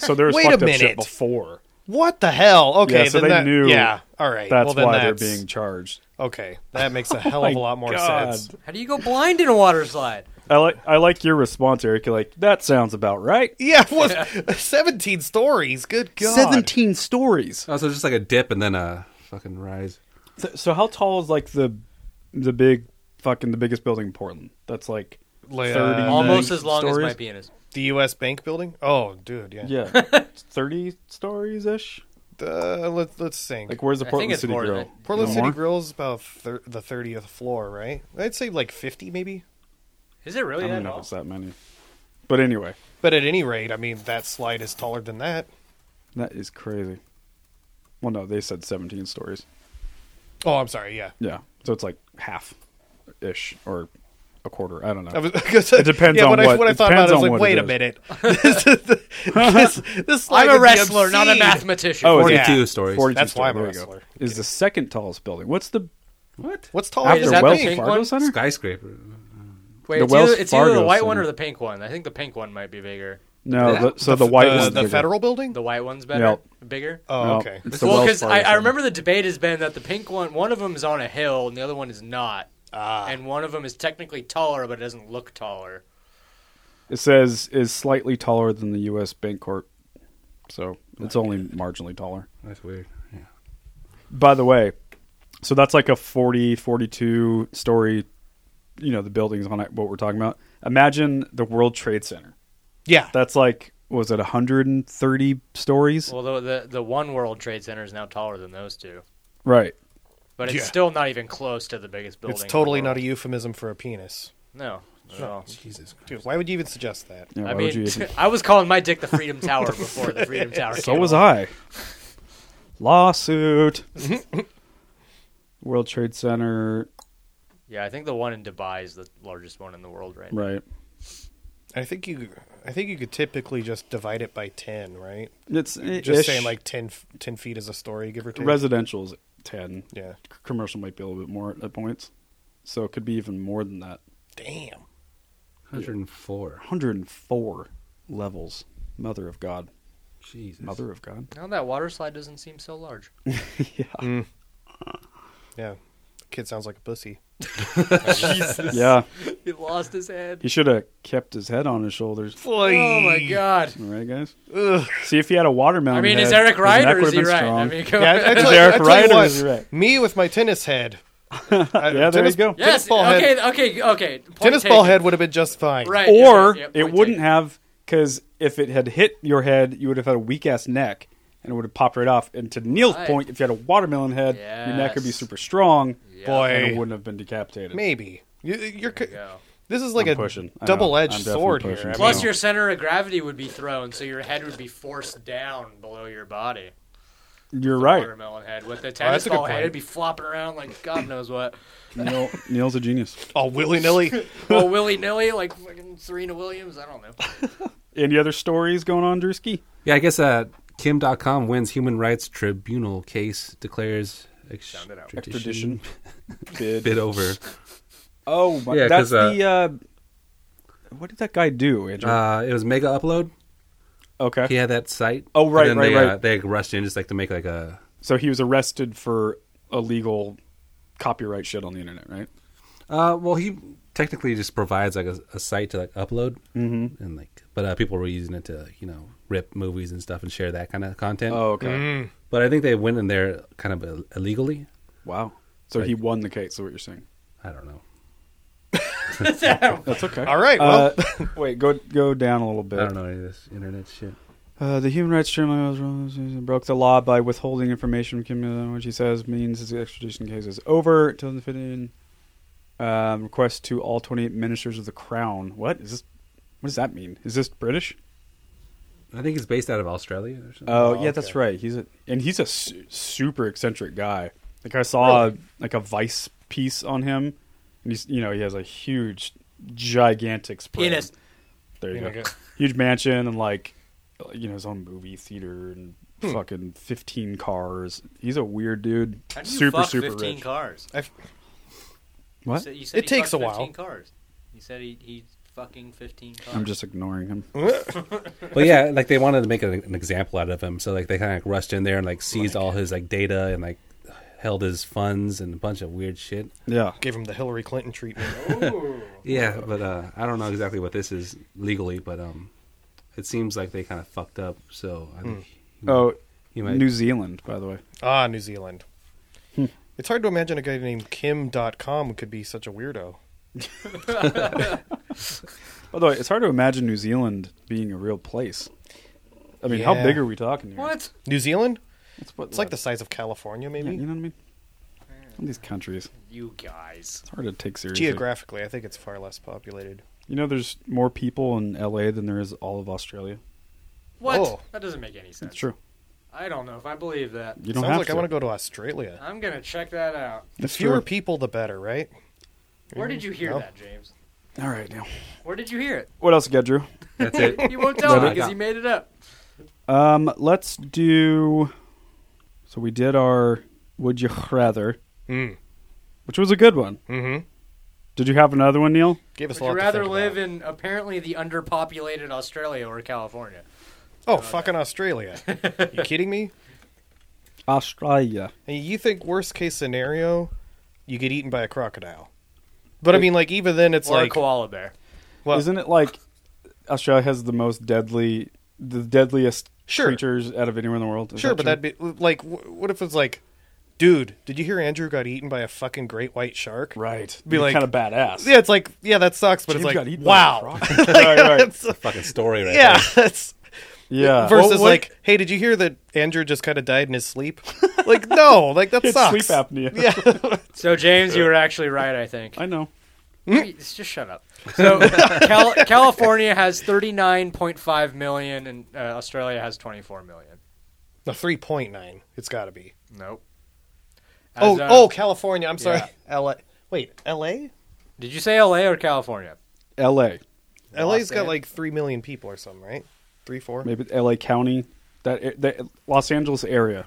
[SPEAKER 3] So there was
[SPEAKER 5] Wait a
[SPEAKER 3] fucked up shit
[SPEAKER 5] minute.
[SPEAKER 3] before.
[SPEAKER 5] What the hell? Okay,
[SPEAKER 3] Yeah, so
[SPEAKER 5] then
[SPEAKER 3] they
[SPEAKER 5] that,
[SPEAKER 3] knew
[SPEAKER 5] Yeah, all right.
[SPEAKER 3] That's
[SPEAKER 5] well, then
[SPEAKER 3] why
[SPEAKER 5] that's,
[SPEAKER 3] they're being charged.
[SPEAKER 5] Okay, that makes a hell of a lot more
[SPEAKER 3] God.
[SPEAKER 5] sense.
[SPEAKER 6] How do you go blind in a water slide?
[SPEAKER 3] I like I like your response, Eric. You're like, that sounds about right.
[SPEAKER 5] Yeah, what? Seventeen stories. Good God.
[SPEAKER 3] Seventeen stories.
[SPEAKER 2] Oh, so just like a dip and then a fucking rise.
[SPEAKER 3] So, so how tall is like the the big fucking the biggest building in Portland? That's like
[SPEAKER 5] Like,
[SPEAKER 3] thirty.
[SPEAKER 5] uh,
[SPEAKER 6] Almost as long
[SPEAKER 3] stories?
[SPEAKER 6] as my penis.
[SPEAKER 5] The U.S. Bank building. Oh, dude. Yeah.
[SPEAKER 3] Yeah, thirty stories ish.
[SPEAKER 5] Uh, let, let's think.
[SPEAKER 3] Like where's the
[SPEAKER 6] I think
[SPEAKER 3] Portland
[SPEAKER 6] it's
[SPEAKER 3] City
[SPEAKER 6] more than
[SPEAKER 3] Grill?
[SPEAKER 6] that.
[SPEAKER 5] Portland
[SPEAKER 3] No
[SPEAKER 5] City
[SPEAKER 3] more?
[SPEAKER 5] Grill is about thir- the thirtieth floor, right? I'd say like fifty, maybe.
[SPEAKER 6] Is it
[SPEAKER 3] I
[SPEAKER 6] really
[SPEAKER 3] don't
[SPEAKER 6] that
[SPEAKER 3] know if
[SPEAKER 6] tall?
[SPEAKER 3] it's that many. But anyway,
[SPEAKER 5] But at any rate, I mean that slide is taller than that.
[SPEAKER 3] that is crazy. Well, no, they said seventeen stories.
[SPEAKER 5] Oh, I'm sorry. Yeah.
[SPEAKER 3] Yeah, so it's like half ish or a quarter. I don't know.
[SPEAKER 5] I was, it
[SPEAKER 3] depends
[SPEAKER 5] yeah,
[SPEAKER 3] on
[SPEAKER 5] when I,
[SPEAKER 3] what-
[SPEAKER 5] when I
[SPEAKER 3] it
[SPEAKER 5] thought about
[SPEAKER 3] depends
[SPEAKER 5] it, I
[SPEAKER 3] on
[SPEAKER 5] was like,
[SPEAKER 3] what it
[SPEAKER 5] wait a
[SPEAKER 3] is.
[SPEAKER 5] minute. this, this, this
[SPEAKER 6] I'm
[SPEAKER 5] slide would
[SPEAKER 6] a
[SPEAKER 5] be
[SPEAKER 6] wrestler, not a
[SPEAKER 5] obscene.
[SPEAKER 6] mathematician.
[SPEAKER 3] Oh,
[SPEAKER 5] yeah.
[SPEAKER 2] 42 stories.
[SPEAKER 3] 42
[SPEAKER 5] That's
[SPEAKER 3] story,
[SPEAKER 5] why I'm a
[SPEAKER 3] there we go,
[SPEAKER 5] wrestler.
[SPEAKER 3] Is the second tallest building. What's the
[SPEAKER 2] What?
[SPEAKER 5] What's taller
[SPEAKER 3] after
[SPEAKER 6] is
[SPEAKER 5] than
[SPEAKER 6] that
[SPEAKER 3] Wells
[SPEAKER 6] the pink
[SPEAKER 3] Fargo
[SPEAKER 6] one?
[SPEAKER 3] Center?
[SPEAKER 2] Skyscraper.
[SPEAKER 6] Wait,
[SPEAKER 3] The
[SPEAKER 6] it's, either,
[SPEAKER 3] Wells
[SPEAKER 6] it's either the
[SPEAKER 3] Fargo
[SPEAKER 6] white one
[SPEAKER 3] Center.
[SPEAKER 6] or the pink one. I think the pink one might be bigger.
[SPEAKER 3] No,
[SPEAKER 2] Yeah.
[SPEAKER 3] the, so the, white one's
[SPEAKER 5] the
[SPEAKER 3] bigger.
[SPEAKER 5] federal building?
[SPEAKER 6] The white one's better,
[SPEAKER 3] Yeah.
[SPEAKER 6] bigger.
[SPEAKER 5] oh,
[SPEAKER 3] No,
[SPEAKER 5] okay.
[SPEAKER 3] it's the
[SPEAKER 6] well,
[SPEAKER 3] Wells
[SPEAKER 6] because
[SPEAKER 3] Fargo
[SPEAKER 6] I, I
[SPEAKER 3] Center.
[SPEAKER 6] remember the debate has been that the pink one, one of them is on a hill and the other one is not,
[SPEAKER 5] Ah.
[SPEAKER 6] and one of them is technically taller but it doesn't look taller.
[SPEAKER 3] It says is slightly taller than the U.S. Bank Court, so it's only marginally taller.
[SPEAKER 2] That's weird. Yeah.
[SPEAKER 3] By the way, so that's like a 40, 42 story, you know, the buildings on it, what we're talking about. Imagine the World Trade Center.
[SPEAKER 5] Yeah.
[SPEAKER 3] That's like, was it 130 stories?
[SPEAKER 6] Well, the, the the one World Trade Center is now taller than those two,
[SPEAKER 3] right.
[SPEAKER 6] but it's
[SPEAKER 5] Yeah.
[SPEAKER 6] still not even close to the biggest building.
[SPEAKER 5] It's
[SPEAKER 6] in the
[SPEAKER 5] totally
[SPEAKER 6] world.
[SPEAKER 5] not a euphemism for a penis.
[SPEAKER 6] No. not at all.
[SPEAKER 2] Jesus Christ.
[SPEAKER 5] Oh, Dude, why would you even suggest that?
[SPEAKER 3] Yeah,
[SPEAKER 6] I
[SPEAKER 3] why would you
[SPEAKER 6] mean,
[SPEAKER 3] even-
[SPEAKER 6] I was calling my dick the Freedom Tower before the Freedom Tower.
[SPEAKER 3] so
[SPEAKER 6] came
[SPEAKER 3] was
[SPEAKER 6] along.
[SPEAKER 3] I. Lawsuit. World Trade Center.
[SPEAKER 6] Yeah, I think the one in Dubai is the largest one in the world right now.
[SPEAKER 3] Right.
[SPEAKER 5] I think you I think you could typically just divide it by 10, right?
[SPEAKER 3] It's
[SPEAKER 5] Just
[SPEAKER 3] ish.
[SPEAKER 5] saying like 10, f- 10 feet is a story, give or take.
[SPEAKER 3] residential's 10.
[SPEAKER 5] yeah.
[SPEAKER 3] C- Commercial might be a little bit more at points. So it could be even more than that.
[SPEAKER 5] Damn.
[SPEAKER 2] 104.
[SPEAKER 3] 104 levels. Mother of God.
[SPEAKER 2] Jesus.
[SPEAKER 3] Mother of God.
[SPEAKER 6] Now that water slide doesn't seem so large.
[SPEAKER 5] Yeah. Kid sounds like a pussy.
[SPEAKER 6] Jesus.
[SPEAKER 3] Yeah.
[SPEAKER 6] He lost his head.
[SPEAKER 3] He should have kept his head on his shoulders.
[SPEAKER 6] Oh my god.
[SPEAKER 3] All right, guys? See if he had a
[SPEAKER 6] I
[SPEAKER 3] watermelon.
[SPEAKER 6] mean, is
[SPEAKER 3] head,
[SPEAKER 6] Eric
[SPEAKER 3] his
[SPEAKER 6] right
[SPEAKER 3] neck
[SPEAKER 6] or
[SPEAKER 3] would have
[SPEAKER 6] is he
[SPEAKER 3] been
[SPEAKER 6] right?
[SPEAKER 3] strong.
[SPEAKER 6] I mean, come
[SPEAKER 5] Yeah,
[SPEAKER 6] on.
[SPEAKER 5] I, I tell,
[SPEAKER 3] Is Eric
[SPEAKER 5] I tell
[SPEAKER 3] right
[SPEAKER 5] you
[SPEAKER 3] or
[SPEAKER 5] what,
[SPEAKER 3] is he right?
[SPEAKER 5] Me with my tennis head. yeah,
[SPEAKER 3] there
[SPEAKER 5] tennis,
[SPEAKER 3] you go.
[SPEAKER 6] yes.
[SPEAKER 5] Tennis ball
[SPEAKER 6] okay.
[SPEAKER 5] head.
[SPEAKER 6] Okay. Okay. Point
[SPEAKER 5] Tennis ball
[SPEAKER 6] taken.
[SPEAKER 5] head would have been just fine.
[SPEAKER 6] Right. yeah,
[SPEAKER 3] Or
[SPEAKER 6] yeah, yeah,
[SPEAKER 3] it
[SPEAKER 6] point
[SPEAKER 3] wouldn't
[SPEAKER 6] taken.
[SPEAKER 3] have, because if it had hit your head, you would have had a weak ass neck and it would have popped right off. And to Neil's
[SPEAKER 6] Right.
[SPEAKER 3] point, if you had a watermelon head, your neck would be
[SPEAKER 6] Yes.
[SPEAKER 3] super strong and it
[SPEAKER 5] Boy,
[SPEAKER 3] wouldn't have been decapitated.
[SPEAKER 5] maybe. You, you're,
[SPEAKER 6] There you go.
[SPEAKER 5] this is like
[SPEAKER 3] I'm
[SPEAKER 5] a
[SPEAKER 3] pushing. I know. I'm
[SPEAKER 5] double-edged
[SPEAKER 3] definitely
[SPEAKER 5] sword
[SPEAKER 3] pushing.
[SPEAKER 5] here. I
[SPEAKER 6] Plus,
[SPEAKER 5] mean-
[SPEAKER 6] your center of gravity would be thrown, so your head would be forced down below your body.
[SPEAKER 3] You're right.
[SPEAKER 6] Watermelon head with the tennis
[SPEAKER 5] Oh, a good
[SPEAKER 6] ball head,
[SPEAKER 5] point.
[SPEAKER 6] it'd be flopping around like God knows what.
[SPEAKER 3] Neil, Neil's a genius.
[SPEAKER 5] Oh, willy nilly.
[SPEAKER 6] well, willy nilly, like fucking Serena Williams. I don't know.
[SPEAKER 3] Any other stories going on, Drewski?
[SPEAKER 2] Yeah, I guess uh, Kim.com wins Human Rights Tribunal case, declares extradition.
[SPEAKER 3] Extradition. Bid.
[SPEAKER 2] Bit over.
[SPEAKER 3] Oh, my,
[SPEAKER 2] Yeah,
[SPEAKER 3] that's
[SPEAKER 2] 'cause, uh,
[SPEAKER 3] the. Uh, what did that guy do, Andrew?
[SPEAKER 2] Uh, it was Mega Upload.
[SPEAKER 3] okay.
[SPEAKER 2] He had that site.
[SPEAKER 3] Oh, right,
[SPEAKER 2] and
[SPEAKER 3] right,
[SPEAKER 2] then they, Uh,
[SPEAKER 3] right.
[SPEAKER 2] they rushed in just like to make like a.
[SPEAKER 3] So he was arrested for illegal copyright shit on the internet, right?
[SPEAKER 2] Uh, well, he technically just provides like a, a site to like upload mm-hmm. and like, but uh, people were using it to you know rip movies and stuff and share that kind of content.
[SPEAKER 3] Oh, okay.
[SPEAKER 5] Hmm.
[SPEAKER 2] But I think they went in there kind of Ill- illegally.
[SPEAKER 3] Wow. So he won the case, is what you're saying.
[SPEAKER 2] I don't know.
[SPEAKER 3] That's okay.
[SPEAKER 5] All right, well,
[SPEAKER 3] Uh, wait, go go down a little bit.
[SPEAKER 2] I don't know any of this internet shit.
[SPEAKER 3] Uh, the human rights tribunal broke the law by withholding information from Kim, Il-sung, which he says means his extradition case is over. 2015 um, request to all 28 ministers of the crown. What is this? What does that mean? Is this British?
[SPEAKER 2] I think he's based out of Australia or something.
[SPEAKER 3] Oh, yeah, that's right. He's a, and he's a su- super eccentric guy. Like I saw a, like a Vice piece on him, and he's you know he has a huge, gigantic spread.
[SPEAKER 6] Penis.
[SPEAKER 3] There you
[SPEAKER 5] There
[SPEAKER 3] go.
[SPEAKER 5] you go.
[SPEAKER 3] Huge mansion and like, you know his own movie theater and
[SPEAKER 6] Hmm.
[SPEAKER 3] fucking fifteen cars. He's a weird dude.
[SPEAKER 6] How do you
[SPEAKER 3] Super
[SPEAKER 6] fuck
[SPEAKER 3] super
[SPEAKER 6] 15
[SPEAKER 3] rich.
[SPEAKER 6] cars?
[SPEAKER 5] I've,
[SPEAKER 6] You
[SPEAKER 3] What?
[SPEAKER 6] said, you said
[SPEAKER 5] It
[SPEAKER 6] he
[SPEAKER 5] takes
[SPEAKER 6] fucked
[SPEAKER 5] a
[SPEAKER 6] 15
[SPEAKER 5] while.
[SPEAKER 6] Cars. You said he, he fucking 15 cars.
[SPEAKER 3] I'm just ignoring him.
[SPEAKER 6] Hmm.
[SPEAKER 2] But yeah, like they wanted to make an, an example out of him, so like they kind of rushed in there and like seized all his like data and like held his funds and a bunch of weird shit.
[SPEAKER 3] Yeah.
[SPEAKER 5] gave him the Hillary Clinton treatment.
[SPEAKER 2] Yeah, but uh, I don't know exactly what this is legally, but um, it seems like they kind of fucked up. So I think
[SPEAKER 6] Hmm.
[SPEAKER 2] he might-
[SPEAKER 3] Oh,
[SPEAKER 2] he might.
[SPEAKER 3] New Zealand, by the way.
[SPEAKER 5] ah, New Zealand.
[SPEAKER 3] Hmm.
[SPEAKER 5] It's hard to imagine a guy named Kim.com could be such a weirdo.
[SPEAKER 3] By the way, it's hard to imagine New Zealand being a real place. I mean, how
[SPEAKER 5] Yeah.
[SPEAKER 3] big are we talking here?
[SPEAKER 6] What?
[SPEAKER 5] New Zealand?
[SPEAKER 3] It's, what,
[SPEAKER 5] It's like the size of California,
[SPEAKER 3] Yeah,
[SPEAKER 5] maybe.
[SPEAKER 3] you know what I mean? Some of these countries,
[SPEAKER 6] You guys.
[SPEAKER 3] it's hard to take seriously.
[SPEAKER 5] Geographically, I think it's far less populated.
[SPEAKER 3] You know, there's more people in LA than there is all of Australia.
[SPEAKER 6] What?
[SPEAKER 5] Oh.
[SPEAKER 6] That doesn't make any sense.
[SPEAKER 3] That's true.
[SPEAKER 6] I don't know if I believe that.
[SPEAKER 3] You don't
[SPEAKER 5] Sounds
[SPEAKER 3] have
[SPEAKER 5] like
[SPEAKER 3] to.
[SPEAKER 5] I want to go to Australia.
[SPEAKER 6] I'm going to check that out.
[SPEAKER 5] The
[SPEAKER 3] That's
[SPEAKER 5] fewer
[SPEAKER 3] true.
[SPEAKER 5] people, the better, right?
[SPEAKER 6] Where did you hear
[SPEAKER 5] No.
[SPEAKER 6] that, James?
[SPEAKER 3] All right, now.
[SPEAKER 6] Where did you hear it?
[SPEAKER 3] What else you got, Drew?
[SPEAKER 2] That's it.
[SPEAKER 6] He won't tell me
[SPEAKER 2] I
[SPEAKER 6] because
[SPEAKER 2] got-
[SPEAKER 6] he made it up.
[SPEAKER 3] Um, let's do. So we did our Would You Rather,
[SPEAKER 5] Mm.
[SPEAKER 3] which was a good one.
[SPEAKER 5] Mm-hmm.
[SPEAKER 3] Did you have another one, Neil?
[SPEAKER 5] Gave us
[SPEAKER 6] Would
[SPEAKER 5] a lot
[SPEAKER 6] you
[SPEAKER 5] to
[SPEAKER 6] rather
[SPEAKER 5] think
[SPEAKER 6] live
[SPEAKER 5] about.
[SPEAKER 6] in apparently the underpopulated Australia or California?
[SPEAKER 5] Oh, fucking Australia! you kidding me?
[SPEAKER 3] Australia.
[SPEAKER 5] And you think worst case scenario, you get eaten by a crocodile. But I mean, like even then, it's
[SPEAKER 6] or
[SPEAKER 5] like
[SPEAKER 6] a koala bear?
[SPEAKER 5] Well-
[SPEAKER 3] Isn't it like Australia has the most deadly, the deadliest
[SPEAKER 5] Sure.
[SPEAKER 3] creatures out of anywhere in the world? Is
[SPEAKER 5] sure,
[SPEAKER 3] that
[SPEAKER 5] but
[SPEAKER 3] true?
[SPEAKER 5] that'd be like, wh- what if it's like, dude, did you hear Andrew got eaten by a fucking great white shark?
[SPEAKER 3] right.
[SPEAKER 5] be like-
[SPEAKER 3] kind of badass.
[SPEAKER 5] Yeah, it's like, yeah, that sucks, but
[SPEAKER 3] James
[SPEAKER 5] it's
[SPEAKER 3] got
[SPEAKER 5] like,
[SPEAKER 3] eaten by a
[SPEAKER 5] wow,
[SPEAKER 3] frog. right, right.
[SPEAKER 5] That's-
[SPEAKER 2] Fucking story, right?
[SPEAKER 5] yeah,
[SPEAKER 2] there.
[SPEAKER 5] that's
[SPEAKER 3] Yeah.
[SPEAKER 5] versus
[SPEAKER 3] Well, what-
[SPEAKER 5] like, hey, did you hear that Andrew just kind of died in his sleep? like, no, like that
[SPEAKER 3] it's
[SPEAKER 5] sucks.
[SPEAKER 3] sleep apnea.
[SPEAKER 5] Yeah,
[SPEAKER 6] So, James, you were actually right, I think.
[SPEAKER 3] I know.
[SPEAKER 6] Wait, Just shut up. So, Cal- California has 39.5 million and uh, Australia has 24 million.
[SPEAKER 5] no, three point nine. It's got to be.
[SPEAKER 6] Nope.
[SPEAKER 5] Oh,
[SPEAKER 6] As, uh,
[SPEAKER 5] oh, California. I'm sorry,
[SPEAKER 6] yeah.
[SPEAKER 5] L.A. Wait, L.A.
[SPEAKER 6] Did you say LA or California?
[SPEAKER 3] L.A.
[SPEAKER 5] LA's got
[SPEAKER 6] Angeles.
[SPEAKER 5] like three million people or something, right? Three, four.
[SPEAKER 3] Maybe L.A. County, that the Los Angeles area.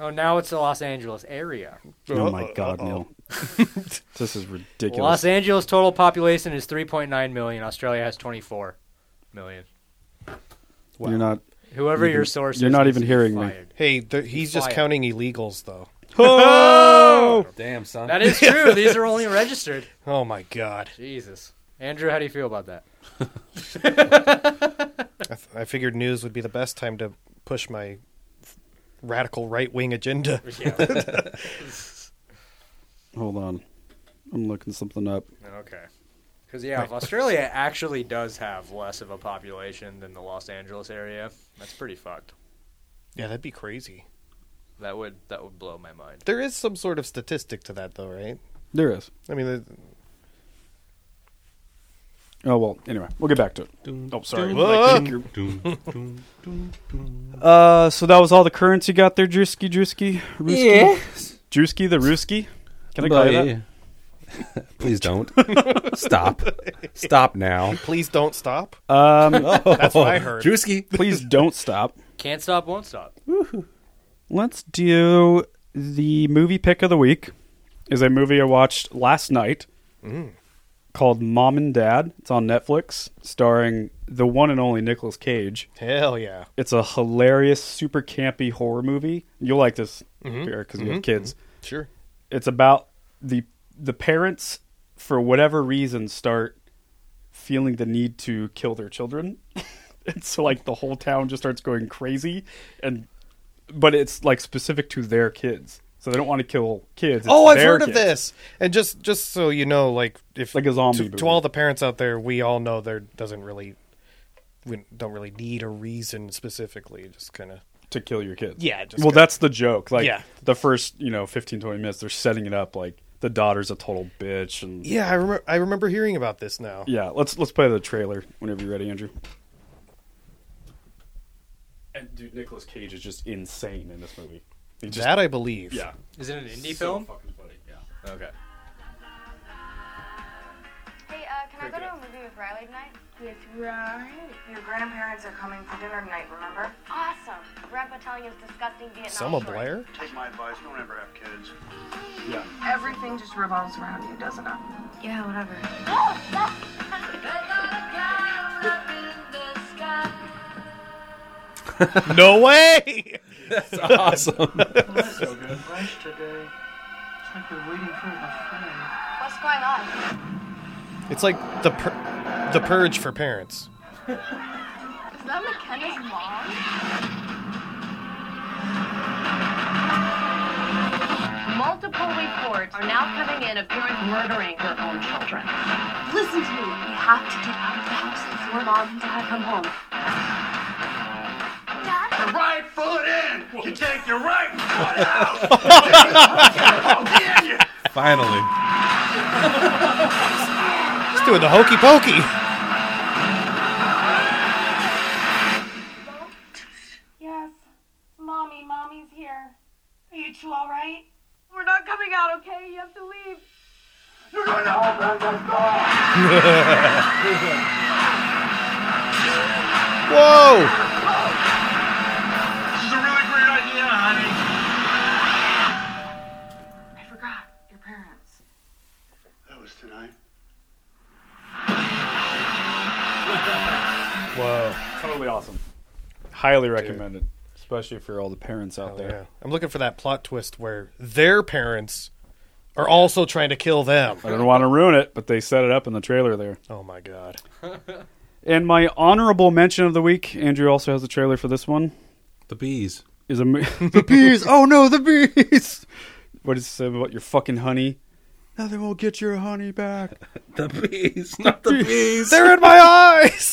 [SPEAKER 6] Oh, now it's the Los Angeles area.
[SPEAKER 3] Oh my God, Neil, this is ridiculous.
[SPEAKER 6] Los Angeles total population is 3.9 million. Australia has 24 million.
[SPEAKER 3] You're not.
[SPEAKER 6] Whoever your source
[SPEAKER 3] you're
[SPEAKER 6] is
[SPEAKER 3] not
[SPEAKER 6] needs
[SPEAKER 3] even
[SPEAKER 6] to be
[SPEAKER 3] hearing me.
[SPEAKER 6] fired.
[SPEAKER 5] Hey, th- he's just
[SPEAKER 6] Fire.
[SPEAKER 5] counting illegals, though.
[SPEAKER 2] Damn son.
[SPEAKER 6] That is true. These are only registered.
[SPEAKER 5] Oh my god!
[SPEAKER 6] Jesus. Andrew, how do you feel about that?
[SPEAKER 5] I, f- I figured news would be the best time to push my f- radical right wing agenda.
[SPEAKER 6] Yeah.
[SPEAKER 3] Hold on, I'm looking something up.
[SPEAKER 6] okay. Because, yeah, if Australia actually does have less of a population than the Los Angeles area, that's pretty fucked.
[SPEAKER 5] Yeah, that'd be crazy.
[SPEAKER 6] That would that would blow my mind.
[SPEAKER 5] There is some sort of statistic to that, though, right?
[SPEAKER 3] There is.
[SPEAKER 5] I mean, the-
[SPEAKER 3] Oh well. Anyway, we'll get back to it. oh, sorry.
[SPEAKER 5] Whoa.
[SPEAKER 3] Uh, so that was all the currents you got there, Drewski, Drewski, Ruski. Drewski the Ruski. Can I call you that?
[SPEAKER 2] Please don't. Stop. Stop now.
[SPEAKER 5] please don't stop.
[SPEAKER 3] Um,
[SPEAKER 5] That's what I heard.
[SPEAKER 2] Drewski.
[SPEAKER 3] please don't stop.
[SPEAKER 6] Can't stop, won't stop.
[SPEAKER 3] Let's do the movie pick of the week. Is a movie I watched last night called Mom and Dad. It's on Netflix, starring the one and only Nicolas Cage.
[SPEAKER 5] Hell yeah!
[SPEAKER 3] It's a hilarious, super campy horror movie. You'll like this because you have kids.
[SPEAKER 5] Sure.
[SPEAKER 3] It's about the the parents, for whatever reason, start feeling the need to kill their children, and so like the whole town just starts going crazy, and but it's like specific to their kids, so they don't want to kill kids. It's
[SPEAKER 5] oh, I've
[SPEAKER 3] their
[SPEAKER 5] heard of
[SPEAKER 3] kids.
[SPEAKER 5] this. And just just so you know, like if
[SPEAKER 3] Like a zombie
[SPEAKER 5] to,
[SPEAKER 3] movie.
[SPEAKER 5] to all the parents out there, we all know there doesn't really we don't really need a reason specifically. Just kind of
[SPEAKER 3] to kill your kids.
[SPEAKER 5] Yeah, just
[SPEAKER 3] well,
[SPEAKER 5] go-
[SPEAKER 3] that's the joke. Like
[SPEAKER 5] Yeah.
[SPEAKER 3] the first, you know, 15, 20 minutes, they're setting it up like the daughter's a total bitch, and
[SPEAKER 5] yeah. I remember I remember hearing about this now.
[SPEAKER 3] Yeah, let's let's play the trailer whenever you're ready, Andrew. And dude, Nicolas Cage is just insane in this movie. He just,
[SPEAKER 5] that I believe.
[SPEAKER 3] yeah,
[SPEAKER 6] Is it an indie
[SPEAKER 3] so
[SPEAKER 6] film?
[SPEAKER 3] fucking funny. Yeah.
[SPEAKER 6] Okay.
[SPEAKER 8] Hey, uh, can I go to a movie with Riley tonight? With Riley? Your grandparents are coming for dinner tonight, remember? Awesome. Grandpa telling us disgusting Vietnam
[SPEAKER 5] Selma
[SPEAKER 8] stories.
[SPEAKER 5] Blair?
[SPEAKER 9] Take my advice, don't ever have kids.
[SPEAKER 3] Yeah.
[SPEAKER 8] Everything just revolves around you, doesn't it? Yeah, whatever.
[SPEAKER 5] No way!
[SPEAKER 9] Lunch today. It's like you're waiting for a friend.
[SPEAKER 8] What's going on?
[SPEAKER 5] It's like the pur- the purge for parents.
[SPEAKER 8] Is that McKenna's mom? Multiple reports are now coming in of parents murdering their own children. Listen to me. We have to get out of the house before mom and dad come home. Dad?
[SPEAKER 9] Your right foot in! You take your right foot out! I'll get you!
[SPEAKER 2] Finally.
[SPEAKER 5] He's doing the hokey pokey.
[SPEAKER 8] Yes. Mommy, mommy's here. Are you two all right? We're not coming out, okay? You have to leave.
[SPEAKER 9] You're going to hold on the door!
[SPEAKER 5] Whoa!
[SPEAKER 9] This is a really great idea, honey.
[SPEAKER 8] I forgot. Your parents.
[SPEAKER 9] That was tonight.
[SPEAKER 5] Whoa!
[SPEAKER 3] Totally awesome. Highly recommended, especially if you're all the parents out there.
[SPEAKER 5] Oh, Yeah. I'm looking for that plot twist where their parents are also trying to kill them.
[SPEAKER 3] I don't want to ruin it, but they set it up in the trailer there.
[SPEAKER 5] Oh my god!
[SPEAKER 3] And my honorable mention of the week, Andrew also has a trailer for this one.
[SPEAKER 2] The bees.
[SPEAKER 3] Is a mo- the bees? Oh no, the bees! What is it say about your fucking honey? Nothing will get your honey back.
[SPEAKER 2] The bees, not the bees.
[SPEAKER 5] They're in my eyes.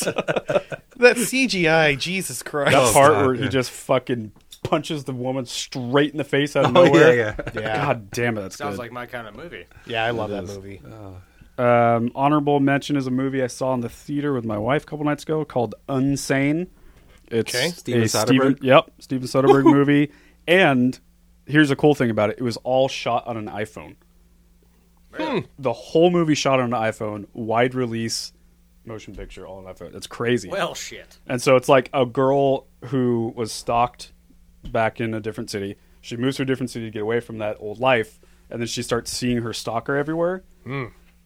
[SPEAKER 5] that CGI, Jesus Christ!
[SPEAKER 3] That
[SPEAKER 2] Oh,
[SPEAKER 3] part
[SPEAKER 2] God,
[SPEAKER 3] where he
[SPEAKER 2] yeah.
[SPEAKER 3] just fucking punches the woman straight in the face out of
[SPEAKER 2] Oh,
[SPEAKER 3] nowhere.
[SPEAKER 2] yeah, yeah.
[SPEAKER 5] Yeah.
[SPEAKER 3] God damn it, that's
[SPEAKER 6] Sounds
[SPEAKER 3] good.
[SPEAKER 6] like my kind of movie.
[SPEAKER 5] Yeah, I love that movie.
[SPEAKER 3] Oh. Um, honorable mention is a movie I saw in the theater with my wife a couple nights ago called Unsane. It's
[SPEAKER 5] Okay.
[SPEAKER 3] a
[SPEAKER 2] Steven Soderbergh?
[SPEAKER 3] yep, Steven Soderbergh movie. And here's a cool thing about it: it was all shot on an iPhone. The whole movie shot on an iPhone, wide release motion picture, all on iPhone. It's crazy.
[SPEAKER 6] Well, shit.
[SPEAKER 3] And so it's like a girl who was stalked back in a different city. She moves to a different city to get away from that old life, and then she starts seeing her stalker everywhere.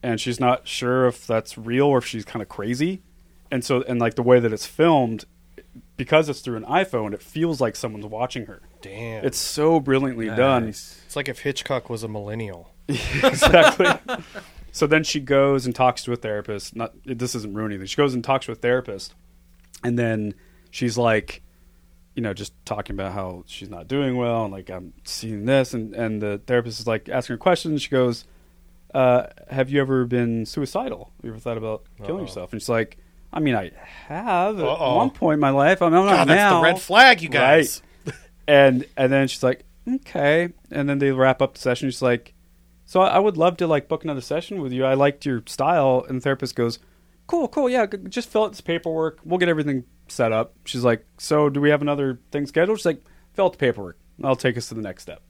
[SPEAKER 3] And she's not sure if that's real or if she's kind of crazy. And so, and like the way that it's filmed, because it's through an iPhone, it feels like someone's watching her.
[SPEAKER 5] Damn!
[SPEAKER 3] It's so brilliantly done.
[SPEAKER 5] it's like if Hitchcock was a millennial.
[SPEAKER 3] exactly. so then she goes and talks to a therapist. Not this isn't ruining anything. She goes and talks to a therapist, and then she's like, you know, just talking about how she's not doing well and like I'm seeing this, and and the therapist is like asking her questions. She goes, uh, "Have you ever been suicidal? Have you ever thought about killing yourself?" And she's like, "I mean, I have at
[SPEAKER 5] Uh-oh.
[SPEAKER 3] one point in my life. I'm, I'm
[SPEAKER 5] God,
[SPEAKER 3] not
[SPEAKER 5] that's
[SPEAKER 3] now."
[SPEAKER 5] the red flag, you guys.
[SPEAKER 3] Right. and and then she's like, okay. And then they wrap up the session. She's like, so I, I would love to like book another session with you. I liked your style. And the therapist goes, cool, cool, yeah. g- Just fill out this paperwork. We'll get everything set up. She's like, so do we have another thing scheduled? She's like, fill out the paperwork. I'll take us to the next step.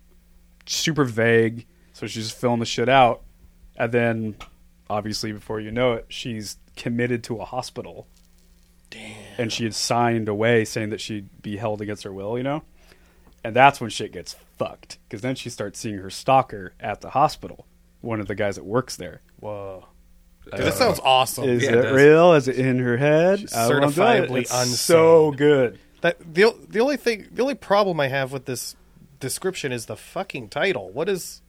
[SPEAKER 3] Super vague. So she's just filling the shit out. And then, obviously, before you know it, she's committed to a hospital and she had signed away saying that she'd be held against her will, you know? And that's when shit gets fucked because then she starts seeing her stalker at the hospital, one of the guys that works there.
[SPEAKER 5] Whoa! Dude, that sounds awesome.
[SPEAKER 3] Uh, Is
[SPEAKER 2] Yeah, it
[SPEAKER 3] it,
[SPEAKER 2] does.
[SPEAKER 3] real? Is it in her head? I don't know.
[SPEAKER 5] certifiably
[SPEAKER 3] It's so
[SPEAKER 5] unsane.
[SPEAKER 3] good.
[SPEAKER 5] That the o- the only thing the only problem I have with this description is the fucking title. What is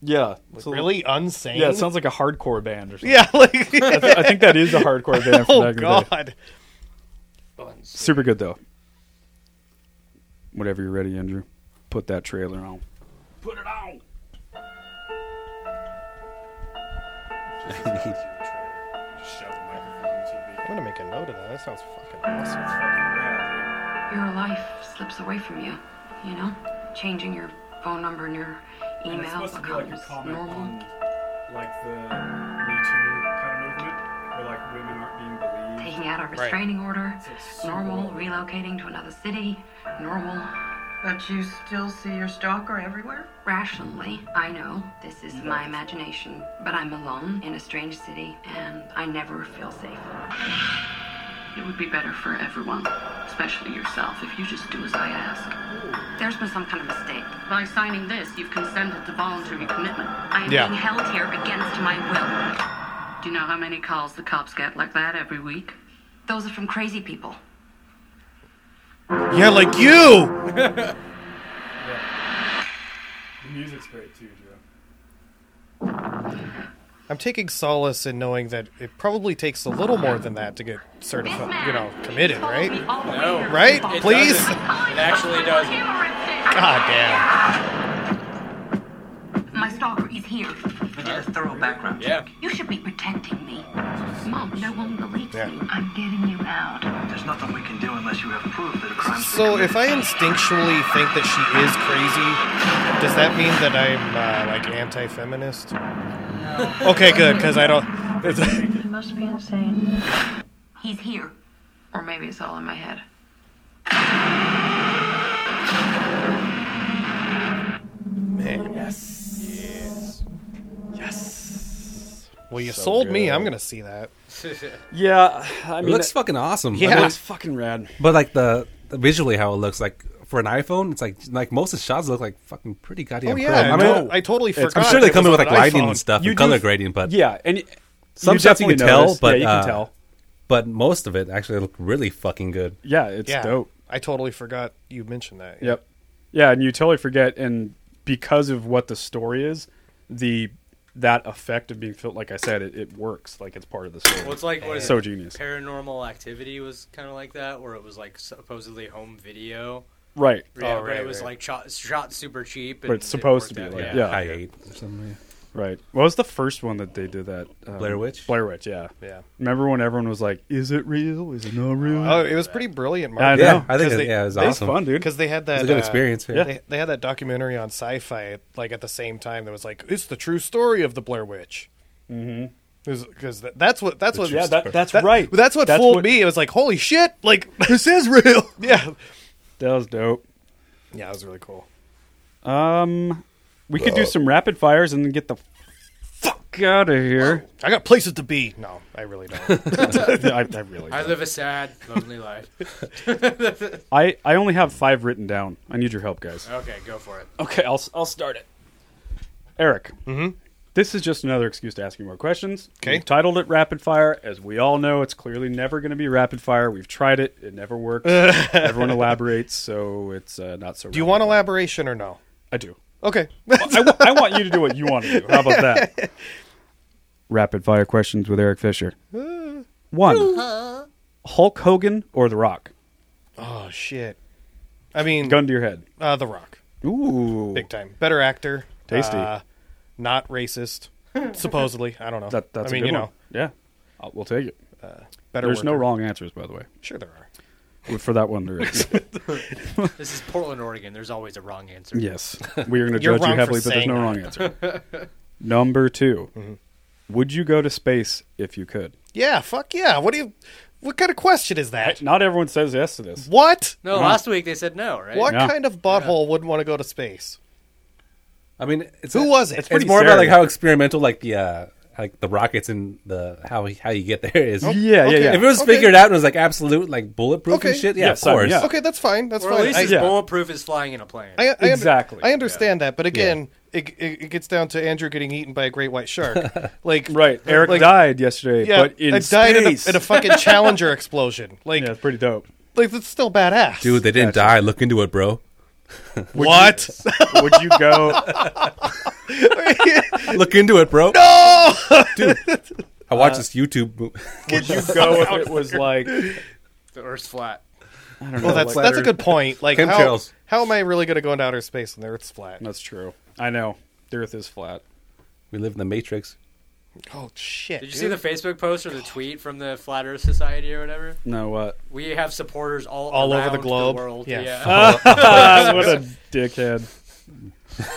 [SPEAKER 3] Yeah. So-
[SPEAKER 5] really unsane?
[SPEAKER 3] Yeah, it sounds like a hardcore band or something.
[SPEAKER 5] yeah, like
[SPEAKER 3] I, th- I think that is a hardcore band from
[SPEAKER 5] oh
[SPEAKER 3] back in the day.
[SPEAKER 5] god.
[SPEAKER 3] Super good, though. Whatever you're ready, Andrew. Put that trailer on.
[SPEAKER 5] I'm gonna make a note of that. That sounds fucking awesome.
[SPEAKER 8] Your life slips away from you, you know? Changing your phone number and your email becomes normal.
[SPEAKER 3] like the Me Too kind of movement, where like women aren't being believed.
[SPEAKER 8] They taking out a
[SPEAKER 10] Right.
[SPEAKER 8] restraining order, normal relocating to another city, normal. But you still see your stalker everywhere? Rationally, I know this is my imagination, but I'm alone in a strange city and I never feel safe. It would be better for everyone, especially yourself, if you just do as I ask. There's been some kind of mistake. By signing this, you've consented to voluntary commitment. I am
[SPEAKER 10] Yeah.
[SPEAKER 8] being held here against my will. Do you know how many calls the cops get like that every week? Those are from crazy people.
[SPEAKER 5] Yeah, like you.
[SPEAKER 3] yeah. The music's great too, Joe.
[SPEAKER 5] I'm taking solace in knowing that it probably takes a little more than that to get certified, you know, committed, right?
[SPEAKER 4] No.
[SPEAKER 5] Right?
[SPEAKER 4] It
[SPEAKER 5] Please?
[SPEAKER 4] doesn't. It actually doesn't.
[SPEAKER 5] God damn.
[SPEAKER 8] My stalker is here.
[SPEAKER 9] I did a thorough background check.
[SPEAKER 8] You should be protecting me. Mom, no one believes
[SPEAKER 5] Yeah.
[SPEAKER 8] me. I'm getting you out.
[SPEAKER 9] There's nothing we can do unless you have proof that a crime.
[SPEAKER 5] So if I instinctually think that she is crazy, does that mean that I'm uh, like anti-feminist? Okay, good, because I don't.
[SPEAKER 8] He must be insane. He's here. Or maybe it's all in my head.
[SPEAKER 5] Man, yes. Yes. Yes. Well, you sold me. I'm gonna see that.
[SPEAKER 3] Yeah, I
[SPEAKER 2] It
[SPEAKER 3] mean
[SPEAKER 2] looks fucking awesome.
[SPEAKER 3] Yeah,
[SPEAKER 2] I mean,
[SPEAKER 3] it's fucking rad.
[SPEAKER 2] But like the, the visually how it looks like for an iPhone, it's like like most of the shots look like fucking pretty goddamn.
[SPEAKER 5] Oh, yeah,
[SPEAKER 2] pro.
[SPEAKER 5] I know. I totally
[SPEAKER 2] It's- I'm
[SPEAKER 5] forgot
[SPEAKER 2] sure they
[SPEAKER 5] it
[SPEAKER 2] come in
[SPEAKER 5] was
[SPEAKER 2] with
[SPEAKER 5] on
[SPEAKER 2] like
[SPEAKER 5] an
[SPEAKER 2] lighting
[SPEAKER 5] iPhone.
[SPEAKER 2] and stuff
[SPEAKER 5] You
[SPEAKER 2] and
[SPEAKER 5] do
[SPEAKER 2] color
[SPEAKER 5] f-
[SPEAKER 2] grading, but
[SPEAKER 3] yeah, and y-
[SPEAKER 2] some
[SPEAKER 3] you
[SPEAKER 2] shots you can
[SPEAKER 3] definitely
[SPEAKER 2] tell,
[SPEAKER 3] notice. Yeah,
[SPEAKER 2] but
[SPEAKER 3] you can
[SPEAKER 2] uh,
[SPEAKER 3] tell.
[SPEAKER 2] But most of it actually looked really fucking good.
[SPEAKER 3] Yeah, it's
[SPEAKER 5] yeah,
[SPEAKER 3] dope.
[SPEAKER 5] I totally forgot you mentioned that.
[SPEAKER 3] Yep. Yeah, and you totally forget, and because of what the story is, the that effect of being felt, like I said, it, it works. Like it's part of the story.
[SPEAKER 4] Well, it's like what is
[SPEAKER 3] so
[SPEAKER 4] it?
[SPEAKER 3] genius.
[SPEAKER 4] Paranormal Activity was kind of like that, where it was like supposedly home video.
[SPEAKER 3] Right.
[SPEAKER 4] Yeah,
[SPEAKER 3] Oh,
[SPEAKER 4] but
[SPEAKER 3] right,
[SPEAKER 4] it was
[SPEAKER 3] right.
[SPEAKER 4] like shot, shot super cheap. And
[SPEAKER 3] But it's
[SPEAKER 4] it
[SPEAKER 3] supposed to be
[SPEAKER 4] worked
[SPEAKER 3] like
[SPEAKER 4] out.
[SPEAKER 3] yeah,
[SPEAKER 2] High eight or something.
[SPEAKER 3] Right. What was the first one that they did that? um,
[SPEAKER 2] Blair Witch?
[SPEAKER 3] Blair Witch. Yeah.
[SPEAKER 5] Yeah.
[SPEAKER 3] Remember when everyone was like, "Is it real? Is it not real?"
[SPEAKER 5] Oh, it was pretty brilliant.
[SPEAKER 3] I know.
[SPEAKER 2] I think it- yeah, it was awesome.
[SPEAKER 3] fun, dude.
[SPEAKER 5] Because they had that
[SPEAKER 2] It was a good
[SPEAKER 5] uh,
[SPEAKER 2] experience, yeah.
[SPEAKER 5] They, they had that documentary on sci-fi like at the same time that was like it's the true story of the Blair Witch.
[SPEAKER 3] Mm-hmm.
[SPEAKER 5] Because that's what that's
[SPEAKER 3] The
[SPEAKER 5] what
[SPEAKER 3] true Yeah, that- story. that's right.
[SPEAKER 5] That's what
[SPEAKER 3] That's
[SPEAKER 5] fooled
[SPEAKER 3] what-
[SPEAKER 5] me. It was like holy shit, like this is real. Yeah,
[SPEAKER 3] That was dope.
[SPEAKER 5] yeah, it was really cool.
[SPEAKER 3] Um, we could do some rapid fires and then get the fuck out of here.
[SPEAKER 5] I got places to be. No, I really don't.
[SPEAKER 3] I, I really.
[SPEAKER 4] I
[SPEAKER 3] don't.
[SPEAKER 4] live a sad, lonely life.
[SPEAKER 3] I I only have five written down. I need your help, guys.
[SPEAKER 4] okay, go for it.
[SPEAKER 3] Okay, I'll I'll start it. Eric. Mm-hmm. This is just another excuse to ask you more questions.
[SPEAKER 5] Okay.
[SPEAKER 3] We've titled it Rapid Fire. As we all know, it's clearly never going to be Rapid Fire. We've tried it, it never works. Everyone elaborates, so it's uh, not so
[SPEAKER 5] do you want elaboration or no?
[SPEAKER 3] I do.
[SPEAKER 5] Okay.
[SPEAKER 3] I, w- I want you to do what you want to do. How about that? Rapid Fire questions with Eric Fisher. One Hulk Hogan or The Rock?
[SPEAKER 5] Oh shit. I mean,
[SPEAKER 3] Gun to your head.
[SPEAKER 5] uh, The Rock,
[SPEAKER 3] Ooh.
[SPEAKER 5] big time, better actor,
[SPEAKER 3] Tasty.
[SPEAKER 5] uh, not racist, supposedly. I don't know.
[SPEAKER 3] That, that's
[SPEAKER 5] I mean,
[SPEAKER 3] a good
[SPEAKER 5] you
[SPEAKER 3] one.
[SPEAKER 5] know,
[SPEAKER 3] Yeah. I'll, we'll take it.
[SPEAKER 5] better.
[SPEAKER 3] There's no
[SPEAKER 5] worker.
[SPEAKER 3] wrong answers, by the way.
[SPEAKER 5] Sure, there are.
[SPEAKER 3] For that one, there is.
[SPEAKER 4] This is Portland, Oregon. There's always a wrong answer.
[SPEAKER 3] Yes. We are going to
[SPEAKER 5] You're
[SPEAKER 3] judge you
[SPEAKER 5] wrong for
[SPEAKER 3] heavily, but there's
[SPEAKER 5] saying
[SPEAKER 3] no
[SPEAKER 5] that. Mm-hmm.
[SPEAKER 3] wrong answer. Number 2 Would you go to space if you could?
[SPEAKER 5] Yeah, fuck yeah. What do you? What kind of question is that?
[SPEAKER 3] Not everyone says yes to this.
[SPEAKER 5] What?
[SPEAKER 4] No, last week they said no, right?
[SPEAKER 5] What
[SPEAKER 3] Yeah.
[SPEAKER 5] kind of butthole wouldn't want to go to space?
[SPEAKER 2] I mean, it's
[SPEAKER 5] Who was it?
[SPEAKER 2] It's, more about like how experimental, like the uh, like the rockets and the how how you get there is.
[SPEAKER 3] Yeah, yeah, yeah.
[SPEAKER 2] If it was
[SPEAKER 5] Okay.
[SPEAKER 2] figured out and it was like absolute like bulletproof and
[SPEAKER 5] Okay.
[SPEAKER 2] shit, yeah,
[SPEAKER 3] Yeah,
[SPEAKER 2] of
[SPEAKER 3] so,
[SPEAKER 2] course.
[SPEAKER 3] yeah.
[SPEAKER 5] Okay, that's fine. That's
[SPEAKER 4] Or
[SPEAKER 5] fine.
[SPEAKER 4] at least
[SPEAKER 5] I-
[SPEAKER 4] it's
[SPEAKER 3] yeah.
[SPEAKER 4] bulletproof as flying in a plane.
[SPEAKER 5] I, I, under-
[SPEAKER 3] Exactly.
[SPEAKER 5] I understand that, but again, it, it, it gets down to Andrew getting eaten by a great white shark. like
[SPEAKER 3] Right. Eric
[SPEAKER 5] like-
[SPEAKER 3] died yesterday,
[SPEAKER 5] Yeah,
[SPEAKER 3] but in
[SPEAKER 5] I died in a,
[SPEAKER 3] space.
[SPEAKER 5] in a fucking Challenger explosion. Like,
[SPEAKER 3] yeah, it's pretty dope.
[SPEAKER 5] like that's still badass,
[SPEAKER 2] Dude, they didn't die. Look into it, bro.
[SPEAKER 5] What?
[SPEAKER 3] Would you go?
[SPEAKER 2] Look into it, bro. No, dude. I
[SPEAKER 3] Uh,
[SPEAKER 2] watched this YouTube. mo-
[SPEAKER 3] Would you go if it was like?
[SPEAKER 4] The Earth's flat.
[SPEAKER 3] I don't know.
[SPEAKER 5] well, that's
[SPEAKER 3] like-
[SPEAKER 5] that's a good point. Like, how,
[SPEAKER 2] Chemtrails.
[SPEAKER 5] how am I really going to go into outer space when the Earth's flat?
[SPEAKER 3] that's true. I know the Earth is flat.
[SPEAKER 2] we live in the Matrix.
[SPEAKER 5] Oh shit!
[SPEAKER 4] Did you
[SPEAKER 5] dude.
[SPEAKER 4] see the Facebook post or the tweet from the Flat Earth Society or whatever?
[SPEAKER 3] No, what?
[SPEAKER 4] We have supporters all
[SPEAKER 5] All over the
[SPEAKER 4] around
[SPEAKER 5] globe?
[SPEAKER 4] world.
[SPEAKER 5] Yeah.
[SPEAKER 4] Yeah.
[SPEAKER 3] what a dickhead!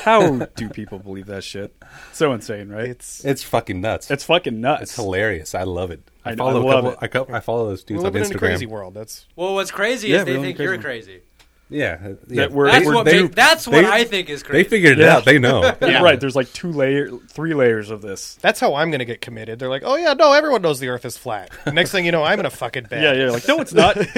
[SPEAKER 3] How do people believe that shit? So insane, right? It's
[SPEAKER 2] It's fucking nuts.
[SPEAKER 3] It's fucking nuts.
[SPEAKER 2] It's hilarious. I love it. I,
[SPEAKER 3] I know, I
[SPEAKER 2] follow a
[SPEAKER 3] love
[SPEAKER 2] couple,
[SPEAKER 3] it.
[SPEAKER 2] I, co- I follow those dudes
[SPEAKER 5] We're
[SPEAKER 2] on
[SPEAKER 5] living in a
[SPEAKER 2] Instagram.
[SPEAKER 5] crazy world. That's
[SPEAKER 6] Well, what's crazy
[SPEAKER 2] Yeah,
[SPEAKER 6] is
[SPEAKER 2] we
[SPEAKER 6] they
[SPEAKER 2] live in
[SPEAKER 6] think
[SPEAKER 2] crazy
[SPEAKER 6] you're
[SPEAKER 2] world.
[SPEAKER 6] crazy.
[SPEAKER 2] Yeah, uh, yeah.
[SPEAKER 3] That we're-
[SPEAKER 6] That's
[SPEAKER 3] we're-
[SPEAKER 6] what
[SPEAKER 3] they-
[SPEAKER 6] make- that's what I think is
[SPEAKER 2] They
[SPEAKER 6] crazy.
[SPEAKER 2] figured it
[SPEAKER 3] Yeah.
[SPEAKER 2] out. They know.
[SPEAKER 3] You're right. There's like two layer, three layers of this.
[SPEAKER 5] that's how I'm going to get committed. They're like, oh yeah, no, everyone knows the Earth is flat. Next thing you know, I'm in a fucking bed.
[SPEAKER 3] Yeah, yeah. Like no, it's not.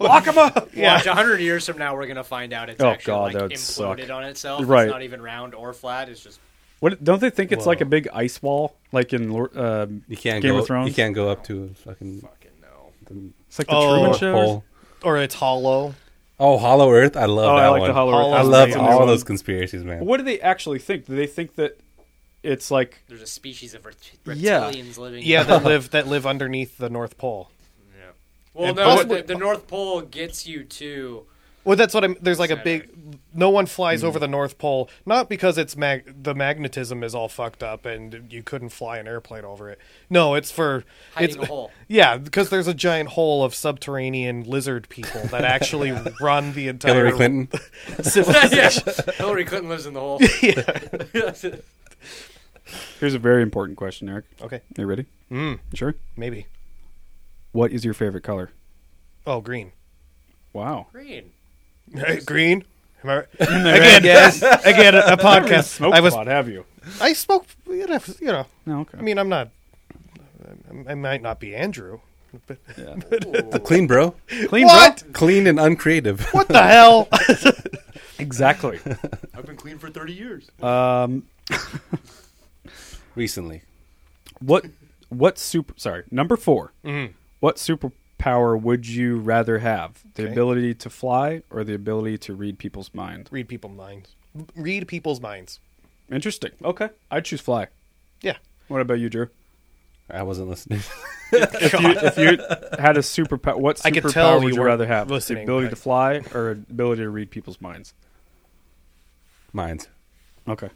[SPEAKER 3] Lock them up.
[SPEAKER 6] Watch, 100 years from now, we're going to find out it's
[SPEAKER 3] Oh,
[SPEAKER 6] actually
[SPEAKER 3] God,
[SPEAKER 6] like,
[SPEAKER 3] that would
[SPEAKER 6] imploded
[SPEAKER 3] suck.
[SPEAKER 6] on itself.
[SPEAKER 3] Right.
[SPEAKER 6] It's not even round or flat. It's just.
[SPEAKER 3] What? Don't they think it's like a big ice wall, like in Lord- um,
[SPEAKER 2] You can't
[SPEAKER 3] Game
[SPEAKER 2] go.
[SPEAKER 3] of Thrones?
[SPEAKER 2] You can't go up to a fucking
[SPEAKER 3] It's like the
[SPEAKER 5] Oh.
[SPEAKER 3] Truman
[SPEAKER 2] North
[SPEAKER 3] Show. or-
[SPEAKER 2] Pole.
[SPEAKER 5] Or it's hollow.
[SPEAKER 2] Oh, Hollow Earth. I love
[SPEAKER 3] Oh,
[SPEAKER 2] that
[SPEAKER 3] I like
[SPEAKER 2] one.
[SPEAKER 3] the Hollow
[SPEAKER 5] Hollow
[SPEAKER 3] Earth.
[SPEAKER 2] I
[SPEAKER 5] Earth.
[SPEAKER 2] love
[SPEAKER 5] That's
[SPEAKER 3] amazing.
[SPEAKER 2] all those conspiracies, man.
[SPEAKER 3] What do they actually think? Do they think that it's like
[SPEAKER 6] There's a species of rept-
[SPEAKER 3] Yeah.
[SPEAKER 6] reptilians living.
[SPEAKER 5] Yeah, that live that live underneath the North Pole.
[SPEAKER 6] Well,
[SPEAKER 5] And
[SPEAKER 6] no,
[SPEAKER 5] possibly-
[SPEAKER 6] the, the North Pole gets you to.
[SPEAKER 5] Well, that's what I'm. There's like a
[SPEAKER 6] Saturday.
[SPEAKER 5] big. No one flies over the North Pole, not because it's mag, the magnetism is all fucked up and you couldn't fly an airplane over it. No, it's for
[SPEAKER 6] Hiding
[SPEAKER 5] it's,
[SPEAKER 6] a hole.
[SPEAKER 5] Yeah, because there's a giant hole of subterranean lizard people that actually run the entire.
[SPEAKER 2] Hillary Clinton.
[SPEAKER 6] Yeah. Hillary Clinton lives in the hole.
[SPEAKER 3] Here's a very important question, Eric.
[SPEAKER 5] Okay,
[SPEAKER 3] Are you ready? Mm. Sure.
[SPEAKER 5] maybe.
[SPEAKER 3] What is your favorite color?
[SPEAKER 5] Oh, green.
[SPEAKER 3] Wow.
[SPEAKER 6] Green.
[SPEAKER 5] green. Am I, again, again, a podcast.
[SPEAKER 3] Smoke
[SPEAKER 5] I was.
[SPEAKER 3] pot, have you?
[SPEAKER 5] I smoke. You know, you know.
[SPEAKER 3] No, okay.
[SPEAKER 5] I mean, I'm not. I- I might not be Andrew. But
[SPEAKER 2] Clean, bro.
[SPEAKER 3] clean,
[SPEAKER 5] what?
[SPEAKER 2] Clean and uncreative.
[SPEAKER 5] What the hell?
[SPEAKER 3] Exactly.
[SPEAKER 6] I've been clean for 30 years.
[SPEAKER 2] Recently,
[SPEAKER 3] what? What super? Sorry, number 4
[SPEAKER 5] Mm-hmm.
[SPEAKER 3] What superpower would you rather have? The
[SPEAKER 5] Okay.
[SPEAKER 3] ability to fly or the ability to read people's mind?
[SPEAKER 5] read people's minds. Read people's minds.
[SPEAKER 3] Interesting. Okay, I choose fly.
[SPEAKER 5] Yeah.
[SPEAKER 3] What about you, Drew?
[SPEAKER 2] I wasn't listening.
[SPEAKER 3] If you, if you had a superpower, what
[SPEAKER 5] I could
[SPEAKER 3] superpower
[SPEAKER 5] tell
[SPEAKER 3] would
[SPEAKER 5] you
[SPEAKER 3] you
[SPEAKER 5] weren't
[SPEAKER 3] rather have? The
[SPEAKER 5] listening,
[SPEAKER 3] ability
[SPEAKER 5] but-
[SPEAKER 3] to fly or ability to read people's minds?
[SPEAKER 2] Mine's.
[SPEAKER 3] Okay,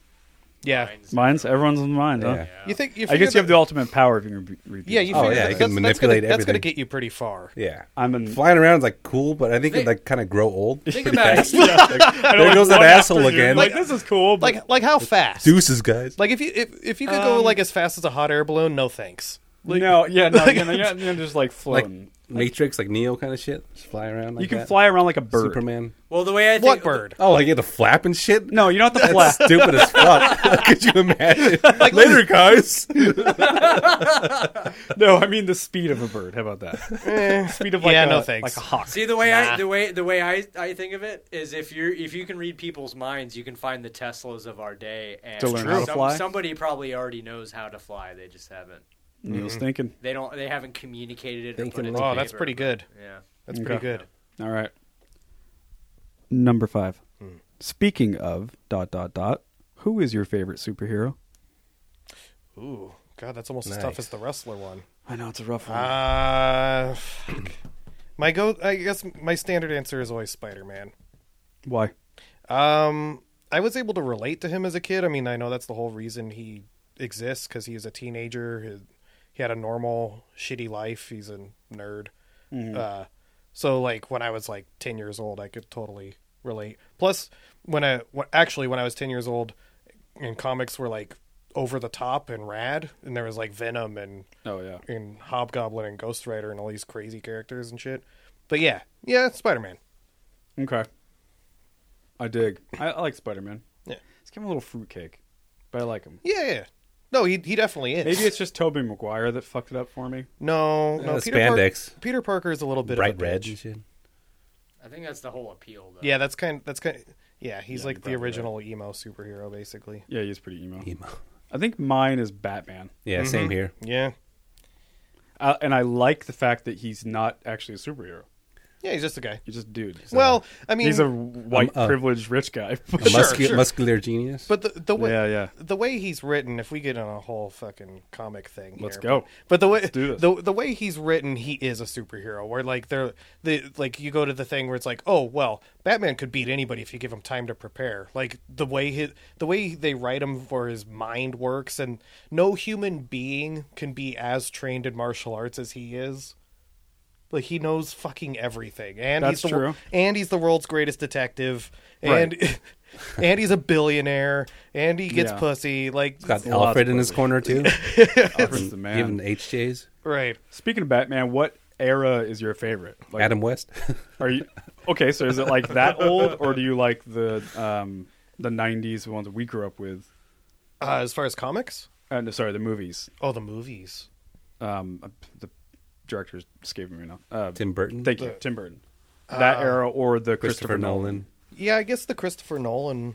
[SPEAKER 5] Yeah.
[SPEAKER 3] minds. Everyone's in mind, huh?
[SPEAKER 2] Yeah.
[SPEAKER 5] You think? You
[SPEAKER 3] I guess you
[SPEAKER 5] figure
[SPEAKER 3] have the ultimate power if you can re- read.
[SPEAKER 5] that- Yeah,
[SPEAKER 3] people's
[SPEAKER 5] you
[SPEAKER 2] Oh,
[SPEAKER 5] figure
[SPEAKER 2] yeah,
[SPEAKER 5] that-
[SPEAKER 2] you can
[SPEAKER 5] that's,
[SPEAKER 2] manipulate
[SPEAKER 5] that's gonna, That's going to
[SPEAKER 2] everything.
[SPEAKER 5] get you pretty far.
[SPEAKER 2] Yeah.
[SPEAKER 3] I'm in-
[SPEAKER 2] Flying around is like cool, but I think it
[SPEAKER 6] They-
[SPEAKER 2] like kind of grow old.
[SPEAKER 6] Think about it.
[SPEAKER 2] there goes that asshole
[SPEAKER 3] minds.
[SPEAKER 2] again.
[SPEAKER 3] Like this is cool. But
[SPEAKER 5] Like, like how fast?
[SPEAKER 2] Deuces, guys.
[SPEAKER 5] Like if you if, if you could
[SPEAKER 2] Um,
[SPEAKER 5] go like as fast as a hot air balloon, no thanks.
[SPEAKER 3] no, yeah, no, you know, you're, you're just like
[SPEAKER 2] like
[SPEAKER 3] floating.
[SPEAKER 2] Matrix, like Neo kind of shit. Just fly around. Like
[SPEAKER 3] you can
[SPEAKER 2] that.
[SPEAKER 3] fly around like a bird.
[SPEAKER 2] Superman.
[SPEAKER 6] Well, the way I think.
[SPEAKER 5] What bird?
[SPEAKER 2] Oh, like you have to flap and shit.
[SPEAKER 3] No, you don't have to fly.
[SPEAKER 2] Stupid as fuck. Could you imagine? Later, guys.
[SPEAKER 3] no, I mean the speed of a bird. How about that? speed of like
[SPEAKER 5] Yeah,
[SPEAKER 3] a,
[SPEAKER 5] no thanks.
[SPEAKER 3] like a hawk.
[SPEAKER 6] See the way I the way the way I, I think of it is if you're if you can read people's minds, you can find the Teslas of our day and
[SPEAKER 3] To learn how to
[SPEAKER 6] some-
[SPEAKER 3] fly?
[SPEAKER 6] somebody probably already knows how to fly, they just haven't.
[SPEAKER 3] Neil's thinking.
[SPEAKER 6] They don't they haven't communicated it or
[SPEAKER 2] Thinking
[SPEAKER 6] put it to
[SPEAKER 5] Oh, that's
[SPEAKER 6] paper.
[SPEAKER 5] pretty good.
[SPEAKER 6] Yeah.
[SPEAKER 5] That's pretty
[SPEAKER 3] Okay.
[SPEAKER 5] good.
[SPEAKER 3] All right. Number five.
[SPEAKER 5] Hmm.
[SPEAKER 3] Speaking of dot dot dot, who is your favorite superhero?
[SPEAKER 5] Ooh, God, that's almost as tough as the wrestler one.
[SPEAKER 3] I know it's a rough one.
[SPEAKER 5] Ah. Uh, fuck. my go. I guess my standard answer is always Spider Man.
[SPEAKER 3] Why?
[SPEAKER 5] Um, I was able to relate to him as a kid. I mean, I know that's the whole reason he exists because he was a teenager. He, he had a normal, shitty life. He's a nerd.
[SPEAKER 3] Mm-hmm.
[SPEAKER 5] Uh, so like when I was like ten years old, I could totally relate. Plus, when I wh- actually when I was ten years old, and comics were like over the top and rad, and there was like Venom and
[SPEAKER 3] Oh yeah.
[SPEAKER 5] and Hobgoblin and Ghost Rider and all these crazy characters and shit. But yeah, yeah, Spider Man.
[SPEAKER 3] Okay. I dig. I, I like Spider Man.
[SPEAKER 5] Yeah.
[SPEAKER 3] Let's give him a little fruitcake, but I like him.
[SPEAKER 5] Yeah, yeah. No, he he definitely is.
[SPEAKER 3] Maybe it's just Tobey Maguire that fucked it up for me.
[SPEAKER 5] No, no.
[SPEAKER 2] Uh,
[SPEAKER 5] Peter Park-
[SPEAKER 2] spandex.
[SPEAKER 5] Peter Parker is a little bit
[SPEAKER 2] Bright
[SPEAKER 5] of a bitch.
[SPEAKER 2] red and shit.
[SPEAKER 6] I think that's the whole appeal though.
[SPEAKER 5] Yeah, that's kind. That's kind. Yeah, he's like the
[SPEAKER 3] probably
[SPEAKER 5] original emo superhero, basically.
[SPEAKER 3] Yeah, he's pretty emo.
[SPEAKER 2] Emo.
[SPEAKER 3] I think mine is Batman,
[SPEAKER 5] Mm-hmm.
[SPEAKER 2] Yeah, same here.
[SPEAKER 5] Yeah,
[SPEAKER 3] uh, and I like the fact that he's not actually a superhero.
[SPEAKER 5] yeah, he's just a guy.
[SPEAKER 3] He's just a dude. He's
[SPEAKER 5] well, I
[SPEAKER 3] a-
[SPEAKER 5] mean,
[SPEAKER 3] he's a white
[SPEAKER 2] um, uh,
[SPEAKER 3] privileged rich guy.
[SPEAKER 2] A
[SPEAKER 5] Sure,
[SPEAKER 2] muscu-
[SPEAKER 5] sure.
[SPEAKER 2] muscular genius.
[SPEAKER 5] but the the way
[SPEAKER 3] yeah, yeah.
[SPEAKER 5] the way he's written, if we get on a whole fucking comic thing,
[SPEAKER 3] Let's
[SPEAKER 5] here,
[SPEAKER 3] go.
[SPEAKER 5] But, but the way
[SPEAKER 3] do this.
[SPEAKER 5] the the way he's written, he is a superhero. Where like they're the like you go to the thing where it's like, oh well, Batman could beat anybody if you give him time to prepare. Like the way his, the way they write him for his mind works, and no human being can be as trained in martial arts as he is. Like he knows fucking everything, and
[SPEAKER 3] That's
[SPEAKER 5] he's the,
[SPEAKER 3] true.
[SPEAKER 5] And he's the world's greatest detective, and Andy's a billionaire. Andy gets
[SPEAKER 2] Yeah.
[SPEAKER 5] pussy. Like
[SPEAKER 2] Got Alfred in his corner too.
[SPEAKER 3] Alfred's the man.
[SPEAKER 2] Giving HJs.
[SPEAKER 5] Right.
[SPEAKER 3] Speaking of Batman, what era is your favorite? Like,
[SPEAKER 2] Adam West.
[SPEAKER 3] Are you okay? So is it like that old, or do you like the um, the '90s the ones that we grew up with?
[SPEAKER 5] Uh, as far as comics,
[SPEAKER 3] uh, no, sorry, the movies.
[SPEAKER 5] Oh, the movies.
[SPEAKER 3] Um, the director's escaping me right now. Uh,
[SPEAKER 2] Tim Burton.
[SPEAKER 3] Thank you,
[SPEAKER 5] The-
[SPEAKER 3] Tim Burton. That
[SPEAKER 5] Uh,
[SPEAKER 3] era or the Christopher,
[SPEAKER 2] Christopher
[SPEAKER 3] Nolan.
[SPEAKER 2] Nolan.
[SPEAKER 5] Yeah, I guess the Christopher Nolan.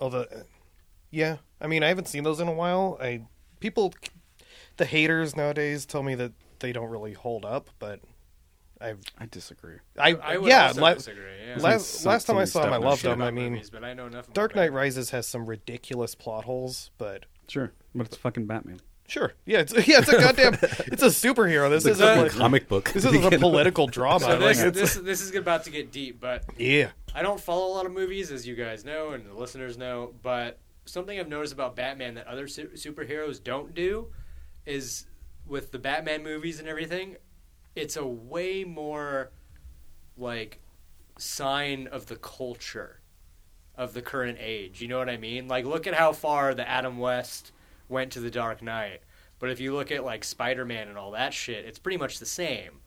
[SPEAKER 5] Oh, the yeah. I mean, I haven't seen those in a while. I people, the haters nowadays tell me that they don't really hold up, but I've
[SPEAKER 3] I disagree.
[SPEAKER 5] I,
[SPEAKER 6] I would
[SPEAKER 5] yeah,
[SPEAKER 6] also
[SPEAKER 5] la-
[SPEAKER 6] disagree, yeah.
[SPEAKER 5] Last
[SPEAKER 3] Some-
[SPEAKER 5] last time I
[SPEAKER 3] some
[SPEAKER 5] saw them, I
[SPEAKER 3] stuff.
[SPEAKER 5] loved
[SPEAKER 6] Shit
[SPEAKER 5] them.
[SPEAKER 6] about
[SPEAKER 5] I mean,
[SPEAKER 6] movies, but I know enough. about
[SPEAKER 5] Dark
[SPEAKER 6] Batman.
[SPEAKER 5] Knight Rises has some ridiculous plot holes, but
[SPEAKER 3] Sure, but it's fucking Batman.
[SPEAKER 5] sure, yeah, it's yeah, it's a goddamn, it's a superhero. This
[SPEAKER 2] It's
[SPEAKER 5] is
[SPEAKER 2] like
[SPEAKER 5] a
[SPEAKER 2] a comic book.
[SPEAKER 5] This is a political drama.
[SPEAKER 6] So this,
[SPEAKER 5] Like,
[SPEAKER 6] this, this is about to get deep, but
[SPEAKER 5] yeah,
[SPEAKER 6] I don't follow a lot of movies, as you guys know and the listeners know, but something I've noticed about Batman that other su- superheroes don't do is with the Batman movies and everything, it's a way more like sign of the culture of the current age. You know what I mean? Like, look at how far the Adam West went to the Dark Knight. But if you look at like Spider Man and all that shit, it's pretty much the same.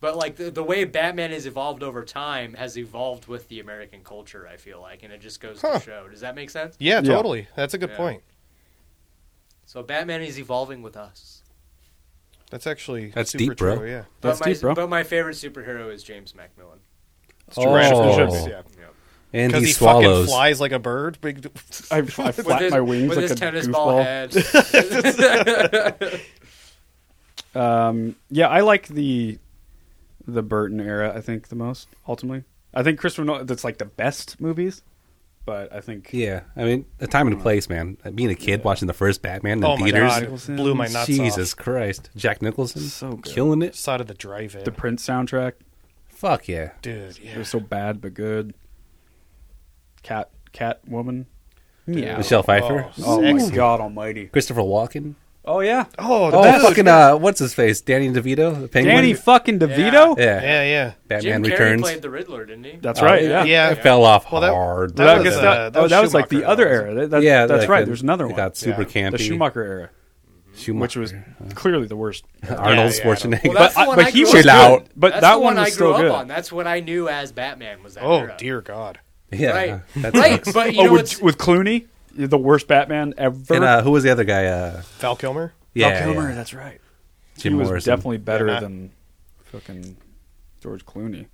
[SPEAKER 6] But like the, the way Batman has evolved over time has evolved with the American culture, I feel like, and it just goes
[SPEAKER 5] Huh.
[SPEAKER 6] to show. Does that make sense?
[SPEAKER 5] yeah,
[SPEAKER 3] Yeah.
[SPEAKER 5] totally. That's a good
[SPEAKER 6] Yeah.
[SPEAKER 5] point.
[SPEAKER 6] So Batman is evolving with us.
[SPEAKER 5] That's actually
[SPEAKER 2] That's
[SPEAKER 5] super
[SPEAKER 2] deep, bro.
[SPEAKER 5] True, yeah.
[SPEAKER 3] That's
[SPEAKER 6] but my,
[SPEAKER 3] deep, bro.
[SPEAKER 6] But my favorite superhero is James McMillan.
[SPEAKER 3] Yeah.
[SPEAKER 6] Yeah.
[SPEAKER 2] And
[SPEAKER 5] Because he
[SPEAKER 2] Oh. he,
[SPEAKER 5] fucking
[SPEAKER 2] swallows.
[SPEAKER 5] flies like a bird. Big,
[SPEAKER 3] I, I
[SPEAKER 6] With
[SPEAKER 3] flap
[SPEAKER 6] his,
[SPEAKER 3] my wings
[SPEAKER 6] with
[SPEAKER 3] like
[SPEAKER 6] his
[SPEAKER 3] a
[SPEAKER 6] tennis
[SPEAKER 3] goofball.
[SPEAKER 6] ball head.
[SPEAKER 3] Um, yeah, I like the the Burton era. I think the most ultimately. I think Christopher Nolan. That's like the best movies. But I think
[SPEAKER 2] Yeah, I mean, a time and a place, man. Uh, Being a kid watching the first Batman in
[SPEAKER 5] oh my
[SPEAKER 2] theaters.
[SPEAKER 5] god, it blew my nuts
[SPEAKER 2] Jesus
[SPEAKER 5] off.
[SPEAKER 2] Christ, Jack Nicholson,
[SPEAKER 3] So good.
[SPEAKER 2] killing it.
[SPEAKER 5] Side of the drive-in,
[SPEAKER 3] the Prince soundtrack
[SPEAKER 2] Fuck yeah.
[SPEAKER 5] dude. Yeah.
[SPEAKER 3] it was so bad but good. Cat Cat Woman. Yeah.
[SPEAKER 2] Michelle Pfeiffer,
[SPEAKER 3] Oh my God Almighty.
[SPEAKER 2] Christopher Walken.
[SPEAKER 3] Oh yeah.
[SPEAKER 5] Oh,
[SPEAKER 2] Oh,
[SPEAKER 5] that's-
[SPEAKER 2] fucking uh, what's his face? Danny DeVito, the penguin.
[SPEAKER 3] Danny fucking DeVito.
[SPEAKER 2] yeah.
[SPEAKER 5] yeah, yeah.
[SPEAKER 2] Batman
[SPEAKER 6] Jim Carrey
[SPEAKER 2] Returns.
[SPEAKER 6] played the Riddler, didn't he?
[SPEAKER 3] That's right. Yeah.
[SPEAKER 5] Yeah.
[SPEAKER 2] It fell off
[SPEAKER 5] Well, that-
[SPEAKER 2] hard.
[SPEAKER 5] that
[SPEAKER 3] I
[SPEAKER 5] was,
[SPEAKER 3] guess
[SPEAKER 5] uh,
[SPEAKER 3] that,
[SPEAKER 5] that
[SPEAKER 3] oh,
[SPEAKER 5] was
[SPEAKER 3] that was like the
[SPEAKER 5] Schumacher,
[SPEAKER 3] other
[SPEAKER 5] that was-
[SPEAKER 3] era. That- that-
[SPEAKER 2] yeah,
[SPEAKER 3] that's
[SPEAKER 2] like
[SPEAKER 3] right.
[SPEAKER 2] the-
[SPEAKER 3] There's another
[SPEAKER 2] it
[SPEAKER 3] one.
[SPEAKER 2] Got super campy.
[SPEAKER 3] the Schumacher era,
[SPEAKER 2] Schumacher.
[SPEAKER 3] which was clearly the worst. Oh,
[SPEAKER 2] Arnold
[SPEAKER 5] Yeah, yeah, I don't-
[SPEAKER 2] Schwarzenegger.
[SPEAKER 6] Well, that's
[SPEAKER 3] I-
[SPEAKER 6] the one
[SPEAKER 3] but
[SPEAKER 6] I
[SPEAKER 3] he
[SPEAKER 6] grew
[SPEAKER 2] was
[SPEAKER 6] up
[SPEAKER 2] good,
[SPEAKER 6] on.
[SPEAKER 3] but
[SPEAKER 6] That's
[SPEAKER 3] that
[SPEAKER 6] the
[SPEAKER 3] one
[SPEAKER 6] I
[SPEAKER 3] was
[SPEAKER 6] grew
[SPEAKER 3] still
[SPEAKER 6] up
[SPEAKER 3] good.
[SPEAKER 6] On. That's what I knew as Batman was that.
[SPEAKER 5] Oh
[SPEAKER 6] era.
[SPEAKER 5] dear God.
[SPEAKER 2] yeah,
[SPEAKER 6] Right.
[SPEAKER 2] that
[SPEAKER 6] right.
[SPEAKER 2] sucks.
[SPEAKER 6] But you know
[SPEAKER 3] Oh,
[SPEAKER 6] what's
[SPEAKER 3] with, with Clooney, the worst Batman ever.
[SPEAKER 2] And uh, who was the other guy? Uh,
[SPEAKER 5] Val Kilmer.
[SPEAKER 2] yeah,
[SPEAKER 3] Val Kilmer,
[SPEAKER 2] yeah.
[SPEAKER 3] that's right.
[SPEAKER 2] Jim
[SPEAKER 3] he was
[SPEAKER 2] Morrison.
[SPEAKER 3] definitely better
[SPEAKER 5] Yeah.
[SPEAKER 3] than fucking George Clooney,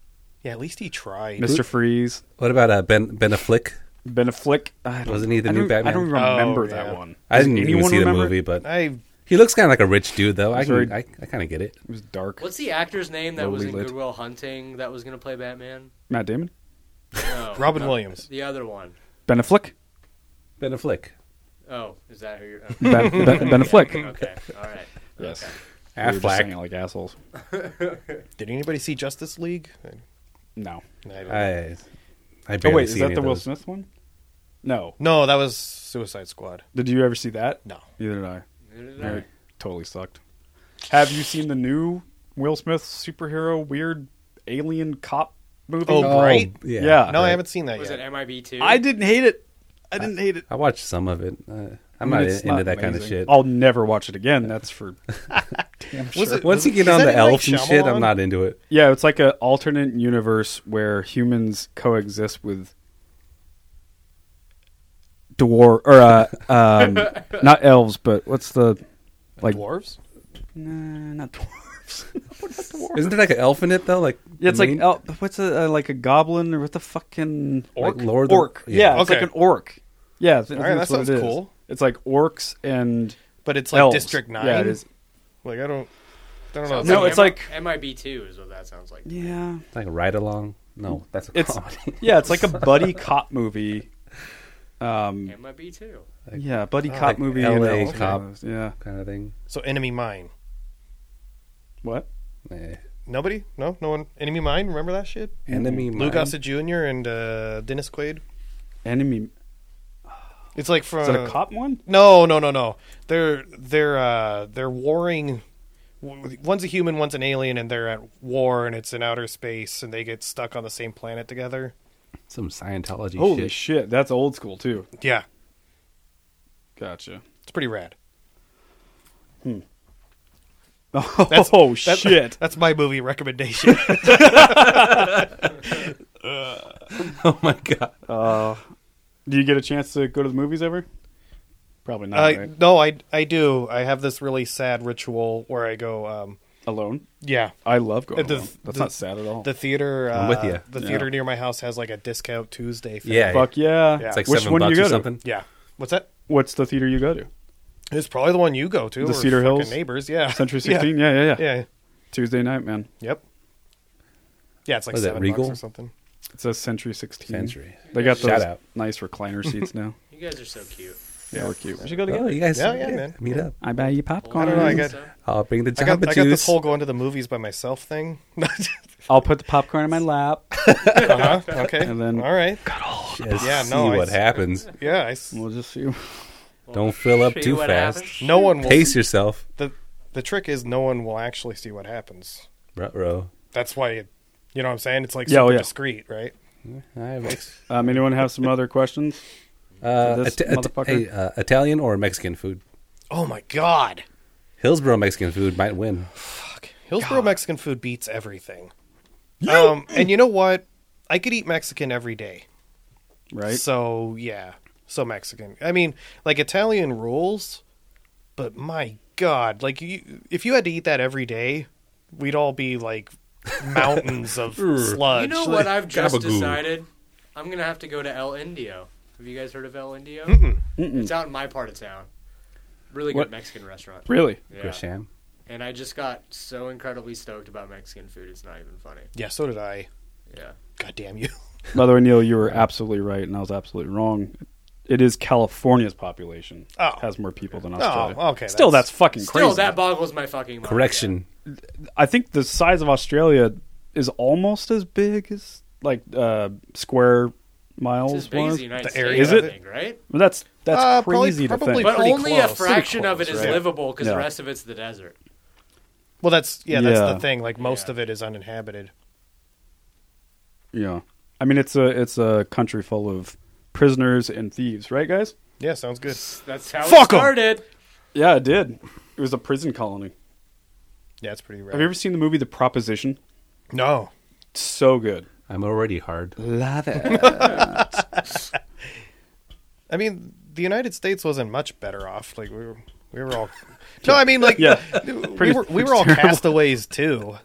[SPEAKER 5] Yeah, at least he tried.
[SPEAKER 3] Mister Freeze,
[SPEAKER 2] What about uh, Ben Ben Affleck?
[SPEAKER 3] Ben Affleck. I don't-
[SPEAKER 2] Wasn't he the
[SPEAKER 3] I
[SPEAKER 2] new
[SPEAKER 3] don't-
[SPEAKER 2] Batman?
[SPEAKER 3] I don't even
[SPEAKER 5] Oh,
[SPEAKER 3] remember
[SPEAKER 5] yeah.
[SPEAKER 3] that one.
[SPEAKER 2] I
[SPEAKER 3] Does
[SPEAKER 2] didn't even
[SPEAKER 3] anyone
[SPEAKER 2] see
[SPEAKER 3] remember?
[SPEAKER 2] the movie, but
[SPEAKER 5] I
[SPEAKER 2] he looks kind of like a rich dude, though. I
[SPEAKER 3] He's
[SPEAKER 2] can,
[SPEAKER 3] very-
[SPEAKER 2] I, I kind of get it.
[SPEAKER 3] It was dark.
[SPEAKER 6] what's the actor's name that was
[SPEAKER 3] Lowly
[SPEAKER 6] in
[SPEAKER 3] lit.
[SPEAKER 6] Goodwill Hunting that was going to play Batman?
[SPEAKER 3] Matt Damon,
[SPEAKER 6] No,
[SPEAKER 5] Robin Williams.
[SPEAKER 6] the other one.
[SPEAKER 3] Ben Affleck,
[SPEAKER 2] Ben Affleck.
[SPEAKER 6] Oh, is that who you're? oh,
[SPEAKER 3] Ben, ben, ben Affleck.
[SPEAKER 6] okay, all right.
[SPEAKER 3] Yes, we were just saying it
[SPEAKER 2] Affleck.
[SPEAKER 3] like assholes.
[SPEAKER 5] Did anybody see Justice League? I,
[SPEAKER 3] No.
[SPEAKER 5] I don't know.
[SPEAKER 2] I, I
[SPEAKER 3] Oh
[SPEAKER 2] barely
[SPEAKER 3] wait, is
[SPEAKER 2] see
[SPEAKER 3] that
[SPEAKER 2] any
[SPEAKER 3] the
[SPEAKER 2] of
[SPEAKER 3] Will
[SPEAKER 2] those.
[SPEAKER 3] Smith one? No.
[SPEAKER 5] no, that was Suicide Squad.
[SPEAKER 3] Did you ever see that?
[SPEAKER 5] No.
[SPEAKER 3] Neither did I.
[SPEAKER 6] Neither did I.
[SPEAKER 3] It totally sucked. Have you seen the new Will Smith superhero weird alien cop movie?
[SPEAKER 5] Oh, Bright?
[SPEAKER 2] Yeah.
[SPEAKER 3] Yeah.
[SPEAKER 5] no,
[SPEAKER 3] right.
[SPEAKER 5] I haven't seen that
[SPEAKER 6] Was
[SPEAKER 5] yet.
[SPEAKER 6] it MIB two?
[SPEAKER 3] I didn't hate it. I didn't hate it.
[SPEAKER 2] I watched some of it. Uh,
[SPEAKER 3] I
[SPEAKER 2] I'm
[SPEAKER 3] mean,
[SPEAKER 2] not
[SPEAKER 3] it's
[SPEAKER 2] into that kind of
[SPEAKER 3] amazing.
[SPEAKER 2] shit.
[SPEAKER 3] I'll never watch it again. That's for damn sure.
[SPEAKER 5] Was it-
[SPEAKER 2] Once you
[SPEAKER 5] Is
[SPEAKER 2] get
[SPEAKER 5] that
[SPEAKER 2] on
[SPEAKER 5] in,
[SPEAKER 2] the
[SPEAKER 5] like,
[SPEAKER 2] elf and shit,
[SPEAKER 5] Shyamalan?
[SPEAKER 2] I'm not into it.
[SPEAKER 3] Yeah, it's like an alternate universe where humans coexist with dwarf or uh, um, not elves, but what's the like?
[SPEAKER 5] Dwarves?
[SPEAKER 3] Nah, not dwarves.
[SPEAKER 2] Isn't there like an elf in it though? Like
[SPEAKER 3] Yeah, it's
[SPEAKER 2] the
[SPEAKER 3] like
[SPEAKER 2] main-
[SPEAKER 3] el- what's a uh, like a goblin or what the fucking
[SPEAKER 2] Orc?
[SPEAKER 3] like
[SPEAKER 2] Lord of the-
[SPEAKER 3] orc? Yeah,
[SPEAKER 2] yeah.
[SPEAKER 3] it's like
[SPEAKER 5] Okay.
[SPEAKER 3] an orc. Yeah, I think
[SPEAKER 5] All right,
[SPEAKER 3] that's
[SPEAKER 5] that
[SPEAKER 3] what
[SPEAKER 5] sounds
[SPEAKER 3] it is.
[SPEAKER 5] cool.
[SPEAKER 3] It's like orcs and
[SPEAKER 5] But it's like
[SPEAKER 3] elves.
[SPEAKER 5] District Nine.
[SPEAKER 3] Yeah, it is.
[SPEAKER 5] Like I don't, I don't know.
[SPEAKER 6] Sounds
[SPEAKER 3] No, it's like-
[SPEAKER 6] MIB two is what that sounds like.
[SPEAKER 3] Yeah,
[SPEAKER 2] like ride along. No, that's a
[SPEAKER 3] It's-
[SPEAKER 2] comedy.
[SPEAKER 3] yeah, it's like a buddy cop movie. Um,
[SPEAKER 6] MIB two.
[SPEAKER 3] yeah, buddy cop
[SPEAKER 2] like
[SPEAKER 3] movie.
[SPEAKER 2] LA
[SPEAKER 3] and elves.
[SPEAKER 2] cop.
[SPEAKER 3] Yeah.
[SPEAKER 2] kind of thing.
[SPEAKER 5] so Enemy Mine.
[SPEAKER 3] What?
[SPEAKER 2] Eh.
[SPEAKER 5] Nobody? No, no one. Enemy Mine. Remember that shit?
[SPEAKER 2] Enemy.
[SPEAKER 5] Mm-hmm. Lou
[SPEAKER 2] Mine.
[SPEAKER 5] Gossett Jr. and uh, Dennis Quaid.
[SPEAKER 3] Enemy?
[SPEAKER 5] It's like from
[SPEAKER 3] Is that a cop one?
[SPEAKER 5] No, no, no, no. They're they're uh they're warring. w- One's a human, one's an alien, and they're at war, and it's in outer space, and they get stuck on the same planet together.
[SPEAKER 2] Some Scientology
[SPEAKER 3] Holy
[SPEAKER 2] shit.
[SPEAKER 3] shit, that's old school too.
[SPEAKER 5] Yeah.
[SPEAKER 3] Gotcha.
[SPEAKER 5] It's pretty rad.
[SPEAKER 3] Hmm. oh
[SPEAKER 5] that's-
[SPEAKER 3] shit.
[SPEAKER 5] That's my movie recommendation.
[SPEAKER 2] oh my god.
[SPEAKER 3] Uh, do you get a chance to go to the movies ever? Probably not.
[SPEAKER 5] I,
[SPEAKER 3] right?
[SPEAKER 5] Uh, No, I I do. I have this really sad ritual where I go. Um,
[SPEAKER 3] Alone.
[SPEAKER 5] yeah,
[SPEAKER 3] I love going.
[SPEAKER 5] The-
[SPEAKER 3] alone. That's
[SPEAKER 5] the-
[SPEAKER 3] not sad at all.
[SPEAKER 5] the theater. Uh,
[SPEAKER 2] I'm with ya.
[SPEAKER 5] The
[SPEAKER 3] Yeah.
[SPEAKER 5] theater near my house has like a discount Tuesday. Thing.
[SPEAKER 2] Yeah.
[SPEAKER 3] Fuck yeah.
[SPEAKER 5] Yeah.
[SPEAKER 2] It's like
[SPEAKER 3] Which
[SPEAKER 2] seven
[SPEAKER 3] one do
[SPEAKER 2] bucks
[SPEAKER 3] you
[SPEAKER 2] or
[SPEAKER 3] go to?
[SPEAKER 2] something.
[SPEAKER 5] yeah. What's that?
[SPEAKER 3] What's the theater you go to?
[SPEAKER 5] It's probably the one you go to.
[SPEAKER 3] The
[SPEAKER 5] We're
[SPEAKER 3] Cedar
[SPEAKER 5] fucking
[SPEAKER 3] Hills?
[SPEAKER 5] neighbors. Yeah,
[SPEAKER 3] Century 16? Yeah. Yeah, yeah,
[SPEAKER 5] Yeah. yeah.
[SPEAKER 3] Tuesday night, man.
[SPEAKER 5] Yep. Yeah, it's like
[SPEAKER 2] What is that,
[SPEAKER 5] seven
[SPEAKER 2] Regal?
[SPEAKER 5] bucks or something.
[SPEAKER 3] It's a Century 16.
[SPEAKER 2] Century.
[SPEAKER 3] They got those
[SPEAKER 2] Shout out.
[SPEAKER 3] nice recliner seats now.
[SPEAKER 6] You guys are so cute.
[SPEAKER 3] Yeah, we're cute. We should go
[SPEAKER 2] Oh, you guys.
[SPEAKER 5] Yeah, yeah, man.
[SPEAKER 2] Meet up.
[SPEAKER 3] I buy you
[SPEAKER 6] popcorn.
[SPEAKER 5] I don't know. I got,
[SPEAKER 2] I'll bring the
[SPEAKER 5] I got,
[SPEAKER 2] Jamba
[SPEAKER 5] I got this
[SPEAKER 2] Juice.
[SPEAKER 5] whole going to the movies by myself thing.
[SPEAKER 3] I'll put the popcorn in my lap.
[SPEAKER 5] uh-huh. Okay.
[SPEAKER 3] And then-
[SPEAKER 5] all right.
[SPEAKER 2] Just
[SPEAKER 5] Yeah,
[SPEAKER 2] see
[SPEAKER 5] no, I
[SPEAKER 2] what
[SPEAKER 5] s-
[SPEAKER 2] happens.
[SPEAKER 5] Yeah. I s
[SPEAKER 3] We'll just see.
[SPEAKER 2] Don't fill up
[SPEAKER 6] See
[SPEAKER 2] too
[SPEAKER 6] what
[SPEAKER 2] fast.
[SPEAKER 6] happens.
[SPEAKER 5] no one will.
[SPEAKER 2] Pace yourself,
[SPEAKER 5] The the trick is no one will actually see what happens.
[SPEAKER 2] bro.
[SPEAKER 5] That's why it, you know what I'm saying. It's like
[SPEAKER 3] Yeah, oh,
[SPEAKER 5] super
[SPEAKER 3] yeah.
[SPEAKER 5] discreet, right?
[SPEAKER 2] I have ex-
[SPEAKER 3] Um, anyone have some other questions?
[SPEAKER 2] uh,
[SPEAKER 3] This
[SPEAKER 2] Ita- Ita-
[SPEAKER 3] motherfucker.
[SPEAKER 2] hey, uh, Italian or Mexican food.
[SPEAKER 5] Oh my god.
[SPEAKER 2] Hillsboro Mexican food might win.
[SPEAKER 5] Hillsboro Mexican food beats everything. Um, and you know what? I could eat Mexican every day.
[SPEAKER 3] Right?
[SPEAKER 5] So yeah, so Mexican. I mean, like Italian rules, but my god, like you, if you had to eat that every day, we'd all be like mountains of sludge.
[SPEAKER 6] You know what I've just
[SPEAKER 2] Gabagoo.
[SPEAKER 6] decided? I'm gonna have to go to El Indio. Have you guys heard of El Indio? It's out in my part of town. Really good
[SPEAKER 3] What?
[SPEAKER 6] Mexican restaurant.
[SPEAKER 3] Really?
[SPEAKER 6] Yeah.
[SPEAKER 2] Grisham.
[SPEAKER 6] And I just got so incredibly stoked about Mexican food. It's not even funny.
[SPEAKER 5] Yeah, so did I.
[SPEAKER 6] Yeah.
[SPEAKER 5] God damn you.
[SPEAKER 3] By the way, Neil, you were absolutely right, and I was absolutely wrong. It is California's population
[SPEAKER 5] Oh.
[SPEAKER 3] has more people than Australia.
[SPEAKER 5] Oh, okay.
[SPEAKER 3] Still, that's, fucking crazy.
[SPEAKER 6] Still, that boggles my fucking mind.
[SPEAKER 2] Correction.
[SPEAKER 3] I think the size of Australia is almost as big as like uh, square
[SPEAKER 6] Yeah.
[SPEAKER 3] miles.
[SPEAKER 6] It's as big as
[SPEAKER 3] was.
[SPEAKER 6] the United
[SPEAKER 5] The area
[SPEAKER 6] States,
[SPEAKER 3] of
[SPEAKER 6] I
[SPEAKER 3] it.
[SPEAKER 6] think, right?
[SPEAKER 3] Well, that's that's
[SPEAKER 5] Uh, probably-
[SPEAKER 3] crazy
[SPEAKER 5] probably-
[SPEAKER 3] to think.
[SPEAKER 6] But
[SPEAKER 5] pretty
[SPEAKER 6] only
[SPEAKER 5] close.
[SPEAKER 6] a fraction of it
[SPEAKER 5] Pretty
[SPEAKER 6] is
[SPEAKER 5] close, right?
[SPEAKER 6] livable because
[SPEAKER 3] Yeah.
[SPEAKER 6] the rest of it's the desert.
[SPEAKER 5] well, that's yeah, that's
[SPEAKER 3] Yeah.
[SPEAKER 5] the thing. Like most
[SPEAKER 6] Yeah.
[SPEAKER 5] of it is uninhabited.
[SPEAKER 3] Yeah, I mean it's a it's a country full of prisoners and thieves, right, guys?
[SPEAKER 5] Yeah, sounds good.
[SPEAKER 6] That's how
[SPEAKER 5] Fuck 'em.
[SPEAKER 6] it started.
[SPEAKER 3] Yeah, it did. It was a prison colony.
[SPEAKER 5] Yeah, it's pretty rare.
[SPEAKER 3] Have you ever seen the movie The Proposition?
[SPEAKER 5] No.
[SPEAKER 3] So good.
[SPEAKER 2] I'm already hard.
[SPEAKER 3] Love it.
[SPEAKER 5] I mean, the United States wasn't much better off. Like we were, we were all. No, I mean, like
[SPEAKER 3] Yeah.
[SPEAKER 5] we
[SPEAKER 3] Pretty
[SPEAKER 5] were, we were all
[SPEAKER 3] terrible.
[SPEAKER 5] castaways too.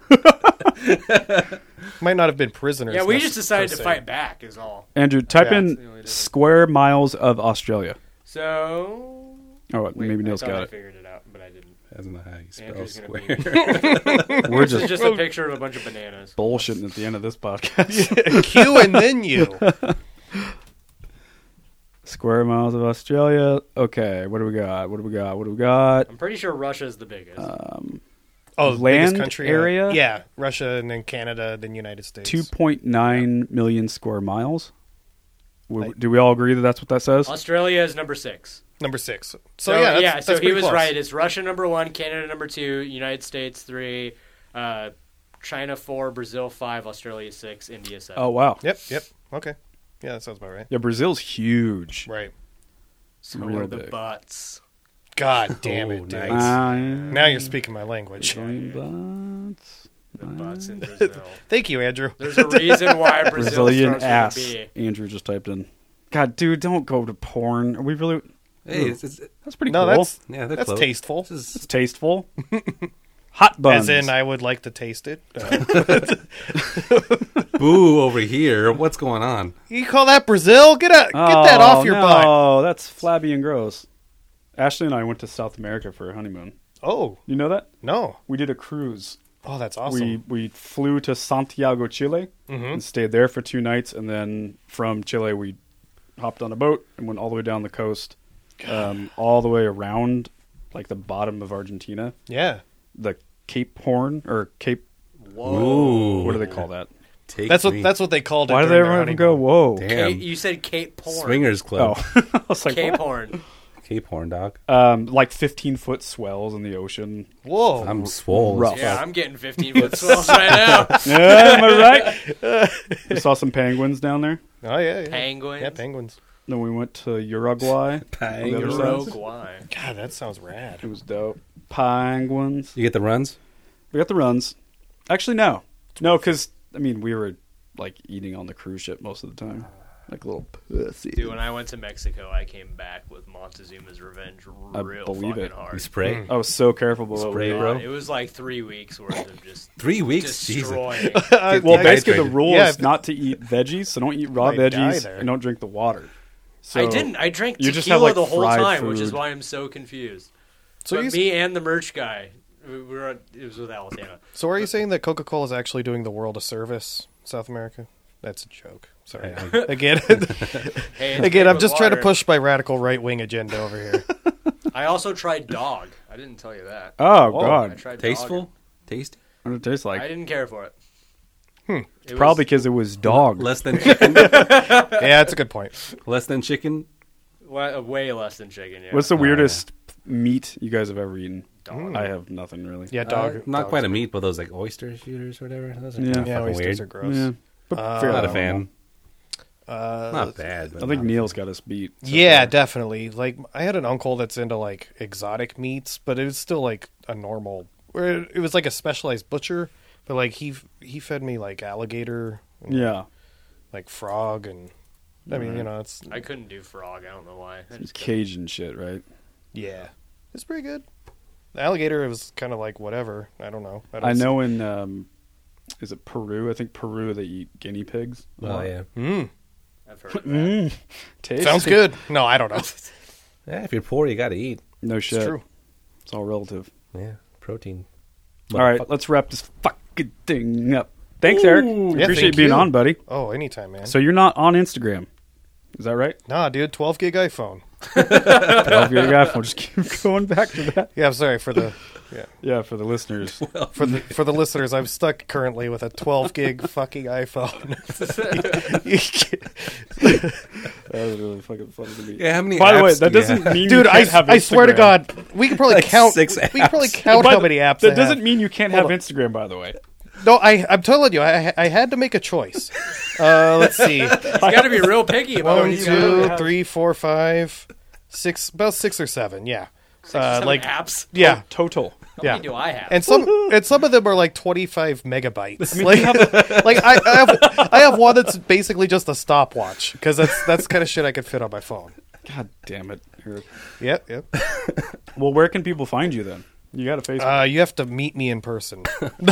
[SPEAKER 5] Might not have been prisoners.
[SPEAKER 6] Yeah, we
[SPEAKER 5] nec-
[SPEAKER 6] just decided
[SPEAKER 5] per
[SPEAKER 6] to
[SPEAKER 5] se.
[SPEAKER 6] fight back. Is all.
[SPEAKER 3] Andrew, type
[SPEAKER 5] Yeah.
[SPEAKER 6] That's the only
[SPEAKER 3] in
[SPEAKER 6] difference.
[SPEAKER 3] square miles of Australia.
[SPEAKER 6] So
[SPEAKER 3] Oh, wait, maybe
[SPEAKER 6] I
[SPEAKER 3] Neil's
[SPEAKER 6] thought I
[SPEAKER 3] got it.
[SPEAKER 6] figured it out, but I didn't.
[SPEAKER 2] That's not how you spell
[SPEAKER 6] Andrew's gonna
[SPEAKER 2] square.
[SPEAKER 6] be.
[SPEAKER 3] We're
[SPEAKER 6] This
[SPEAKER 3] just
[SPEAKER 6] is just a picture of a bunch of bananas.
[SPEAKER 3] bullshitting at the end of this podcast.
[SPEAKER 5] you and then you.
[SPEAKER 3] Square miles of Australia. Okay, what do we got? What do we got? What do we got?
[SPEAKER 6] I'm pretty sure Russia's the biggest.
[SPEAKER 5] Uh, Oh, biggest
[SPEAKER 3] Land
[SPEAKER 5] country
[SPEAKER 3] area?
[SPEAKER 5] Yeah, Russia and then Canada, then United States.
[SPEAKER 3] Two point nine million square miles. W do we all agree that that's what that says?
[SPEAKER 6] Australia is number six.
[SPEAKER 5] number six. So, yeah, that's, that's
[SPEAKER 6] so he
[SPEAKER 5] pretty
[SPEAKER 6] was
[SPEAKER 5] close.
[SPEAKER 6] right. It's Russia number one, Canada number two, United States three, uh, China four, Brazil five, Australia six, India seven.
[SPEAKER 3] Oh wow.
[SPEAKER 5] Yep, yep. Okay, yeah, that sounds about right.
[SPEAKER 3] Yeah, Brazil's huge.
[SPEAKER 5] Right.
[SPEAKER 6] so
[SPEAKER 3] real
[SPEAKER 6] are the
[SPEAKER 3] big.
[SPEAKER 6] butts.
[SPEAKER 5] God damn it,
[SPEAKER 2] Oh,
[SPEAKER 5] dude.
[SPEAKER 2] nice.
[SPEAKER 3] Ah, yeah.
[SPEAKER 5] Now you're speaking my language.
[SPEAKER 3] Join bots.
[SPEAKER 6] The butts in Brazil.
[SPEAKER 5] Thank you, Andrew.
[SPEAKER 6] There's a reason why Brazil
[SPEAKER 3] Brazilian
[SPEAKER 6] starts
[SPEAKER 3] ass.
[SPEAKER 6] with a B.
[SPEAKER 3] Andrew just typed in. God, dude, don't go to porn. Are we really?
[SPEAKER 2] Hey, it's, it's,
[SPEAKER 3] That's pretty
[SPEAKER 5] No,
[SPEAKER 3] cool.
[SPEAKER 5] that's
[SPEAKER 2] yeah, they're
[SPEAKER 5] that's
[SPEAKER 2] close.
[SPEAKER 5] tasteful.
[SPEAKER 2] This is
[SPEAKER 3] It's tasteful. Hot buns.
[SPEAKER 5] As in, I would like to taste it. Uh,
[SPEAKER 2] boo over here. What's going on?
[SPEAKER 5] you call that Brazil? Get a, get that off your
[SPEAKER 3] Oh, no,
[SPEAKER 5] butt.
[SPEAKER 3] that's flabby and gross. Ashley and I went to South America for a honeymoon.
[SPEAKER 5] Oh
[SPEAKER 3] You know that?
[SPEAKER 5] no!
[SPEAKER 3] We did a cruise.
[SPEAKER 5] Oh, that's awesome. Mm-hmm.
[SPEAKER 3] We we flew to Santiago, Chile, and stayed there for two nights, and then from Chile we hopped on a boat and went all the way down the coast, um, all the way around like the bottom of Argentina,
[SPEAKER 5] yeah,
[SPEAKER 3] the Cape Horn or Cape.
[SPEAKER 2] Whoa.
[SPEAKER 3] What do they call that?
[SPEAKER 2] Take
[SPEAKER 5] that's what
[SPEAKER 2] me.
[SPEAKER 5] that's what they called it.
[SPEAKER 3] Why do they
[SPEAKER 5] during their
[SPEAKER 3] ever go?
[SPEAKER 5] honeymoon.
[SPEAKER 3] Whoa!
[SPEAKER 2] Damn.
[SPEAKER 6] Cape- you said Cape Porn.
[SPEAKER 2] Swingers
[SPEAKER 3] Oh,
[SPEAKER 2] Club.
[SPEAKER 3] I was like,
[SPEAKER 6] Cape
[SPEAKER 3] what?
[SPEAKER 6] Horn.
[SPEAKER 5] Oh.
[SPEAKER 2] Cape Horn Dog.
[SPEAKER 3] um, like fifteen foot swells in the ocean.
[SPEAKER 5] Whoa!
[SPEAKER 3] Um,
[SPEAKER 2] I'm swole.
[SPEAKER 3] rough.
[SPEAKER 2] as
[SPEAKER 6] Yeah, I'm getting 15 foot swells right now.
[SPEAKER 3] yeah, am I right? we saw some penguins down there.
[SPEAKER 5] Oh yeah, yeah.
[SPEAKER 6] Penguins.
[SPEAKER 5] Yeah, penguins.
[SPEAKER 3] Then we went to Uruguay.
[SPEAKER 2] Penguins.
[SPEAKER 3] On the other side.
[SPEAKER 6] Uruguay.
[SPEAKER 5] God, that sounds rad.
[SPEAKER 3] It was dope. Penguins.
[SPEAKER 2] You get the runs?
[SPEAKER 3] We got the runs. Actually, no, no, because I mean we were like eating on the cruise ship most of the time, like little pussy.
[SPEAKER 4] Dude, when I went to Mexico, I came back with Montezuma's Revenge
[SPEAKER 3] I
[SPEAKER 4] real
[SPEAKER 3] believe
[SPEAKER 4] fucking
[SPEAKER 3] it.
[SPEAKER 4] hard.
[SPEAKER 2] You spray?
[SPEAKER 3] I was so careful about what
[SPEAKER 2] Spray,
[SPEAKER 3] we ate.
[SPEAKER 2] bro.
[SPEAKER 4] It was like three weeks worth of just
[SPEAKER 2] Three weeks? Jesus.
[SPEAKER 4] destroying.
[SPEAKER 5] Uh,
[SPEAKER 3] Well, basically the
[SPEAKER 2] Dehydrated.
[SPEAKER 3] rule
[SPEAKER 5] Yeah,
[SPEAKER 3] is
[SPEAKER 5] but-
[SPEAKER 3] not to eat veggies, so don't eat raw
[SPEAKER 5] Well, you die
[SPEAKER 3] veggies
[SPEAKER 5] there.
[SPEAKER 3] and don't drink the water. So
[SPEAKER 4] I didn't. I drank tequila
[SPEAKER 3] you just have, like,
[SPEAKER 4] the whole
[SPEAKER 3] fried
[SPEAKER 4] time, which is
[SPEAKER 3] food.
[SPEAKER 4] why I'm so confused.
[SPEAKER 5] So
[SPEAKER 4] but
[SPEAKER 5] you-
[SPEAKER 4] me and the merch guy, we we were. on- It was with Alessandra.
[SPEAKER 5] So are you saying that Coca Cola is actually doing the world a service, South America? That's a joke. Sorry. Again,
[SPEAKER 4] Hey, it's
[SPEAKER 5] again,
[SPEAKER 4] made
[SPEAKER 5] I'm
[SPEAKER 4] with
[SPEAKER 5] just trying to
[SPEAKER 4] water.
[SPEAKER 5] push my radical right wing agenda over here.
[SPEAKER 4] I also tried dog. I didn't tell you that.
[SPEAKER 3] Oh
[SPEAKER 4] I
[SPEAKER 3] god,
[SPEAKER 4] tried
[SPEAKER 2] Tasteful?
[SPEAKER 4] Dog.
[SPEAKER 2] Tasty?
[SPEAKER 3] what it tastes
[SPEAKER 4] I
[SPEAKER 3] like?
[SPEAKER 4] didn't care for it. Hmm.
[SPEAKER 3] Probably because it was dog.
[SPEAKER 2] Less than chicken?
[SPEAKER 5] yeah, that's a good point.
[SPEAKER 2] Less than chicken?
[SPEAKER 4] wa- uh, way less than chicken. Yeah.
[SPEAKER 3] What's the weirdest meat you guys have ever eaten? I have nothing really.
[SPEAKER 5] Yeah,
[SPEAKER 2] Uh,
[SPEAKER 5] dog.
[SPEAKER 2] not
[SPEAKER 5] dog's
[SPEAKER 2] quite a meat, but those like oyster shooters or whatever. Those are
[SPEAKER 3] Yeah.
[SPEAKER 2] kinda
[SPEAKER 5] Yeah,
[SPEAKER 2] fucking
[SPEAKER 5] oysters
[SPEAKER 2] weird.
[SPEAKER 5] are gross.
[SPEAKER 3] Yeah. But fairly
[SPEAKER 2] Not a
[SPEAKER 3] normal.
[SPEAKER 2] fan.
[SPEAKER 5] Uh,
[SPEAKER 2] Not bad. But
[SPEAKER 3] I think
[SPEAKER 2] not-
[SPEAKER 3] Neil's got us beat. so
[SPEAKER 5] yeah,
[SPEAKER 3] far.
[SPEAKER 5] definitely. Like I had an uncle that's into like exotic meats, but it was still like a normal. Or it was like a specialized butcher, but like he he fed me like alligator, and,
[SPEAKER 3] Yeah.
[SPEAKER 5] like frog, and I mean
[SPEAKER 3] Mm-hmm.
[SPEAKER 5] you know it's
[SPEAKER 4] I couldn't do frog. I don't know why. I just couldn't.
[SPEAKER 3] Cajun shit, right?
[SPEAKER 5] yeah it's pretty good. The alligator was kind of like whatever. I don't know.
[SPEAKER 3] I
[SPEAKER 5] don't
[SPEAKER 3] know in um, is it Peru? I think Peru they eat guinea pigs.
[SPEAKER 2] Oh, yeah.
[SPEAKER 4] I've heard of that.
[SPEAKER 3] Tasty.
[SPEAKER 5] s- Sounds good. No, I don't know. it's
[SPEAKER 2] Yeah, if you're poor, you got to eat.
[SPEAKER 3] No shit. It's,
[SPEAKER 5] true.
[SPEAKER 3] all relative.
[SPEAKER 2] Yeah, protein.
[SPEAKER 3] All right, let's wrap this fucking thing up. Thanks, Eric.
[SPEAKER 5] Yeah,
[SPEAKER 3] Appreciate
[SPEAKER 5] thank
[SPEAKER 3] being
[SPEAKER 5] you.
[SPEAKER 3] on, buddy.
[SPEAKER 5] Oh, anytime, man.
[SPEAKER 3] So you're not on Instagram, is that right?
[SPEAKER 5] nah, dude, 12 gig iPhone.
[SPEAKER 3] I'll your iPhone. Just keep going back to that.
[SPEAKER 5] Yeah, I'm sorry for the yeah.
[SPEAKER 3] Yeah, for the listeners.
[SPEAKER 5] for the for the listeners, I'm stuck currently with a 12 gig fucking iPhone.
[SPEAKER 3] That was really fucking funny to me.
[SPEAKER 2] Yeah, how many
[SPEAKER 3] By the way,
[SPEAKER 2] apps
[SPEAKER 3] that
[SPEAKER 2] do you
[SPEAKER 3] doesn't
[SPEAKER 2] have?
[SPEAKER 3] mean
[SPEAKER 5] Dude,
[SPEAKER 3] you
[SPEAKER 5] I,
[SPEAKER 3] can't have
[SPEAKER 5] I swear to
[SPEAKER 3] Instagram. Oh,
[SPEAKER 5] God, we can probably
[SPEAKER 2] Like
[SPEAKER 5] count.
[SPEAKER 2] six
[SPEAKER 5] We can probably
[SPEAKER 2] apps.
[SPEAKER 5] count
[SPEAKER 3] By
[SPEAKER 5] how
[SPEAKER 3] the-
[SPEAKER 5] many apps.
[SPEAKER 3] That
[SPEAKER 5] I
[SPEAKER 3] doesn't
[SPEAKER 5] have.
[SPEAKER 3] mean you can't have
[SPEAKER 5] Hold on.
[SPEAKER 3] Instagram. By the way,
[SPEAKER 5] No, I I'm telling you, I I had to make a choice. Uh, let's see,
[SPEAKER 4] You got to be real picky
[SPEAKER 3] oh,
[SPEAKER 4] about
[SPEAKER 5] one,
[SPEAKER 4] what you got.
[SPEAKER 5] two, three, four, five, six, about six or seven. Yeah, uh,
[SPEAKER 4] Seven
[SPEAKER 5] like
[SPEAKER 4] apps.
[SPEAKER 5] yeah,
[SPEAKER 3] Oh, total.
[SPEAKER 4] How
[SPEAKER 5] yeah.
[SPEAKER 4] many do I have?
[SPEAKER 5] And some and some of them are like 25 megabytes. like, like I, I have I have one that's basically just a stopwatch because that's that's kind of shit I could fit on my phone.
[SPEAKER 3] God damn it, Eric.
[SPEAKER 5] Yep, yep.
[SPEAKER 3] Well, where can people find you then? You got a Facebook.
[SPEAKER 5] Uh, you have to meet me in person.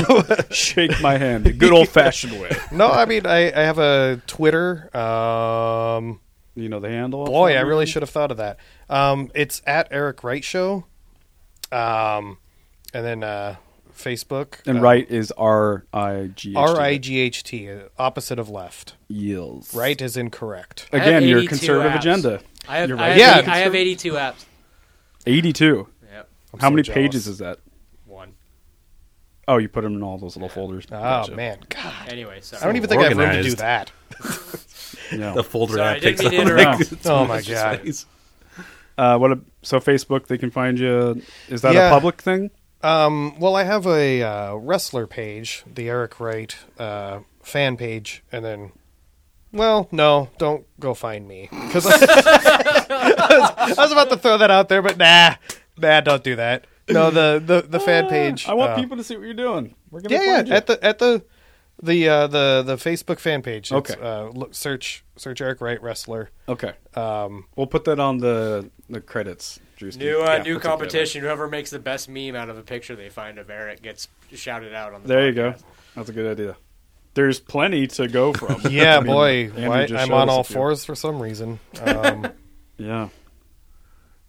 [SPEAKER 3] Shake my hand the good old fashioned way.
[SPEAKER 5] no, I mean I, I have a Twitter. Um,
[SPEAKER 3] You know the handle.
[SPEAKER 5] boy, I really should have thought of that. Um, it's at Eric Wright Show. Um, and then uh, Facebook uh,
[SPEAKER 3] And right is R I G H T.
[SPEAKER 5] R I G H T uh, opposite of left.
[SPEAKER 3] Yields.
[SPEAKER 5] Right is incorrect.
[SPEAKER 4] I have
[SPEAKER 3] Again, your
[SPEAKER 4] 82
[SPEAKER 3] conservative
[SPEAKER 4] apps.
[SPEAKER 3] agenda.
[SPEAKER 4] I have,
[SPEAKER 3] You're
[SPEAKER 4] I
[SPEAKER 3] right.
[SPEAKER 4] have,
[SPEAKER 5] Yeah.
[SPEAKER 4] eighty- I have 82 apps.
[SPEAKER 3] 82.
[SPEAKER 4] Yep.
[SPEAKER 3] How
[SPEAKER 5] so
[SPEAKER 3] many
[SPEAKER 5] jealous.
[SPEAKER 3] pages is that?
[SPEAKER 4] One.
[SPEAKER 3] Oh, you put them in all those little folders.
[SPEAKER 5] Oh
[SPEAKER 3] Gotcha.
[SPEAKER 5] man, God.
[SPEAKER 4] Anyway, sorry.
[SPEAKER 5] I don't even think I have room to do
[SPEAKER 2] Organized.
[SPEAKER 5] that.
[SPEAKER 3] Yeah.
[SPEAKER 2] The folder
[SPEAKER 4] Sorry, I
[SPEAKER 2] app takes
[SPEAKER 4] uh, didn't mean to
[SPEAKER 3] like-
[SPEAKER 4] interrupt.
[SPEAKER 5] Oh my god.
[SPEAKER 3] Uh, what? A, so Facebook, they can find you. Is that a
[SPEAKER 5] Yeah.
[SPEAKER 3] public thing?
[SPEAKER 5] Um, well, I have a uh, wrestler page, the Eric Wright uh, fan page, and then. Well, no, don't go find me because I, was- I was about to throw that out there, but nah, nah, don't do that. No, the the, the fan page.
[SPEAKER 3] Ah, I want
[SPEAKER 5] uh,
[SPEAKER 3] people to see what you're doing. We're gonna
[SPEAKER 5] Yeah,
[SPEAKER 3] find
[SPEAKER 5] yeah,
[SPEAKER 3] you.
[SPEAKER 5] at the at the the uh, the the Facebook fan page. It's,
[SPEAKER 3] Okay.
[SPEAKER 5] uh, look, search search Eric Wright wrestler.
[SPEAKER 3] okay.
[SPEAKER 5] um,
[SPEAKER 3] we'll put that on the the credits. Drewski.
[SPEAKER 4] New uh,
[SPEAKER 3] Yeah,
[SPEAKER 4] new
[SPEAKER 3] put that
[SPEAKER 4] competition. Whoever makes the best meme out of a picture they find of Eric gets shouted out on the
[SPEAKER 3] There you go.
[SPEAKER 4] podcast.
[SPEAKER 3] That's a good idea. There's plenty to go from. I
[SPEAKER 5] Yeah,
[SPEAKER 3] mean,
[SPEAKER 5] boy,
[SPEAKER 3] Andrew
[SPEAKER 5] why,
[SPEAKER 3] just
[SPEAKER 5] I'm
[SPEAKER 3] showed
[SPEAKER 5] on
[SPEAKER 3] us a
[SPEAKER 5] all
[SPEAKER 3] few.
[SPEAKER 5] fours for some reason. Um,
[SPEAKER 3] Yeah.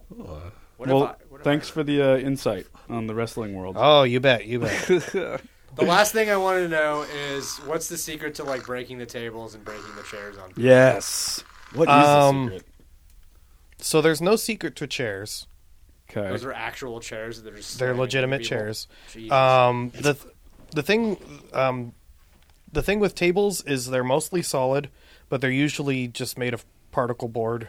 [SPEAKER 4] What if
[SPEAKER 3] well,
[SPEAKER 4] I- what if I-
[SPEAKER 3] thanks for the uh, insight on the wrestling world.
[SPEAKER 5] oh, you bet, you bet.
[SPEAKER 4] The last thing I want to know is what's the secret to like breaking the tables and breaking the chairs on people?
[SPEAKER 3] yes. What is
[SPEAKER 5] Um,
[SPEAKER 3] the secret?
[SPEAKER 5] So there's no secret to chairs.
[SPEAKER 3] Okay.
[SPEAKER 4] Those are actual chairs. That are just
[SPEAKER 5] They're
[SPEAKER 4] slamming
[SPEAKER 5] legitimate
[SPEAKER 4] people.
[SPEAKER 5] chairs.
[SPEAKER 4] Jesus.
[SPEAKER 5] Um, the the thing um, the thing with tables is they're mostly solid, but they're usually just made of particle board.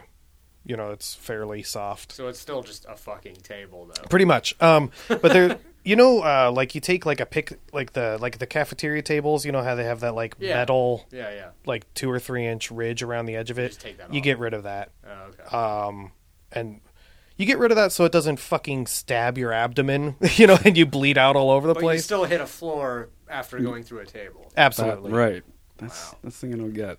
[SPEAKER 5] You know, it's fairly soft.
[SPEAKER 4] so it's still just a fucking table, though.
[SPEAKER 5] Pretty much. Um, but they're you know, uh, like you take like a pick, like the like the cafeteria tables. You know how they have that like
[SPEAKER 6] Yeah.
[SPEAKER 5] metal,
[SPEAKER 6] Yeah, yeah.
[SPEAKER 5] like two or three inch ridge around the edge of it.
[SPEAKER 6] just take that
[SPEAKER 5] you
[SPEAKER 6] off.
[SPEAKER 5] get rid of that.
[SPEAKER 6] Oh, okay.
[SPEAKER 5] Um, and you get rid of that so it doesn't fucking stab your abdomen. You know, and you bleed out all over the
[SPEAKER 6] but you
[SPEAKER 5] place. Mm.
[SPEAKER 6] still hit a floor after going through a table.
[SPEAKER 5] Absolutely.
[SPEAKER 3] That- Uh, right. That's that's the thing I don't get.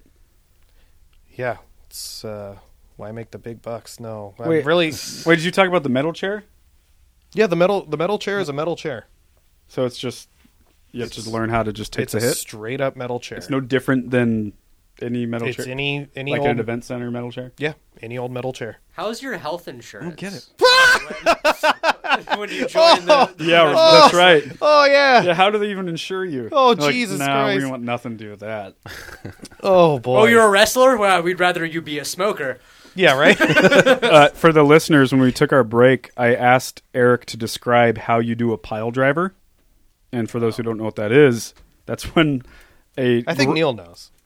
[SPEAKER 5] Yeah, it's uh, why make the big bucks? No, I'm
[SPEAKER 3] Wait.
[SPEAKER 5] really.
[SPEAKER 3] Wait, did you talk about the metal chair?
[SPEAKER 5] Yeah, the metal the metal chair is a metal chair.
[SPEAKER 3] So it's just you have to
[SPEAKER 5] It's-
[SPEAKER 3] learn how to just take
[SPEAKER 5] it's
[SPEAKER 3] the hit.
[SPEAKER 5] straight up metal chair.
[SPEAKER 3] It's no different than any metal
[SPEAKER 5] It's
[SPEAKER 3] chair.
[SPEAKER 5] any- any
[SPEAKER 3] like
[SPEAKER 5] old-
[SPEAKER 3] an event center metal chair.
[SPEAKER 5] Yeah, any old metal chair.
[SPEAKER 6] How's your health insurance?
[SPEAKER 3] get it.
[SPEAKER 6] When, when you join the, the
[SPEAKER 3] Yeah,
[SPEAKER 6] medical-
[SPEAKER 3] that's right.
[SPEAKER 5] Oh yeah.
[SPEAKER 3] Yeah, how do they even insure you?
[SPEAKER 5] Oh,
[SPEAKER 3] Like,
[SPEAKER 5] Jesus
[SPEAKER 3] nah, we
[SPEAKER 5] Christ.
[SPEAKER 3] want nothing to do with that.
[SPEAKER 5] Oh boy.
[SPEAKER 6] Oh, you're a wrestler? Well, we'd rather you be a smoker.
[SPEAKER 5] yeah right.
[SPEAKER 3] uh, for the listeners, when we took our break, I asked Eric to describe how you do a pile driver. And for those who don't know what that is, that's when a
[SPEAKER 5] I think Neil knows.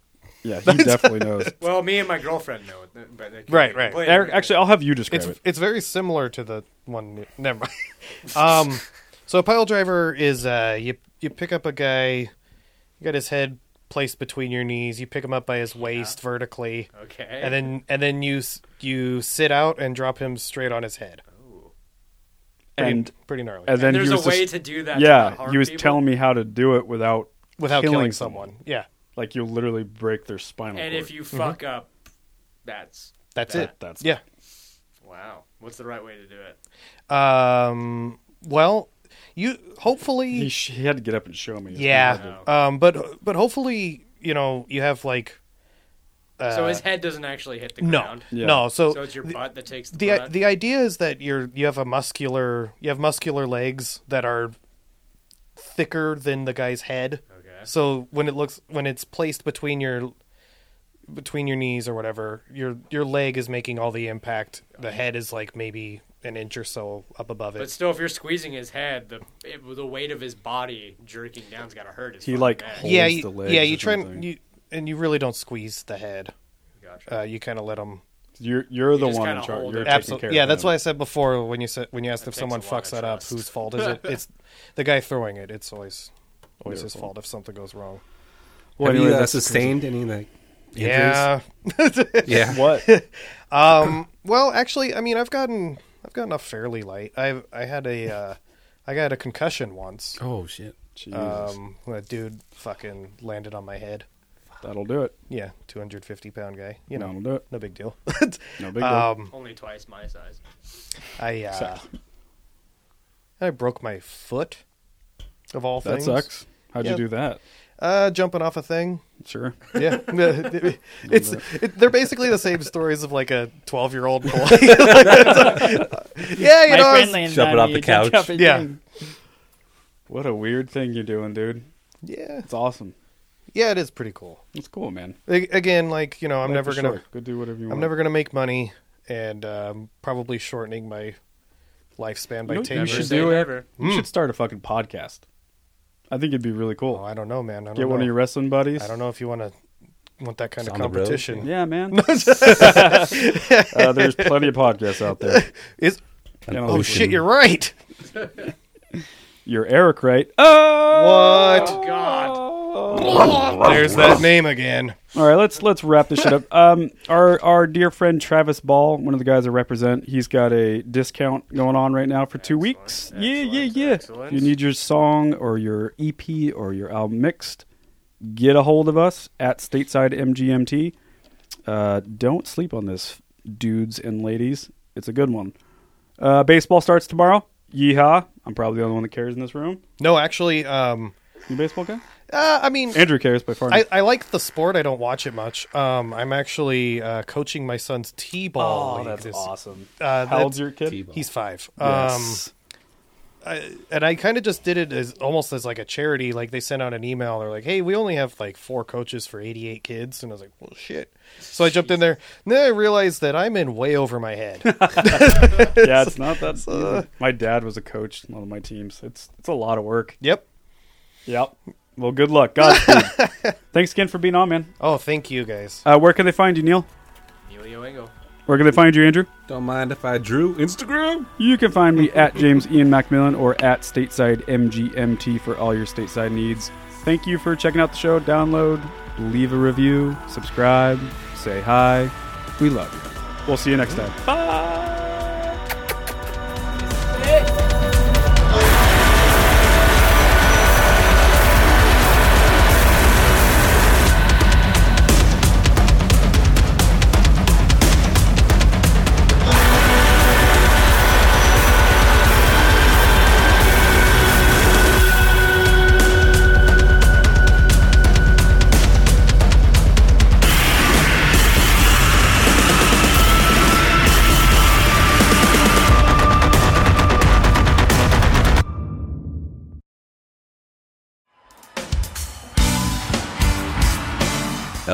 [SPEAKER 3] yeah he definitely knows.
[SPEAKER 6] Well, me and my girlfriend know it, but they can't
[SPEAKER 5] Right, right.
[SPEAKER 6] complain.
[SPEAKER 3] Eric, actually, I'll have you describe
[SPEAKER 5] It's
[SPEAKER 3] it.
[SPEAKER 5] it's very similar to the one. Neil- Never mind. um, so a pile driver is uh you you pick up a guy, you got his head placed between your knees. You pick him up by his waist vertically.
[SPEAKER 6] Okay.
[SPEAKER 5] And then and then you s- you sit out and drop him straight on his head. Pretty,
[SPEAKER 3] And
[SPEAKER 5] pretty gnarly.
[SPEAKER 3] and then
[SPEAKER 6] there's
[SPEAKER 3] he
[SPEAKER 6] a
[SPEAKER 3] was
[SPEAKER 6] way
[SPEAKER 3] just-
[SPEAKER 6] to do that. to not
[SPEAKER 3] Yeah,
[SPEAKER 6] harm
[SPEAKER 3] he was
[SPEAKER 6] people?
[SPEAKER 3] telling me how to do it without
[SPEAKER 5] without killing, someone. Yeah,
[SPEAKER 3] Like you literally break their spinal
[SPEAKER 6] And
[SPEAKER 3] cord.
[SPEAKER 6] if you fuck up, that's
[SPEAKER 5] that's
[SPEAKER 6] that.
[SPEAKER 5] it.
[SPEAKER 3] That's-
[SPEAKER 5] yeah.
[SPEAKER 6] Wow, what's the right way to do it?
[SPEAKER 5] Um. Well, you
[SPEAKER 3] he,
[SPEAKER 5] hopefully.
[SPEAKER 3] sh- he had to get up and show me.
[SPEAKER 5] yeah. Um. But but hopefully you know you have like. Uh,
[SPEAKER 6] so his head doesn't actually hit the
[SPEAKER 5] no
[SPEAKER 6] ground.
[SPEAKER 3] Yeah.
[SPEAKER 5] no so,
[SPEAKER 6] So it's your butt that takes the,
[SPEAKER 5] the
[SPEAKER 6] blood?
[SPEAKER 5] the idea is that you're you have a muscular you have muscular legs that are thicker than the guy's head.
[SPEAKER 6] Okay.
[SPEAKER 5] So when it looks when it's placed between your between your knees or whatever, your your leg is making all the impact. The head is like maybe an inch or so up above it.
[SPEAKER 6] But still, if you're squeezing his head, the it, the weight of his body jerking down's got to hurt his.
[SPEAKER 3] He,
[SPEAKER 6] fucking
[SPEAKER 3] like,
[SPEAKER 6] neck.
[SPEAKER 3] holds
[SPEAKER 5] yeah,
[SPEAKER 3] the
[SPEAKER 5] you,
[SPEAKER 3] legs
[SPEAKER 5] yeah,
[SPEAKER 3] or
[SPEAKER 5] you try
[SPEAKER 3] something.
[SPEAKER 5] and you, and you really don't squeeze the head.
[SPEAKER 6] Gotcha.
[SPEAKER 5] Uh, you kind of let them.
[SPEAKER 3] You're you're the
[SPEAKER 6] just
[SPEAKER 3] one in
[SPEAKER 6] kinda
[SPEAKER 3] charge.
[SPEAKER 6] hold
[SPEAKER 3] You're
[SPEAKER 6] it.
[SPEAKER 3] taking care
[SPEAKER 5] Absolutely. Yeah,
[SPEAKER 3] of
[SPEAKER 5] that's
[SPEAKER 3] him.
[SPEAKER 5] why I said before when you said when you asked if
[SPEAKER 6] takes
[SPEAKER 5] someone
[SPEAKER 6] a lot
[SPEAKER 5] fucks
[SPEAKER 6] of
[SPEAKER 5] that up,
[SPEAKER 6] trust.
[SPEAKER 5] whose fault is it? It's the guy throwing it. It's always always his
[SPEAKER 3] Their
[SPEAKER 5] fault if something goes wrong.
[SPEAKER 3] Well,
[SPEAKER 2] Have
[SPEAKER 3] anyway,
[SPEAKER 2] you uh,
[SPEAKER 3] that's-
[SPEAKER 2] sustained any like injuries?
[SPEAKER 5] Yeah.
[SPEAKER 2] yeah.
[SPEAKER 3] What?
[SPEAKER 5] Um. Well, actually, I mean, I've gotten I've gotten up fairly light. I I had a uh, I got a concussion once.
[SPEAKER 2] Oh shit.
[SPEAKER 5] Um. when a dude fucking landed on my head.
[SPEAKER 3] That'll do it.
[SPEAKER 5] Yeah, two hundred fifty pound guy. You know,
[SPEAKER 3] That'll do it.
[SPEAKER 5] no big deal.
[SPEAKER 3] No big deal.
[SPEAKER 5] um.
[SPEAKER 6] Only twice my size.
[SPEAKER 5] I uh, I broke my foot. Of all
[SPEAKER 3] that
[SPEAKER 5] things,
[SPEAKER 3] sucks. How'd you
[SPEAKER 5] Yeah.
[SPEAKER 3] do that?
[SPEAKER 5] Uh, jumping off a thing.
[SPEAKER 3] Sure.
[SPEAKER 5] Yeah, it's it, they're basically the same stories of like a twelve year old boy. yeah, you know, I was-
[SPEAKER 2] Jumping off the couch.
[SPEAKER 5] yeah,
[SPEAKER 3] What a weird thing you're doing, dude.
[SPEAKER 5] yeah,
[SPEAKER 3] It's awesome.
[SPEAKER 5] yeah. It is pretty cool.
[SPEAKER 3] It's cool, man.
[SPEAKER 5] A- Again, like you know, I'm
[SPEAKER 3] Life
[SPEAKER 5] never
[SPEAKER 3] is
[SPEAKER 5] gonna
[SPEAKER 3] short. Go do whatever you want.
[SPEAKER 5] I'm never gonna make money, and um, probably shortening my lifespan by
[SPEAKER 3] You know what
[SPEAKER 5] ten
[SPEAKER 3] you
[SPEAKER 6] Never
[SPEAKER 5] years.
[SPEAKER 3] should
[SPEAKER 6] say
[SPEAKER 3] do
[SPEAKER 6] never.
[SPEAKER 3] it. You should start a fucking podcast. I think it'd be really cool.
[SPEAKER 5] Hmm. Oh, I don't know, man. I don't
[SPEAKER 3] Get
[SPEAKER 5] know.
[SPEAKER 3] one of your wrestling buddies.
[SPEAKER 5] I don't know if you want to want that kind
[SPEAKER 2] It's
[SPEAKER 5] of
[SPEAKER 2] on the road.
[SPEAKER 5] competition.
[SPEAKER 3] Yeah, man. uh, there's plenty of podcasts out there.
[SPEAKER 5] Is
[SPEAKER 3] You know,
[SPEAKER 5] oh shit, you're right.
[SPEAKER 3] you're Eric, right? Oh,
[SPEAKER 5] What?
[SPEAKER 6] God,
[SPEAKER 5] There's that name again.
[SPEAKER 3] All right, let's let's wrap this shit up. Um, our our dear friend Travis Ball, one of the guys I represent, he's got a discount going on right now for two weeks. yeah, yeah, yeah.
[SPEAKER 6] excellent.
[SPEAKER 3] You need your song or your EP or your album mixed, get a hold of us at Stateside MGMT. Uh, don't sleep on this, dudes and ladies. It's a good one. Uh, baseball starts tomorrow. Yeehaw! I'm probably the only one that cares in this room.
[SPEAKER 5] No, actually, um,
[SPEAKER 3] You baseball guy?
[SPEAKER 5] uh, I mean,
[SPEAKER 3] Andrew cares by far.
[SPEAKER 5] I, I like the sport. I don't watch it much. Um, I'm actually uh, coaching my son's t-ball.
[SPEAKER 3] oh,
[SPEAKER 5] league
[SPEAKER 3] that's
[SPEAKER 5] this-
[SPEAKER 3] awesome.
[SPEAKER 5] Uh,
[SPEAKER 3] How old's
[SPEAKER 5] that's-
[SPEAKER 3] your kid?
[SPEAKER 5] He's five.
[SPEAKER 3] Yes.
[SPEAKER 5] Um, and I kind of just did it as almost as like a charity. Like they sent out an email. They're like, "Hey, we only have like four coaches for 88 kids," and I was like, "Well, shit." So I jumped in there. And then I realized that I'm in way over my head.
[SPEAKER 3] yeah, it's uh, not that. easy. my dad was a coach in one of my teams. It's it's a lot of work.
[SPEAKER 5] yep.
[SPEAKER 3] Yep. Well, good luck. Godspeed. Thanks again for being on, man.
[SPEAKER 5] Oh, thank you guys.
[SPEAKER 3] Uh, where can they find you, Neil?
[SPEAKER 6] Emilio Engel.
[SPEAKER 3] Where can they find you, Andrew?
[SPEAKER 2] Don't mind if I drew Instagram.
[SPEAKER 3] You can find me at James Ian Macmillan or at Stateside MGMT for all your stateside needs. Thank you for checking out the show. Download, leave a review, subscribe, say hi. We love you. We'll see you next time.